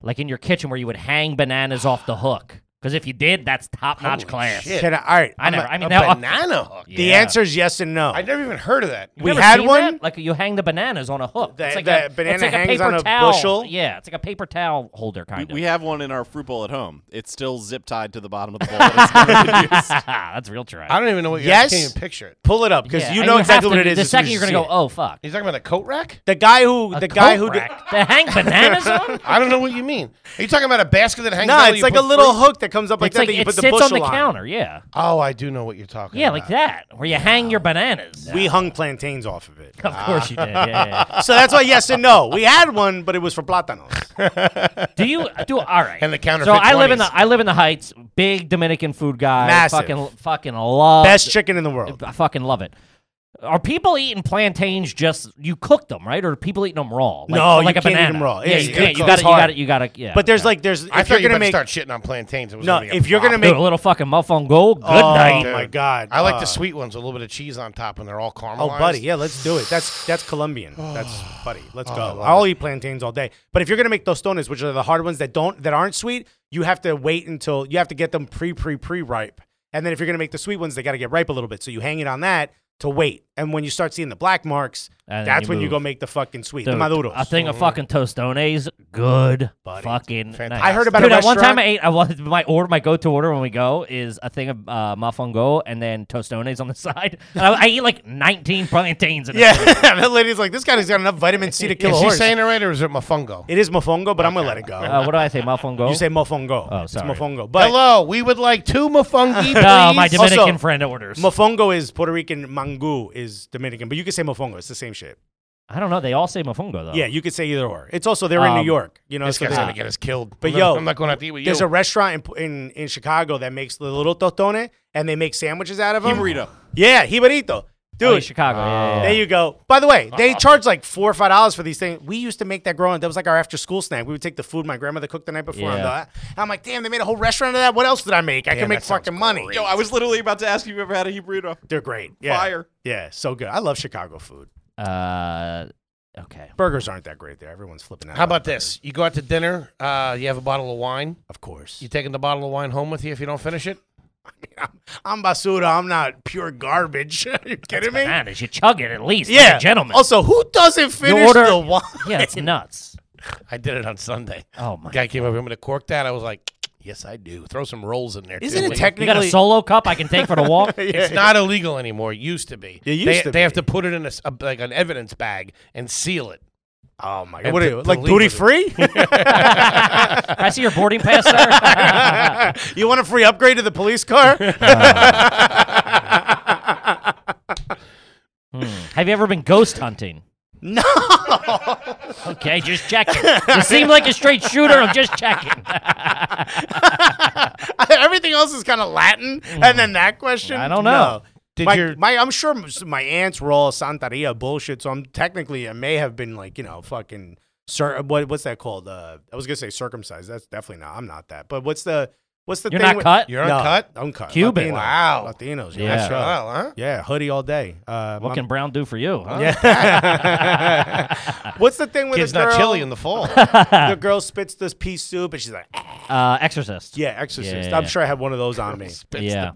Speaker 3: Like in your kitchen where you would hang bananas off the hook? Because if you did, that's top notch
Speaker 2: Holy
Speaker 3: class.
Speaker 2: shit.
Speaker 5: Can I, all right.
Speaker 3: I
Speaker 5: I'm
Speaker 3: never.
Speaker 5: a-
Speaker 3: I mean,
Speaker 2: A
Speaker 3: now, uh,
Speaker 2: banana hook.
Speaker 5: the
Speaker 3: Yeah.
Speaker 5: answer is yes and no.
Speaker 2: I never even heard of that.
Speaker 5: we
Speaker 3: Ever
Speaker 5: had
Speaker 3: seen
Speaker 5: one.
Speaker 3: that? Like you hang the bananas on a hook.
Speaker 5: The-
Speaker 3: it's like
Speaker 5: the
Speaker 3: a
Speaker 5: banana
Speaker 3: it's like
Speaker 5: hangs
Speaker 3: a paper
Speaker 5: on a
Speaker 3: towel.
Speaker 5: bushel?
Speaker 3: Yeah, it's like a paper towel holder kind
Speaker 4: We, we
Speaker 3: of.
Speaker 4: have one in our fruit bowl at home. It's still zip tied to the bottom of the bowl. but it's never been used.
Speaker 3: that's real trash.
Speaker 2: I don't even know what you're. I
Speaker 5: Yes?
Speaker 2: can't even picture it.
Speaker 5: Pull it up because
Speaker 3: Yeah,
Speaker 5: you
Speaker 3: and
Speaker 5: know
Speaker 3: have
Speaker 5: exactly
Speaker 3: to-
Speaker 5: what it is.
Speaker 3: The
Speaker 5: as soon
Speaker 3: second
Speaker 5: as
Speaker 3: you're
Speaker 5: you
Speaker 3: gonna
Speaker 5: see
Speaker 3: go,
Speaker 5: it.
Speaker 3: oh fuck.
Speaker 2: He's talking about a coat rack.
Speaker 5: The guy who
Speaker 3: A
Speaker 5: the guy
Speaker 3: coat
Speaker 5: who did-
Speaker 3: rack to hang bananas on.
Speaker 2: I don't know what you mean. Are you talking about a basket that hangs?
Speaker 5: no,
Speaker 2: down that
Speaker 5: it's
Speaker 2: you
Speaker 5: like a
Speaker 2: put
Speaker 5: little
Speaker 2: fruit?
Speaker 5: hook that comes up like
Speaker 3: it's
Speaker 5: that
Speaker 3: like
Speaker 5: that you
Speaker 3: it
Speaker 5: put the
Speaker 3: sits on
Speaker 5: bushel
Speaker 3: the counter. Yeah,
Speaker 2: Oh, I do know what you're talking.
Speaker 3: yeah,
Speaker 2: about.
Speaker 3: like that, where you hang your bananas.
Speaker 5: We hung plantains off of it.
Speaker 3: of course you did. Yeah, yeah,
Speaker 5: so that's why yes and no. We had one, but it was for
Speaker 3: Oh.
Speaker 5: platanos.
Speaker 3: yeah. Do you do all right?
Speaker 2: And the counterfeit
Speaker 3: So I live in the
Speaker 2: 20s.
Speaker 3: I live in the Heights. Big Dominican food guy.
Speaker 5: Massive.
Speaker 3: Fucking fucking love
Speaker 5: Best chicken in the world.
Speaker 3: I fucking love it. Are people eating plantains just you cook them right, or are people eating them raw? Like,
Speaker 5: No,
Speaker 3: like
Speaker 5: you
Speaker 3: a
Speaker 5: can't eat
Speaker 3: banana.
Speaker 5: them raw.
Speaker 3: Yeah,
Speaker 5: Yeah,
Speaker 3: you
Speaker 5: you
Speaker 3: can't.
Speaker 5: cook
Speaker 3: You got
Speaker 5: them.
Speaker 3: to.
Speaker 5: It's
Speaker 3: You got
Speaker 5: hard.
Speaker 3: to. You got to. Yeah.
Speaker 5: But there's
Speaker 3: yeah.
Speaker 5: like there's
Speaker 2: I thought
Speaker 5: if you're
Speaker 2: you
Speaker 5: gonna
Speaker 2: better
Speaker 5: make
Speaker 2: start shitting on plantains. It was
Speaker 5: no
Speaker 2: gonna be a
Speaker 5: if you're gonna
Speaker 2: problem.
Speaker 5: make
Speaker 3: Dude, a little fucking mofongo. Good
Speaker 5: oh
Speaker 3: night.
Speaker 5: my god
Speaker 2: I like
Speaker 5: Uh,
Speaker 2: the sweet ones, with a little bit of cheese on top, and they're all caramelized.
Speaker 5: Oh, buddy, yeah, let's do it. That's that's Colombian. That's buddy. Let's
Speaker 2: Oh, I
Speaker 5: go.
Speaker 2: love
Speaker 5: I'll eat plantains all day. But if you're gonna make tostones, which are the hard ones that don't that aren't sweet, you have to wait until you have to get them pre pre pre ripe. And then if you're gonna make the sweet ones, they got to get ripe a little bit. So you hang it on that to wait. And when you start seeing the black marks,
Speaker 3: And then
Speaker 5: that's
Speaker 3: you
Speaker 5: when you
Speaker 3: move.
Speaker 5: go make the fucking sweet
Speaker 3: Dude,
Speaker 5: the maduros.
Speaker 3: a thing of fucking tostones, good fucking.
Speaker 2: Fantastic.
Speaker 3: night.
Speaker 5: I heard about
Speaker 3: Dude,
Speaker 5: a
Speaker 3: at one time
Speaker 5: restaurant-
Speaker 3: I ate. I wanted my order, my go-to order when we go is a thing of uh, mofongo and then tostones on the side. And I, I eat like 19 plantains. In a-
Speaker 5: yeah, that lady's like, this guy's got enough vitamin C to kill
Speaker 2: Is
Speaker 5: a
Speaker 2: she
Speaker 5: horse.
Speaker 2: saying it right, or is it mofongo?
Speaker 5: it is mofongo, but I'm gonna let it go.
Speaker 3: Uh, what do I say, mofongo?
Speaker 5: you say mofongo.
Speaker 3: Oh, sorry.
Speaker 5: It's mofongo. But
Speaker 2: Hello, we would like two mofongi, please.
Speaker 3: no, my
Speaker 5: Also-
Speaker 3: Dominican friend orders.
Speaker 5: mofongo is Puerto Rican. Mangu is Dominican, but you can say mofongo. It's the same shit.
Speaker 3: I don't know. They all say mofongo though.
Speaker 5: Yeah, you could say either or. It's also they're
Speaker 3: Oh.
Speaker 5: in
Speaker 3: Um,
Speaker 5: New York. You know,
Speaker 2: this
Speaker 5: so
Speaker 2: guy's gonna
Speaker 5: there's,
Speaker 2: get us killed.
Speaker 5: But
Speaker 2: I'm not-
Speaker 5: yo,
Speaker 2: I'm not going out to eat with you.
Speaker 5: there's a restaurant in, in in Chicago that makes the little totone and they make sandwiches out of them.
Speaker 4: Burrito.
Speaker 5: Yeah, hibarito.
Speaker 3: Oh, in
Speaker 5: Dude,
Speaker 3: Chicago. yeah, yeah, yeah.
Speaker 5: there you go. By the way,
Speaker 2: Uh-huh.
Speaker 5: they charge like four or five dollars for these things. We used to make that growing. up. That was like our after school snack. We would take the food my grandmother cooked the night before. and
Speaker 3: Yeah.
Speaker 5: the- I'm like, damn, they made a whole restaurant of that. What else did I make? I
Speaker 2: Damn,
Speaker 5: can make
Speaker 2: that sounds
Speaker 5: fucking money.
Speaker 4: Yo, I was literally about to ask you if you ever had a burrito.
Speaker 5: They're great. Yeah.
Speaker 4: Fire.
Speaker 5: Yeah, so good. I love Chicago food.
Speaker 3: Uh, okay.
Speaker 5: Burgers aren't that great there. Everyone's flipping out.
Speaker 2: How about this? You go out to dinner. Uh, you have a bottle of wine.
Speaker 5: Of course.
Speaker 2: You taking the bottle of wine home with you if you don't finish it?
Speaker 5: I'm, I'm basura. I'm not pure garbage. Are you kidding me?
Speaker 3: Bananas, you chug it at least. like a
Speaker 5: Yeah,
Speaker 3: gentlemen.
Speaker 5: Also, who doesn't finish
Speaker 3: order-
Speaker 5: the wine?
Speaker 3: yeah, it's nuts.
Speaker 2: I did it on Sunday.
Speaker 3: Oh my.
Speaker 2: Guy came over. I'm gonna cork that. I was like, yes, I do. Throw some rolls in there. too,
Speaker 5: Isn't it
Speaker 2: will you?
Speaker 5: technically?
Speaker 3: You got a solo cup I can take for the walk?
Speaker 2: It's not illegal anymore. It used to be.
Speaker 5: It used
Speaker 2: they,
Speaker 5: to
Speaker 2: they have
Speaker 5: be.
Speaker 2: to put it in a, s- a- like an evidence bag and seal it.
Speaker 5: Oh my
Speaker 2: And
Speaker 5: god! What are
Speaker 2: de-
Speaker 5: you like
Speaker 2: delivered
Speaker 5: duty
Speaker 2: it.
Speaker 5: free?
Speaker 3: I see your boarding pass there.
Speaker 5: you want a free upgrade to the police car?
Speaker 3: Hmm. Have you ever been ghost hunting?
Speaker 5: no.
Speaker 3: Okay, just checking. You seem like a straight shooter. I'm just checking.
Speaker 5: Everything else is kind of Latin, and then that question.
Speaker 3: Mm. I don't know.
Speaker 5: No.
Speaker 2: Did
Speaker 5: my,
Speaker 2: your-
Speaker 5: my- I'm sure m- my aunts were all Santeria bullshit. So I'm technically I may have been like you know fucking cir- what what's that called? Uh, I was gonna say circumcised. That's definitely not. I'm not that. But what's the what's the
Speaker 3: You're
Speaker 5: thing
Speaker 3: not
Speaker 5: with-
Speaker 3: cut?
Speaker 2: You're uncut?
Speaker 5: Uncut.
Speaker 3: Cuban.
Speaker 5: Latino.
Speaker 2: Wow.
Speaker 5: Latinos.
Speaker 3: Yeah.
Speaker 5: Yeah.
Speaker 2: That's wild, huh?
Speaker 5: Yeah. Hoodie all day. Uh,
Speaker 3: What
Speaker 5: my-
Speaker 3: can Brown do for you? Huh?
Speaker 5: yeah. What's the thing with
Speaker 2: Kids
Speaker 5: the girl?
Speaker 2: not chilly in the fall.
Speaker 5: the girl spits this pea soup, and she's like, "Ah."
Speaker 3: Uh, exorcist.
Speaker 5: "Yeah, Exorcist."
Speaker 3: Yeah, yeah,
Speaker 5: I'm
Speaker 3: yeah.
Speaker 5: sure I had one of those on me.
Speaker 3: Yeah.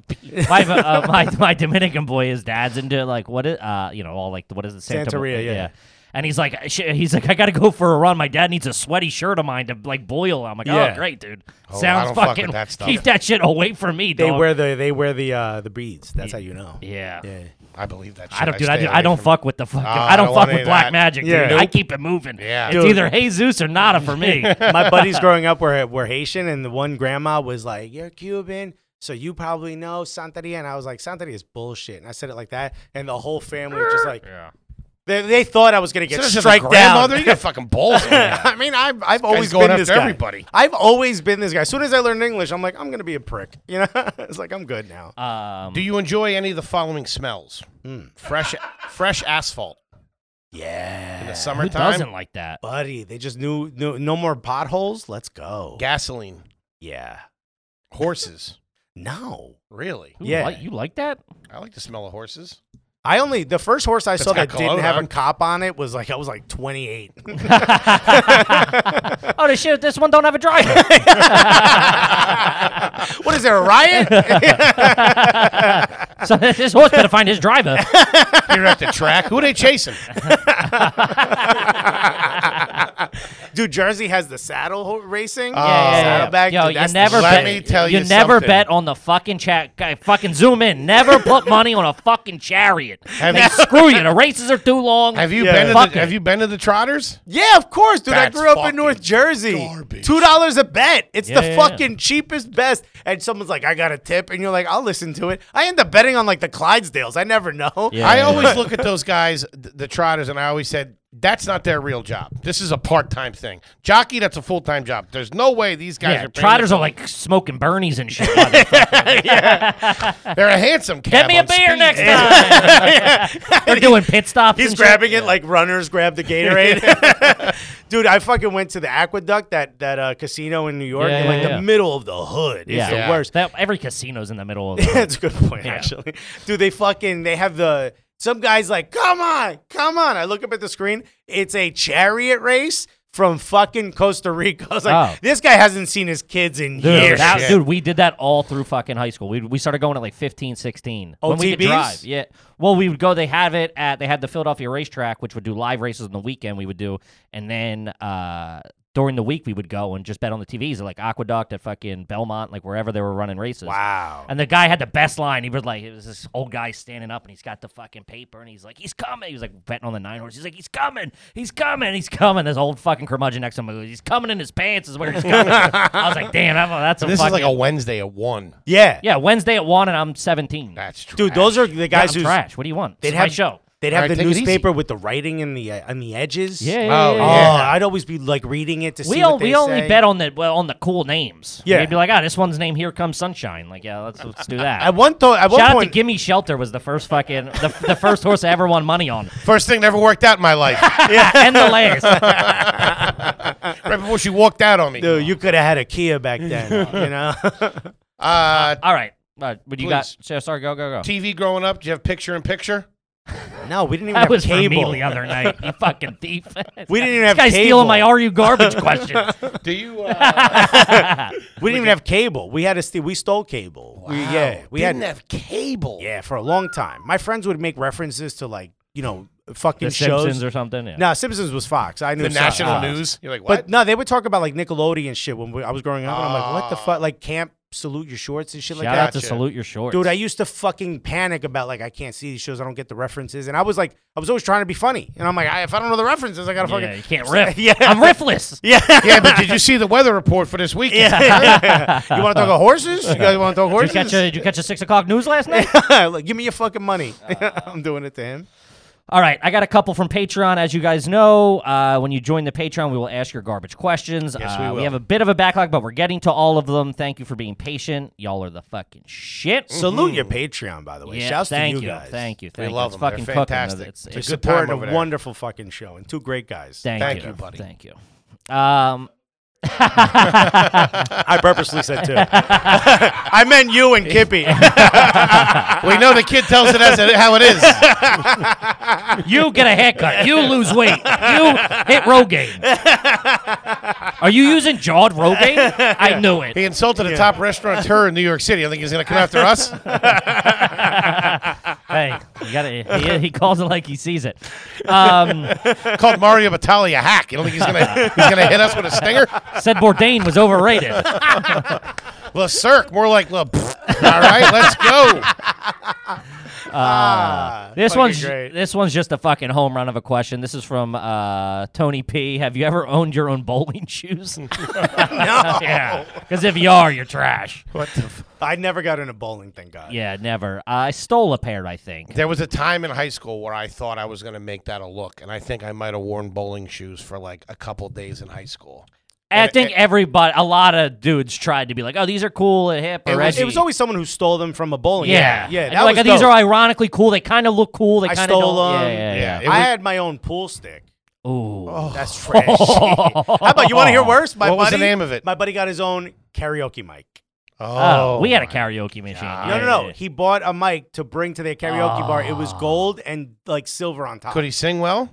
Speaker 3: my, uh, my my Dominican boy, his dad's into like what is uh you know all like what is it Santa-
Speaker 5: Santeria, yeah.
Speaker 3: And he's like, sh- he's like, I gotta go for a run. My dad needs a sweaty shirt of mine to like boil. I'm like, oh
Speaker 5: Yeah.
Speaker 3: great, dude.
Speaker 2: Oh, I
Speaker 3: Sounds
Speaker 2: don't fuck with
Speaker 3: fucking.
Speaker 2: that stuff.
Speaker 3: Keep that shit away from me,
Speaker 5: They
Speaker 3: dog.
Speaker 5: wear the they wear the uh, the beads. That's how you know.
Speaker 3: yeah.
Speaker 5: Yeah.
Speaker 2: I believe that. Shit.
Speaker 3: I don't, dude. I,
Speaker 2: stay
Speaker 3: do, I
Speaker 2: away
Speaker 3: don't
Speaker 2: from-
Speaker 3: fuck with the fucking.
Speaker 2: Oh,
Speaker 3: I
Speaker 2: I
Speaker 3: don't
Speaker 2: don't want
Speaker 3: fuck with
Speaker 2: any of
Speaker 3: black
Speaker 2: that.
Speaker 3: magic, dude.
Speaker 5: Yeah.
Speaker 3: I keep it moving.
Speaker 2: Yeah.
Speaker 3: it's
Speaker 5: Dude.
Speaker 3: either Jesus or nada for me.
Speaker 5: My buddies growing up were were Haitian, and the one grandma was like, "You're Cuban." So you probably know Santeria, and I was like, "Santeria is bullshit," and I said it like that, and the whole family was just like, they, they thought I was gonna get
Speaker 2: Instead of
Speaker 5: striked
Speaker 2: the
Speaker 5: down.
Speaker 2: grandmother, You got fucking balls. on you.
Speaker 5: I mean, I've I've always
Speaker 2: going
Speaker 5: been this
Speaker 2: after
Speaker 5: guy.
Speaker 2: everybody.
Speaker 5: I've always been this guy. As soon as I learned English, I'm like, I'm gonna be a prick. You know, it's like I'm good now. Hmm.
Speaker 3: Um,
Speaker 2: Do you enjoy any of the following smells? Fresh, fresh asphalt in
Speaker 5: yeah,
Speaker 2: the
Speaker 3: Uh, who
Speaker 2: summertime.
Speaker 3: doesn't like that?
Speaker 5: buddy. They just knew, knew no more potholes. Let's go.
Speaker 2: Gasoline,
Speaker 5: yeah.
Speaker 2: horses.
Speaker 5: No.
Speaker 2: Really,
Speaker 3: Who
Speaker 5: Yeah.
Speaker 3: like- you like that?
Speaker 2: I like the smell of horses.
Speaker 5: I only the first horse I saw
Speaker 2: got
Speaker 5: that
Speaker 2: cologne
Speaker 5: didn't have
Speaker 2: on.
Speaker 5: a cop on it was like I was like 28.
Speaker 3: oh, this shit! This one don't have a driver.
Speaker 5: what is there a riot?
Speaker 3: so this horse better find his driver.
Speaker 2: You're at the track. Who they chasing?
Speaker 5: Dude, Jersey has the saddle ho- racing.
Speaker 3: Yeah, yeah, yeah.
Speaker 5: Saddlebag,
Speaker 3: Yo,
Speaker 5: dude, that's
Speaker 3: you
Speaker 5: the
Speaker 3: never
Speaker 5: shit.
Speaker 2: Let
Speaker 3: bet.
Speaker 2: me tell you
Speaker 3: never
Speaker 2: something.
Speaker 3: bet on the fucking chat. Guy, fucking zoom in. Never put money on a fucking chariot.
Speaker 2: Have
Speaker 3: they
Speaker 2: you-
Speaker 3: screw you. The races are too long.
Speaker 2: Have you
Speaker 5: Yeah.
Speaker 2: been? To
Speaker 3: Fuck
Speaker 2: the,
Speaker 3: it.
Speaker 2: have you been to the Trotters?
Speaker 5: Yeah, of course, dude.
Speaker 2: That's
Speaker 5: I grew up
Speaker 2: fucking
Speaker 5: in North Jersey.
Speaker 2: garbage.
Speaker 5: Two dollars a bet. It's
Speaker 3: Yeah,
Speaker 5: the
Speaker 3: yeah, yeah.
Speaker 5: fucking cheapest best. And someone's like, "I got a tip," and you're like, "I'll listen to it." I end up betting on like the Clydesdales. I never know.
Speaker 3: Yeah.
Speaker 2: I always look at those guys, th- the Trotters, and I always said that's not their real job. This is a part-time thing. Jockey, that's a full-time job. There's no way these guys
Speaker 3: yeah,
Speaker 2: are. paying
Speaker 3: trotters are like smoking Bernies and shit. motherfucker.
Speaker 2: them. They're a handsome.
Speaker 3: Get
Speaker 2: cab
Speaker 3: me a
Speaker 2: on
Speaker 3: beer
Speaker 2: speed.
Speaker 3: next time. They're doing pit stops.
Speaker 5: He's
Speaker 3: and shit.
Speaker 5: grabbing it like runners grab the Gatorade. Dude, I fucking went to the Aqueduct, that that uh, casino in New York,
Speaker 3: Yeah,
Speaker 5: in like
Speaker 3: yeah, yeah.
Speaker 5: the middle of the hood. It's
Speaker 3: Yeah.
Speaker 5: the
Speaker 3: Yeah.
Speaker 5: worst.
Speaker 3: That- every casino's in the middle of.
Speaker 5: That's a good point, actually. Dude, they fucking they have the some guys like, come on, come on. I look up at the screen. It's a chariot race from fucking Costa Rica. I was like,
Speaker 3: Oh.
Speaker 5: this guy hasn't seen his kids in
Speaker 3: Dude,
Speaker 5: years.
Speaker 3: that-
Speaker 2: shit.
Speaker 3: dude, we did that all through fucking high school. We, we started going at like 15, 16. When we could
Speaker 5: OTBs?
Speaker 3: drive. Yeah. Well, we would go, they have it at, they had the Philadelphia racetrack, which would do live races on the weekend, we would do. And then uh, during the week, we would go and just bet on the TVs at like Aqueduct, at fucking Belmont, like wherever they were running races.
Speaker 5: Wow.
Speaker 3: And the guy had the best line. He was like, it was this old guy standing up and he's got the fucking paper and he's like, he's coming. He was like betting on the nine horse. He's like, he's coming. He's coming. He's coming. This old fucking curmudgeon next to him goes, he's coming in his pants is where he's coming. I was like, damn, that's a- that's a
Speaker 2: This is
Speaker 3: fucking.
Speaker 2: like a Wednesday at one.
Speaker 5: Yeah.
Speaker 3: yeah, Wednesday at 1 and I'm 17.
Speaker 2: That's true.
Speaker 5: Dude, those are the
Speaker 3: Yeah,
Speaker 5: guys
Speaker 3: I'm
Speaker 5: who
Speaker 3: trash. What do you want?
Speaker 5: they'd
Speaker 3: It's my
Speaker 5: have
Speaker 3: show.
Speaker 5: They'd have
Speaker 2: All right,
Speaker 5: the
Speaker 2: take it easy.
Speaker 5: newspaper with the writing in the uh, on the edges.
Speaker 3: Yeah, yeah,
Speaker 2: Oh,
Speaker 3: yeah,
Speaker 5: Oh,
Speaker 3: yeah.
Speaker 2: Yeah.
Speaker 5: I'd always be like reading it to see
Speaker 3: We,
Speaker 5: what
Speaker 3: all, we
Speaker 5: they
Speaker 3: only
Speaker 5: say.
Speaker 3: bet on the well, on the cool names.
Speaker 5: Yeah.
Speaker 3: We'd be like, ah, this one's name Here Comes Sunshine. Like, yeah, let's let's do that.
Speaker 5: At one, to- at one
Speaker 3: Shout out to
Speaker 5: point,
Speaker 3: Gimme Shelter was the first fucking the, the first horse I ever won money on,
Speaker 2: First thing that ever worked out in my life.
Speaker 3: and the last.
Speaker 2: right before she walked out on me.
Speaker 5: dude, you could have had a Kia back then. you know,
Speaker 2: Uh,
Speaker 3: All right. All right. What do you got?
Speaker 2: Please.
Speaker 3: So- Sorry, go, go, go.
Speaker 2: TV growing up, do you have picture in picture?
Speaker 5: no, we didn't even
Speaker 3: That
Speaker 5: have
Speaker 3: was for
Speaker 5: cable.
Speaker 3: me the other night, you fucking thief.
Speaker 5: We didn't even
Speaker 3: This
Speaker 5: have
Speaker 3: guy's
Speaker 5: cable.
Speaker 3: stealing my "Are you garbage?" question.
Speaker 2: Do you? Uh,
Speaker 5: We didn't even have cable. We had to steal. We stole cable. We, yeah, we
Speaker 2: didn't
Speaker 5: had.
Speaker 2: have cable.
Speaker 5: yeah, for a long time. My friends would make references to like you know fucking
Speaker 3: The
Speaker 5: shows.
Speaker 3: Simpsons or something. Yeah.
Speaker 5: no, Simpsons was Fox. I knew
Speaker 2: The
Speaker 5: Fox.
Speaker 2: national
Speaker 5: Uh,
Speaker 2: news. You're like, what? Ah.
Speaker 5: But no, they would talk about like Nickelodeon shit when we, I was growing up, and I'm like, what the fuck? Like camp salute your shorts and shit
Speaker 3: Shout
Speaker 5: like
Speaker 3: out
Speaker 5: that.
Speaker 3: to salute your shorts,
Speaker 5: Dude, I used to fucking panic about like I can't see these shows, I don't get the references, and I was like, I was always trying to be funny, and I'm like, I, if I don't know the references, I gotta
Speaker 3: yeah,
Speaker 5: fucking
Speaker 3: you can't riff.
Speaker 5: Yeah.
Speaker 3: I'm riffless.
Speaker 5: yeah.
Speaker 2: yeah, but did you see the weather report for this weekend?
Speaker 5: you want to talk about horses? You guys want to talk
Speaker 3: Did you,
Speaker 5: horses?
Speaker 3: catch a, did you catch a six o'clock news last night?
Speaker 5: Look, give me your fucking money.
Speaker 3: Uh.
Speaker 5: I'm doing it to him.
Speaker 3: All right, I got a couple from Patreon. As you guys know, uh, when you join the Patreon, we will ask your garbage questions. Yes, we, will. we have a bit of a backlog, but we're getting to all of them. Thank you for being patient. Y'all are the fucking shit.
Speaker 5: Salute your Patreon, by the way.
Speaker 3: Yeah,
Speaker 5: Shouts
Speaker 3: thank
Speaker 5: to you, guys.
Speaker 3: Thank you.
Speaker 2: We
Speaker 3: Thank you.
Speaker 2: love them.
Speaker 3: It's
Speaker 2: They're
Speaker 3: fucking
Speaker 2: fantastic.
Speaker 3: Cooking. It's,
Speaker 2: They're
Speaker 3: it's,
Speaker 2: good
Speaker 5: Supporting
Speaker 2: time over
Speaker 5: a
Speaker 2: there.
Speaker 5: wonderful fucking show and two great guys.
Speaker 3: thank,
Speaker 2: Thank
Speaker 3: you.
Speaker 2: you, buddy.
Speaker 3: Thank you. Um,
Speaker 5: I purposely said two. I meant you and Kippy.
Speaker 2: we know the kid tells it as it, how it is.
Speaker 3: you get a haircut. You lose weight. You hit Rogaine. Are you using jawed Rogaine? I knew it.
Speaker 2: He insulted a top restaurateur in New York City. I think he's going to come after us.
Speaker 3: Hey, you gotta, he, he calls it like he sees it. Um,
Speaker 2: Called Mario Batali a hack. You don't think he's going to he's going to hit us with a stinger?
Speaker 3: said Bourdain was overrated.
Speaker 2: Le Cirque, more like Le. Pfft. All right, let's go.
Speaker 3: This
Speaker 5: Fucking
Speaker 3: one's
Speaker 5: great.
Speaker 3: this one's just a fucking home run of a question. This is from uh, Tony P. Have you ever owned your own bowling shoes? no. Yeah. Because if you are, you're trash.
Speaker 5: what the? F- I never got into bowling, thank God.
Speaker 3: Yeah, never. I stole a pair, I think.
Speaker 2: There was a time in high school where I thought I was going to make that a look, and I think I might have worn bowling shoes for like a couple days in high school.
Speaker 3: I think everybody, a lot of dudes tried to be like, "Oh, these are cool and hip." Or
Speaker 5: It was,
Speaker 3: Reggie.
Speaker 5: it was always someone who stole them from a bowling.
Speaker 3: yeah,
Speaker 5: alley. yeah.
Speaker 3: Like,
Speaker 5: That
Speaker 3: like oh,
Speaker 5: was
Speaker 3: these
Speaker 5: dope.
Speaker 3: are ironically cool. They kind of look cool. They
Speaker 5: I
Speaker 3: kind of
Speaker 5: stole
Speaker 3: don't.
Speaker 5: them.
Speaker 3: Yeah, yeah,
Speaker 2: it
Speaker 5: I
Speaker 2: was- Oh.
Speaker 5: had my own pool stick.
Speaker 3: yeah. Ooh.
Speaker 5: That's trash. Oh, How about you want to hear worse? My
Speaker 2: What was
Speaker 5: buddy,
Speaker 2: the name of it?
Speaker 5: My buddy got his own karaoke mic.
Speaker 3: Oh, we had a karaoke machine.
Speaker 5: No,
Speaker 3: Yeah,
Speaker 5: no, no.
Speaker 3: yeah, yeah.
Speaker 5: He bought a mic to bring to their karaoke bar. It was gold and like silver on top.
Speaker 2: Ah. Could he sing well?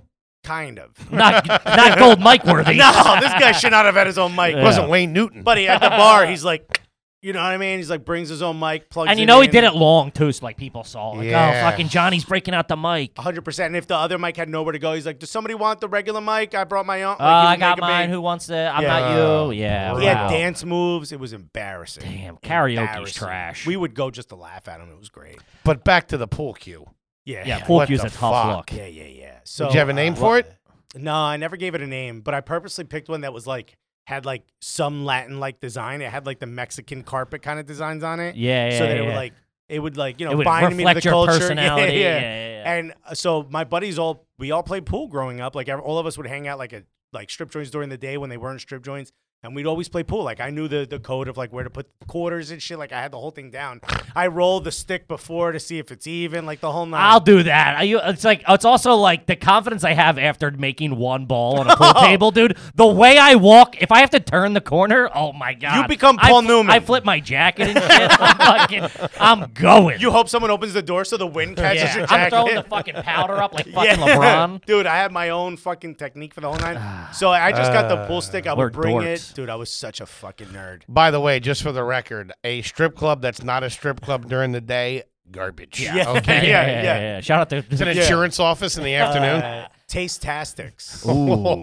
Speaker 5: Kind of.
Speaker 3: Not not gold mic worthy.
Speaker 5: no, this guy should not have had his own mic.
Speaker 3: Yeah.
Speaker 2: Wasn't Wayne Newton?
Speaker 5: Buddy at the bar, he's like, you know what I mean? He's like, brings his own mic, plugs.
Speaker 3: And you
Speaker 5: it
Speaker 3: know he
Speaker 5: in.
Speaker 3: did it long too, so like people saw like,
Speaker 2: Yeah.
Speaker 3: oh fucking Johnny's breaking out the mic.
Speaker 5: 100%. And if the other mic had nowhere to go, he's like, does somebody want the regular mic? I brought my own. Like,
Speaker 3: Uh,
Speaker 5: he would
Speaker 3: I
Speaker 5: make
Speaker 3: got
Speaker 5: a
Speaker 3: mine.
Speaker 5: big-
Speaker 3: Who wants the? I'm
Speaker 5: Yeah.
Speaker 3: not you. Yeah.
Speaker 5: He had
Speaker 3: wow.
Speaker 5: dance moves. It was embarrassing.
Speaker 3: Damn, karaoke's
Speaker 5: Embarrassing.
Speaker 3: trash.
Speaker 5: We would go just to laugh at him. It was great.
Speaker 2: But back to the pool cue.
Speaker 5: Yeah.
Speaker 3: Yeah, pool
Speaker 2: What
Speaker 3: cue's
Speaker 2: the
Speaker 3: a tough
Speaker 2: fuck?
Speaker 3: look.
Speaker 5: Yeah, yeah, yeah. So
Speaker 2: Did you have a name
Speaker 5: uh,
Speaker 2: for it?
Speaker 5: No, I never gave it a name, but I purposely picked one that was like had like some Latin like design. It had like the Mexican carpet kind of designs on it.
Speaker 3: Yeah, yeah,
Speaker 5: so that
Speaker 3: yeah,
Speaker 5: it would
Speaker 3: yeah.
Speaker 5: like it would like you know
Speaker 3: It would
Speaker 5: bind me to the
Speaker 3: reflect your
Speaker 5: culture. Yeah,
Speaker 3: personality.
Speaker 5: Yeah,
Speaker 3: Yeah, yeah, yeah.
Speaker 5: And uh, so my buddies all we all played pool growing up. Like ev- all of us would hang out like at like strip joints during the day when they weren't strip joints. And we'd always play pool. Like I knew the, the code of like where to put quarters and shit. Like I had the whole thing down. I rolled the stick before to see if it's even. Like the whole nine.
Speaker 3: I'll do that. Are you, it's like it's also like the confidence I have after making one ball on a pool table, dude. The way I walk, if I have to turn the corner, oh my god,
Speaker 5: become
Speaker 3: I
Speaker 5: Paul
Speaker 3: fl-
Speaker 5: Newman.
Speaker 3: I flip my jacket and shit. I'm fucking, I'm going.
Speaker 5: You hope someone opens the door so the wind catches
Speaker 3: yeah.
Speaker 5: your
Speaker 3: I'm
Speaker 5: jacket.
Speaker 3: throwing the fucking powder up like fucking LeBron. Ah.
Speaker 5: Dude, I had my own fucking technique for the whole night. So I just got the pool stick. I
Speaker 3: we're
Speaker 5: would bring
Speaker 3: dorks.
Speaker 5: it. Dude, I was such a fucking nerd.
Speaker 2: By the way, just for the record, a strip club that's not a strip club during the day, garbage.
Speaker 5: Yeah.
Speaker 2: Okay.
Speaker 5: Yeah.
Speaker 3: yeah, yeah. Shout out to
Speaker 2: It's an insurance office in the afternoon.
Speaker 5: Uh, Taste Tastics.
Speaker 2: Oh.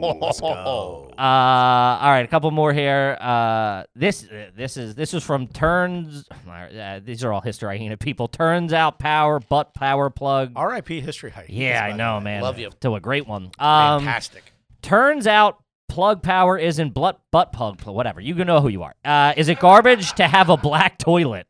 Speaker 3: Uh, all right, a couple more here. Uh, this uh, this is this is from turns. Uh, these are all hysterihina people. Turns out power butt power plug.
Speaker 5: RIP History Hike.
Speaker 3: Yeah, I know, man.
Speaker 2: Love you.
Speaker 3: To a great one. Um,
Speaker 2: Fantastic.
Speaker 3: turns out plug power isn't butt butt plug. pl- Whatever. You can know who you are. Uh, is it garbage to have a black toilet?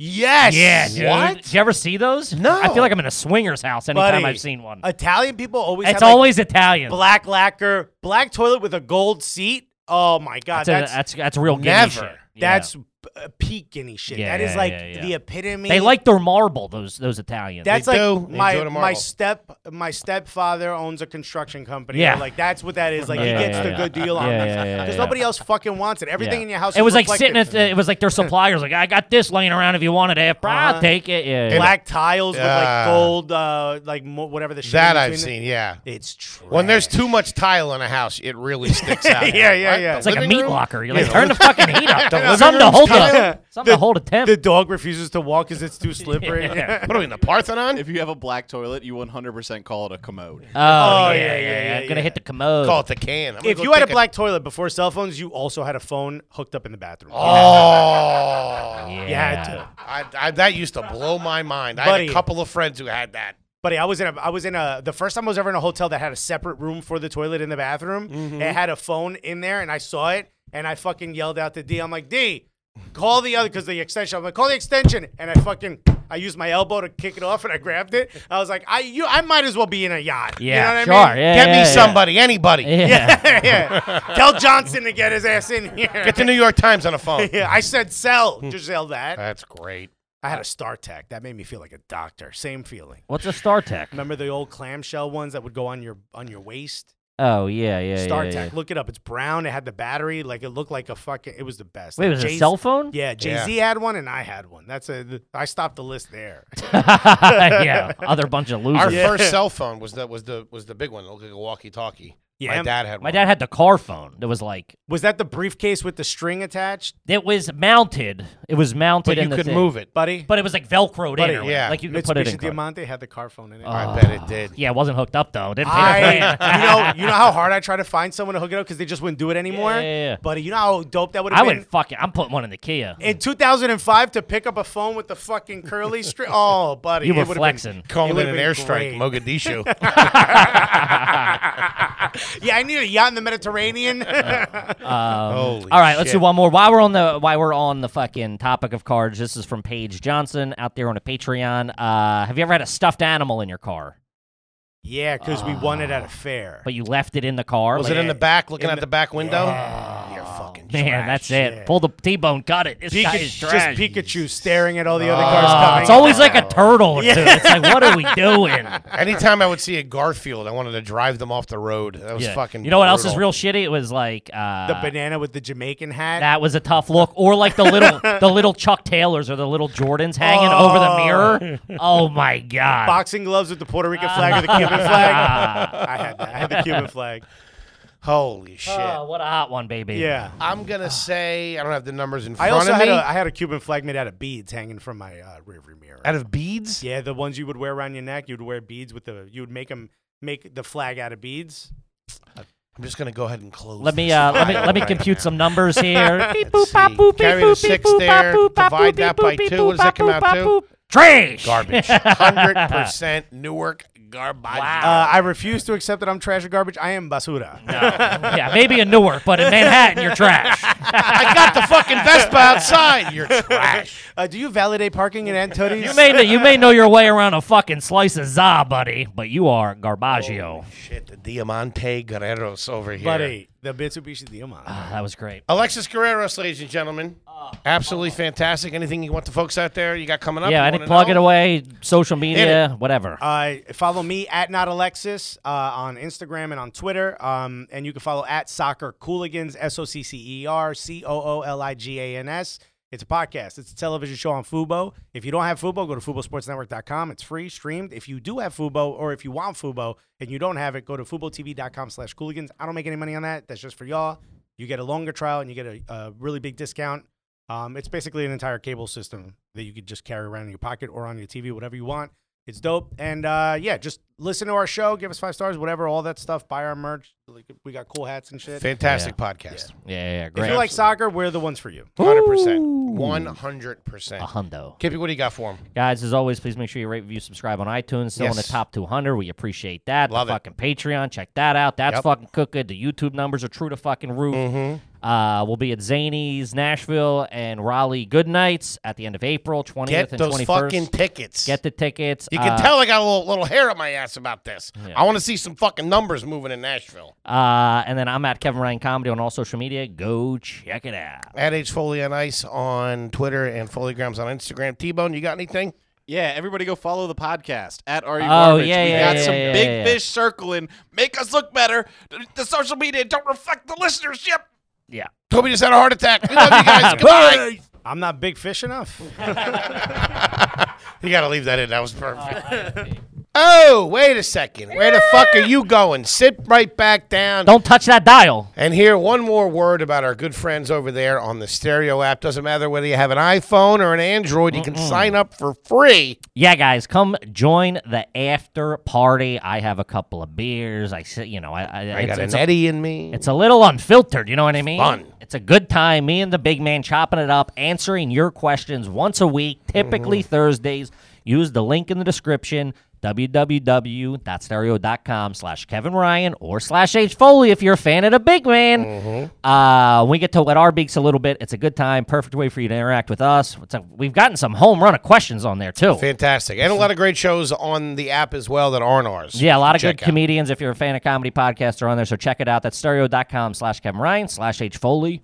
Speaker 5: Yes.
Speaker 3: Yeah, dude.
Speaker 2: What?
Speaker 3: Did you ever see those?
Speaker 2: No.
Speaker 3: I feel like I'm in a swinger's house anytime
Speaker 5: Buddy,
Speaker 3: I've seen one.
Speaker 5: Italian people always
Speaker 3: It's
Speaker 5: have like,
Speaker 3: always Italian.
Speaker 5: black lacquer, black toilet with a gold seat. Oh my God.
Speaker 3: that's, a-
Speaker 5: That's
Speaker 3: that's, that's real guinea
Speaker 2: Never.
Speaker 3: shit. Yeah.
Speaker 5: that's, uh, peak guinea shit.
Speaker 3: Yeah,
Speaker 5: that is
Speaker 3: yeah,
Speaker 5: like
Speaker 3: yeah, yeah.
Speaker 5: the epitome.
Speaker 3: They like their marble. Those those Italians.
Speaker 5: That's
Speaker 2: They
Speaker 5: like
Speaker 2: do. They
Speaker 5: my
Speaker 2: do it tomorrow.
Speaker 5: my step my stepfather owns a construction company.
Speaker 3: Yeah.
Speaker 5: like that's what that is. Like
Speaker 3: Yeah,
Speaker 5: he gets
Speaker 3: yeah,
Speaker 5: the
Speaker 3: yeah.
Speaker 5: good deal on
Speaker 3: Yeah,
Speaker 5: this
Speaker 3: yeah, yeah,
Speaker 5: because
Speaker 3: yeah.
Speaker 5: nobody else fucking wants it. Everything
Speaker 3: Yeah.
Speaker 5: in your house.
Speaker 3: it
Speaker 5: is
Speaker 3: was like
Speaker 5: reflected.
Speaker 3: sitting at the, it was like their suppliers like I got this laying around if you wanted it. But I'll
Speaker 5: Uh-huh.
Speaker 3: take it. Yeah, yeah.
Speaker 5: black tiles with
Speaker 2: Yeah.
Speaker 5: like gold, uh, like mo- whatever the shit.
Speaker 2: That
Speaker 5: in
Speaker 2: I've
Speaker 5: between
Speaker 2: seen, yeah.
Speaker 5: it- It's true.
Speaker 2: When there's too much tile in a house, it really sticks out.
Speaker 5: Yeah, yeah, yeah.
Speaker 2: The
Speaker 5: It's
Speaker 3: it's like a
Speaker 2: living
Speaker 3: meat
Speaker 2: room?
Speaker 3: locker. You're like turn the fucking heat up.
Speaker 2: living
Speaker 3: Something to
Speaker 2: room's
Speaker 3: hold the
Speaker 2: covered
Speaker 3: to, something to hold a temp.
Speaker 5: The dog refuses to walk because it's too slippery.
Speaker 2: What are we in the Parthenon?
Speaker 4: If you have a black toilet, you 100% call it a commode.
Speaker 3: oh, yeah, yeah, yeah, I'm gonna hit the commode.
Speaker 2: Call it the can. I'm gonna
Speaker 5: If
Speaker 2: go
Speaker 5: you had a
Speaker 2: take
Speaker 5: black toilet before cell phones, you also had a phone hooked up in the bathroom.
Speaker 2: oh,
Speaker 5: You had to.
Speaker 2: I, I, that used to blow my mind. I had
Speaker 5: Buddy.
Speaker 2: a couple of friends who had that.
Speaker 5: Buddy, I was in a I was in a the first time I was ever in a hotel that had a separate room for the toilet in the bathroom. It had a phone in there and I saw it and I fucking yelled out to D. I'm like, D, call the other because the extension. I'm like, call the extension. And I fucking I used my elbow to kick it off and I grabbed it. I was like, I you I might as well be in a yacht.
Speaker 3: Yeah,
Speaker 5: You know what
Speaker 3: sure.
Speaker 5: I mean?
Speaker 3: Yeah,
Speaker 2: Get
Speaker 3: yeah,
Speaker 2: me
Speaker 3: yeah.
Speaker 2: somebody, anybody.
Speaker 3: Yeah.
Speaker 5: Yeah. yeah. Tell Johnson to get his ass in here.
Speaker 2: Get the New York Times on the phone.
Speaker 5: yeah, I said sell. Just sell that.
Speaker 2: That's great.
Speaker 5: I had a StarTech. That made me feel like a doctor. Same feeling.
Speaker 3: What's a Star Tech?
Speaker 5: Remember the old clamshell ones that would go on your on your waist?
Speaker 3: Oh yeah, yeah,
Speaker 5: Star
Speaker 3: yeah,
Speaker 5: Tech.
Speaker 3: yeah.
Speaker 5: Look it up. It's brown. It had the battery. Like it looked like a fucking. It was the best.
Speaker 3: Wait,
Speaker 5: Like,
Speaker 3: was it a
Speaker 5: Jay-Z-
Speaker 3: cell phone?
Speaker 5: Yeah, Jay Z had one and I had one. That's a. th- I stopped the list there.
Speaker 3: yeah, other bunch of
Speaker 2: Our
Speaker 3: losers.
Speaker 2: first cell phone was the was the was the big one. It looked like a walkie-talkie.
Speaker 5: Yeah,
Speaker 2: my
Speaker 5: and-
Speaker 2: dad had.
Speaker 3: My
Speaker 2: one.
Speaker 3: dad had the car phone. That was like
Speaker 5: was that the briefcase with the string attached,
Speaker 3: it was mounted. It was mounted
Speaker 2: but
Speaker 3: in
Speaker 2: you
Speaker 3: the
Speaker 2: could
Speaker 3: thing.
Speaker 2: move it.
Speaker 5: buddy?
Speaker 3: but it was like velcroed
Speaker 5: Buddy,
Speaker 3: in. Or yeah,
Speaker 2: yeah.
Speaker 3: like you could put it in.
Speaker 5: Mitsubishi
Speaker 3: car.
Speaker 5: Diamante had the car phone in it.
Speaker 2: I bet it did.
Speaker 3: Yeah, it wasn't hooked up though. It didn't pay no
Speaker 5: I,
Speaker 3: plan.
Speaker 5: you know, you know how hard I try to find someone to hook it up because they just wouldn't do it anymore.
Speaker 3: Yeah, yeah, yeah.
Speaker 5: Buddy, you know how dope that would
Speaker 3: I
Speaker 5: have been.
Speaker 3: would fuck it. I'm putting one in the Kia.
Speaker 5: in 2005 to pick up a phone with the fucking curly string. Oh, buddy,
Speaker 3: You
Speaker 5: it
Speaker 3: were
Speaker 5: would've been-
Speaker 3: flexing.
Speaker 2: Calling
Speaker 5: It
Speaker 2: it,
Speaker 5: would've
Speaker 2: an
Speaker 5: been
Speaker 2: airstrike,
Speaker 5: great.
Speaker 2: Mogadishu.
Speaker 5: yeah, I need a yacht in the Mediterranean.
Speaker 2: Holy
Speaker 3: Um, All right, let's
Speaker 2: shit.
Speaker 3: do one more. While we're on the while we're on the fucking topic of cards, this is from Paige Johnson out there on a Patreon. Uh, have you ever had a stuffed animal in your car,
Speaker 5: yeah, because we won it at a fair.
Speaker 3: but you left it in the car?
Speaker 2: Was
Speaker 3: Like,
Speaker 2: it in the back, looking
Speaker 5: In
Speaker 2: at
Speaker 5: the- Oh,
Speaker 2: the back window?
Speaker 5: You're fucking
Speaker 3: man,
Speaker 5: trash,
Speaker 3: that's
Speaker 5: yeah.
Speaker 3: it. Pull the T-bone, cut it. This guy is
Speaker 5: Pikachu,
Speaker 3: trash.
Speaker 5: just Pikachu staring at all the other
Speaker 3: Uh,
Speaker 5: cars coming.
Speaker 3: it's always like a turtle or two. It's like, what are we doing?
Speaker 2: Anytime I would see a Garfield, I wanted to drive them off the road. That was
Speaker 3: Yeah.
Speaker 2: fucking.
Speaker 3: you know what else is
Speaker 2: brutal.
Speaker 3: real shitty? It was like uh,
Speaker 5: the banana with the Jamaican hat.
Speaker 3: That was a tough look. Or like the little the little Chuck Taylors or the little Jordans hanging over the mirror. Oh my god.
Speaker 5: Boxing gloves with the Puerto Rican flag or the Cuban flag.
Speaker 3: Ah.
Speaker 5: I had that. I had the Cuban flag.
Speaker 2: Holy shit!
Speaker 3: Oh, what a hot one, baby.
Speaker 5: Yeah.
Speaker 2: I'm gonna say I don't have the numbers in
Speaker 5: I
Speaker 2: front
Speaker 5: also
Speaker 2: of
Speaker 5: had
Speaker 2: me.
Speaker 5: a, I had a Cuban flag made out of beads hanging from my uh, rearview mirror.
Speaker 2: out of beads.
Speaker 5: Yeah, the ones you would wear around your neck. You'd wear beads with the. You would make them make the flag out of beads.
Speaker 2: I'm just gonna go ahead and close.
Speaker 3: Let me
Speaker 2: this.
Speaker 3: uh, let me let me compute some numbers here. Beep,
Speaker 2: Let's
Speaker 3: boop, bop,
Speaker 2: see.
Speaker 3: boop, beep,
Speaker 2: Carry the
Speaker 3: boop,
Speaker 2: six
Speaker 3: beep, boop,
Speaker 2: there.
Speaker 3: bop, boop, bop,
Speaker 2: Divide
Speaker 3: boop,
Speaker 2: that
Speaker 3: beep,
Speaker 2: by
Speaker 3: boop,
Speaker 2: two.
Speaker 3: beep,
Speaker 2: What does that
Speaker 3: boop,
Speaker 2: come out
Speaker 3: bop,
Speaker 2: to?
Speaker 3: boop. Trash.
Speaker 2: Garbage. Hundred percent Newark garbage.
Speaker 3: Wow.
Speaker 5: Uh, I refuse to accept that I'm trash or garbage. I am basura.
Speaker 3: No. Yeah, maybe in Newark, but in Manhattan, you're trash.
Speaker 2: I got the fucking Vespa outside. You're trash.
Speaker 5: Uh, do you validate parking in Antonis?
Speaker 3: You may know, you may know your way around a fucking slice of za, buddy, but you are garbaggio.
Speaker 2: Shit, the Diamante Guerreros over here.
Speaker 5: buddy. The Mitsubishi Diamond.
Speaker 3: Ah, that was great.
Speaker 2: Alexis Guerreros, ladies and gentlemen.
Speaker 3: Uh,
Speaker 2: Absolutely fantastic. Anything you want the folks out there you got coming up?
Speaker 3: yeah,
Speaker 2: you
Speaker 3: and
Speaker 2: wanna
Speaker 3: plug
Speaker 2: know?
Speaker 3: it away, social media, whatever.
Speaker 5: Uh, follow me at not Alexis uh, on Instagram and on Twitter, um, and you can follow at Soccer Cooligans S O C C E R C O O L I G A N S. It's a podcast. It's a television show on Fubo. If you don't have Fubo, go to fubosportsnetwork.com. It's free, streamed. If you do have Fubo, or if you want Fubo and you don't have it, go to FuboTV.com/Cooligans. I don't make any money on that. That's just for y'all. You get a longer trial and you get a, a really big discount. Um, it's basically an entire cable system that you could just carry around in your pocket or on your TV, whatever you want. It's dope. And uh, yeah, just listen to our show, give us five stars, whatever, all that stuff. Buy our merch. Like, we got cool hats and shit.
Speaker 2: Fantastic podcast.
Speaker 3: yeah, yeah, yeah,
Speaker 5: if
Speaker 3: great.
Speaker 5: you like soccer, we're the ones for you.
Speaker 2: 100%. 100%.
Speaker 3: a hundo.
Speaker 2: Kippy, what do you got for him?
Speaker 3: Guys, as always, please make sure you rate, review, subscribe on iTunes. Still in the
Speaker 2: Yes.
Speaker 3: top 200. We appreciate that.
Speaker 2: Love
Speaker 3: the
Speaker 2: it.
Speaker 3: fucking Patreon. Check that out. That's
Speaker 2: Yep.
Speaker 3: fucking cooking. The YouTube numbers are true to fucking roof.
Speaker 2: Mm-hmm.
Speaker 3: Uh, we'll be at Zany's, Nashville, and Raleigh Good Nights at the end of April 20th
Speaker 2: Get
Speaker 3: and
Speaker 2: those
Speaker 3: 21st.
Speaker 2: fucking tickets.
Speaker 3: Get the tickets.
Speaker 2: you can
Speaker 3: Uh,
Speaker 2: tell I got a little, little hair up my ass about this. I want to see some fucking numbers moving in Nashville.
Speaker 3: Uh, and then I'm at Kevin Ryan Comedy on all social media. Go check it out.
Speaker 2: At H Foley on Ice on Twitter and Foleygrams on Instagram. T Bone, you got anything?
Speaker 4: Yeah, everybody go follow the podcast at RU
Speaker 3: Oh,
Speaker 4: Garbage.
Speaker 3: yeah,
Speaker 4: we
Speaker 3: yeah,
Speaker 4: got
Speaker 3: yeah,
Speaker 4: some
Speaker 3: yeah,
Speaker 4: big
Speaker 3: yeah.
Speaker 4: fish circling. Make us look better. The, the social media don't reflect the listenership.
Speaker 3: Yeah.
Speaker 2: Toby just had a heart attack. We love you guys. Goodbye.
Speaker 5: I'm not big fish enough.
Speaker 2: You got to leave that in. That was perfect. Oh, wait a second. Where the fuck are you going? Sit right back down.
Speaker 3: Don't touch that dial.
Speaker 2: And here, one more word about our good friends over there on the Stereo app. Doesn't matter whether you have an iPhone or an Android, you can sign up for free.
Speaker 3: Yeah, guys, come join the after party. I have a couple of beers. I sit, you know, I, I,
Speaker 2: I
Speaker 3: it's,
Speaker 2: got
Speaker 3: it's
Speaker 2: an
Speaker 3: a,
Speaker 2: Eddie in me.
Speaker 3: it's a little unfiltered. You know what I mean?
Speaker 2: fun.
Speaker 3: It's a good time. Me and the big man chopping it up, answering your questions once a week, typically Thursdays. Use the link in the description www.stereo.com slash Kevin Ryan or slash H Foley if you're a fan of the big man. Uh, we get to wet our beaks a little bit. It's a good time. Perfect way for you to interact with us. It's a, we've gotten some home run of questions on there too.
Speaker 2: Fantastic. And a lot of great shows on the app as well that aren't ours.
Speaker 3: Yeah, a lot of
Speaker 2: Check
Speaker 3: good
Speaker 2: out.
Speaker 3: comedians. If you're a fan of comedy podcasts, are on there, so check it out. That's stereo.com slash Kevin Ryan slash H Foley.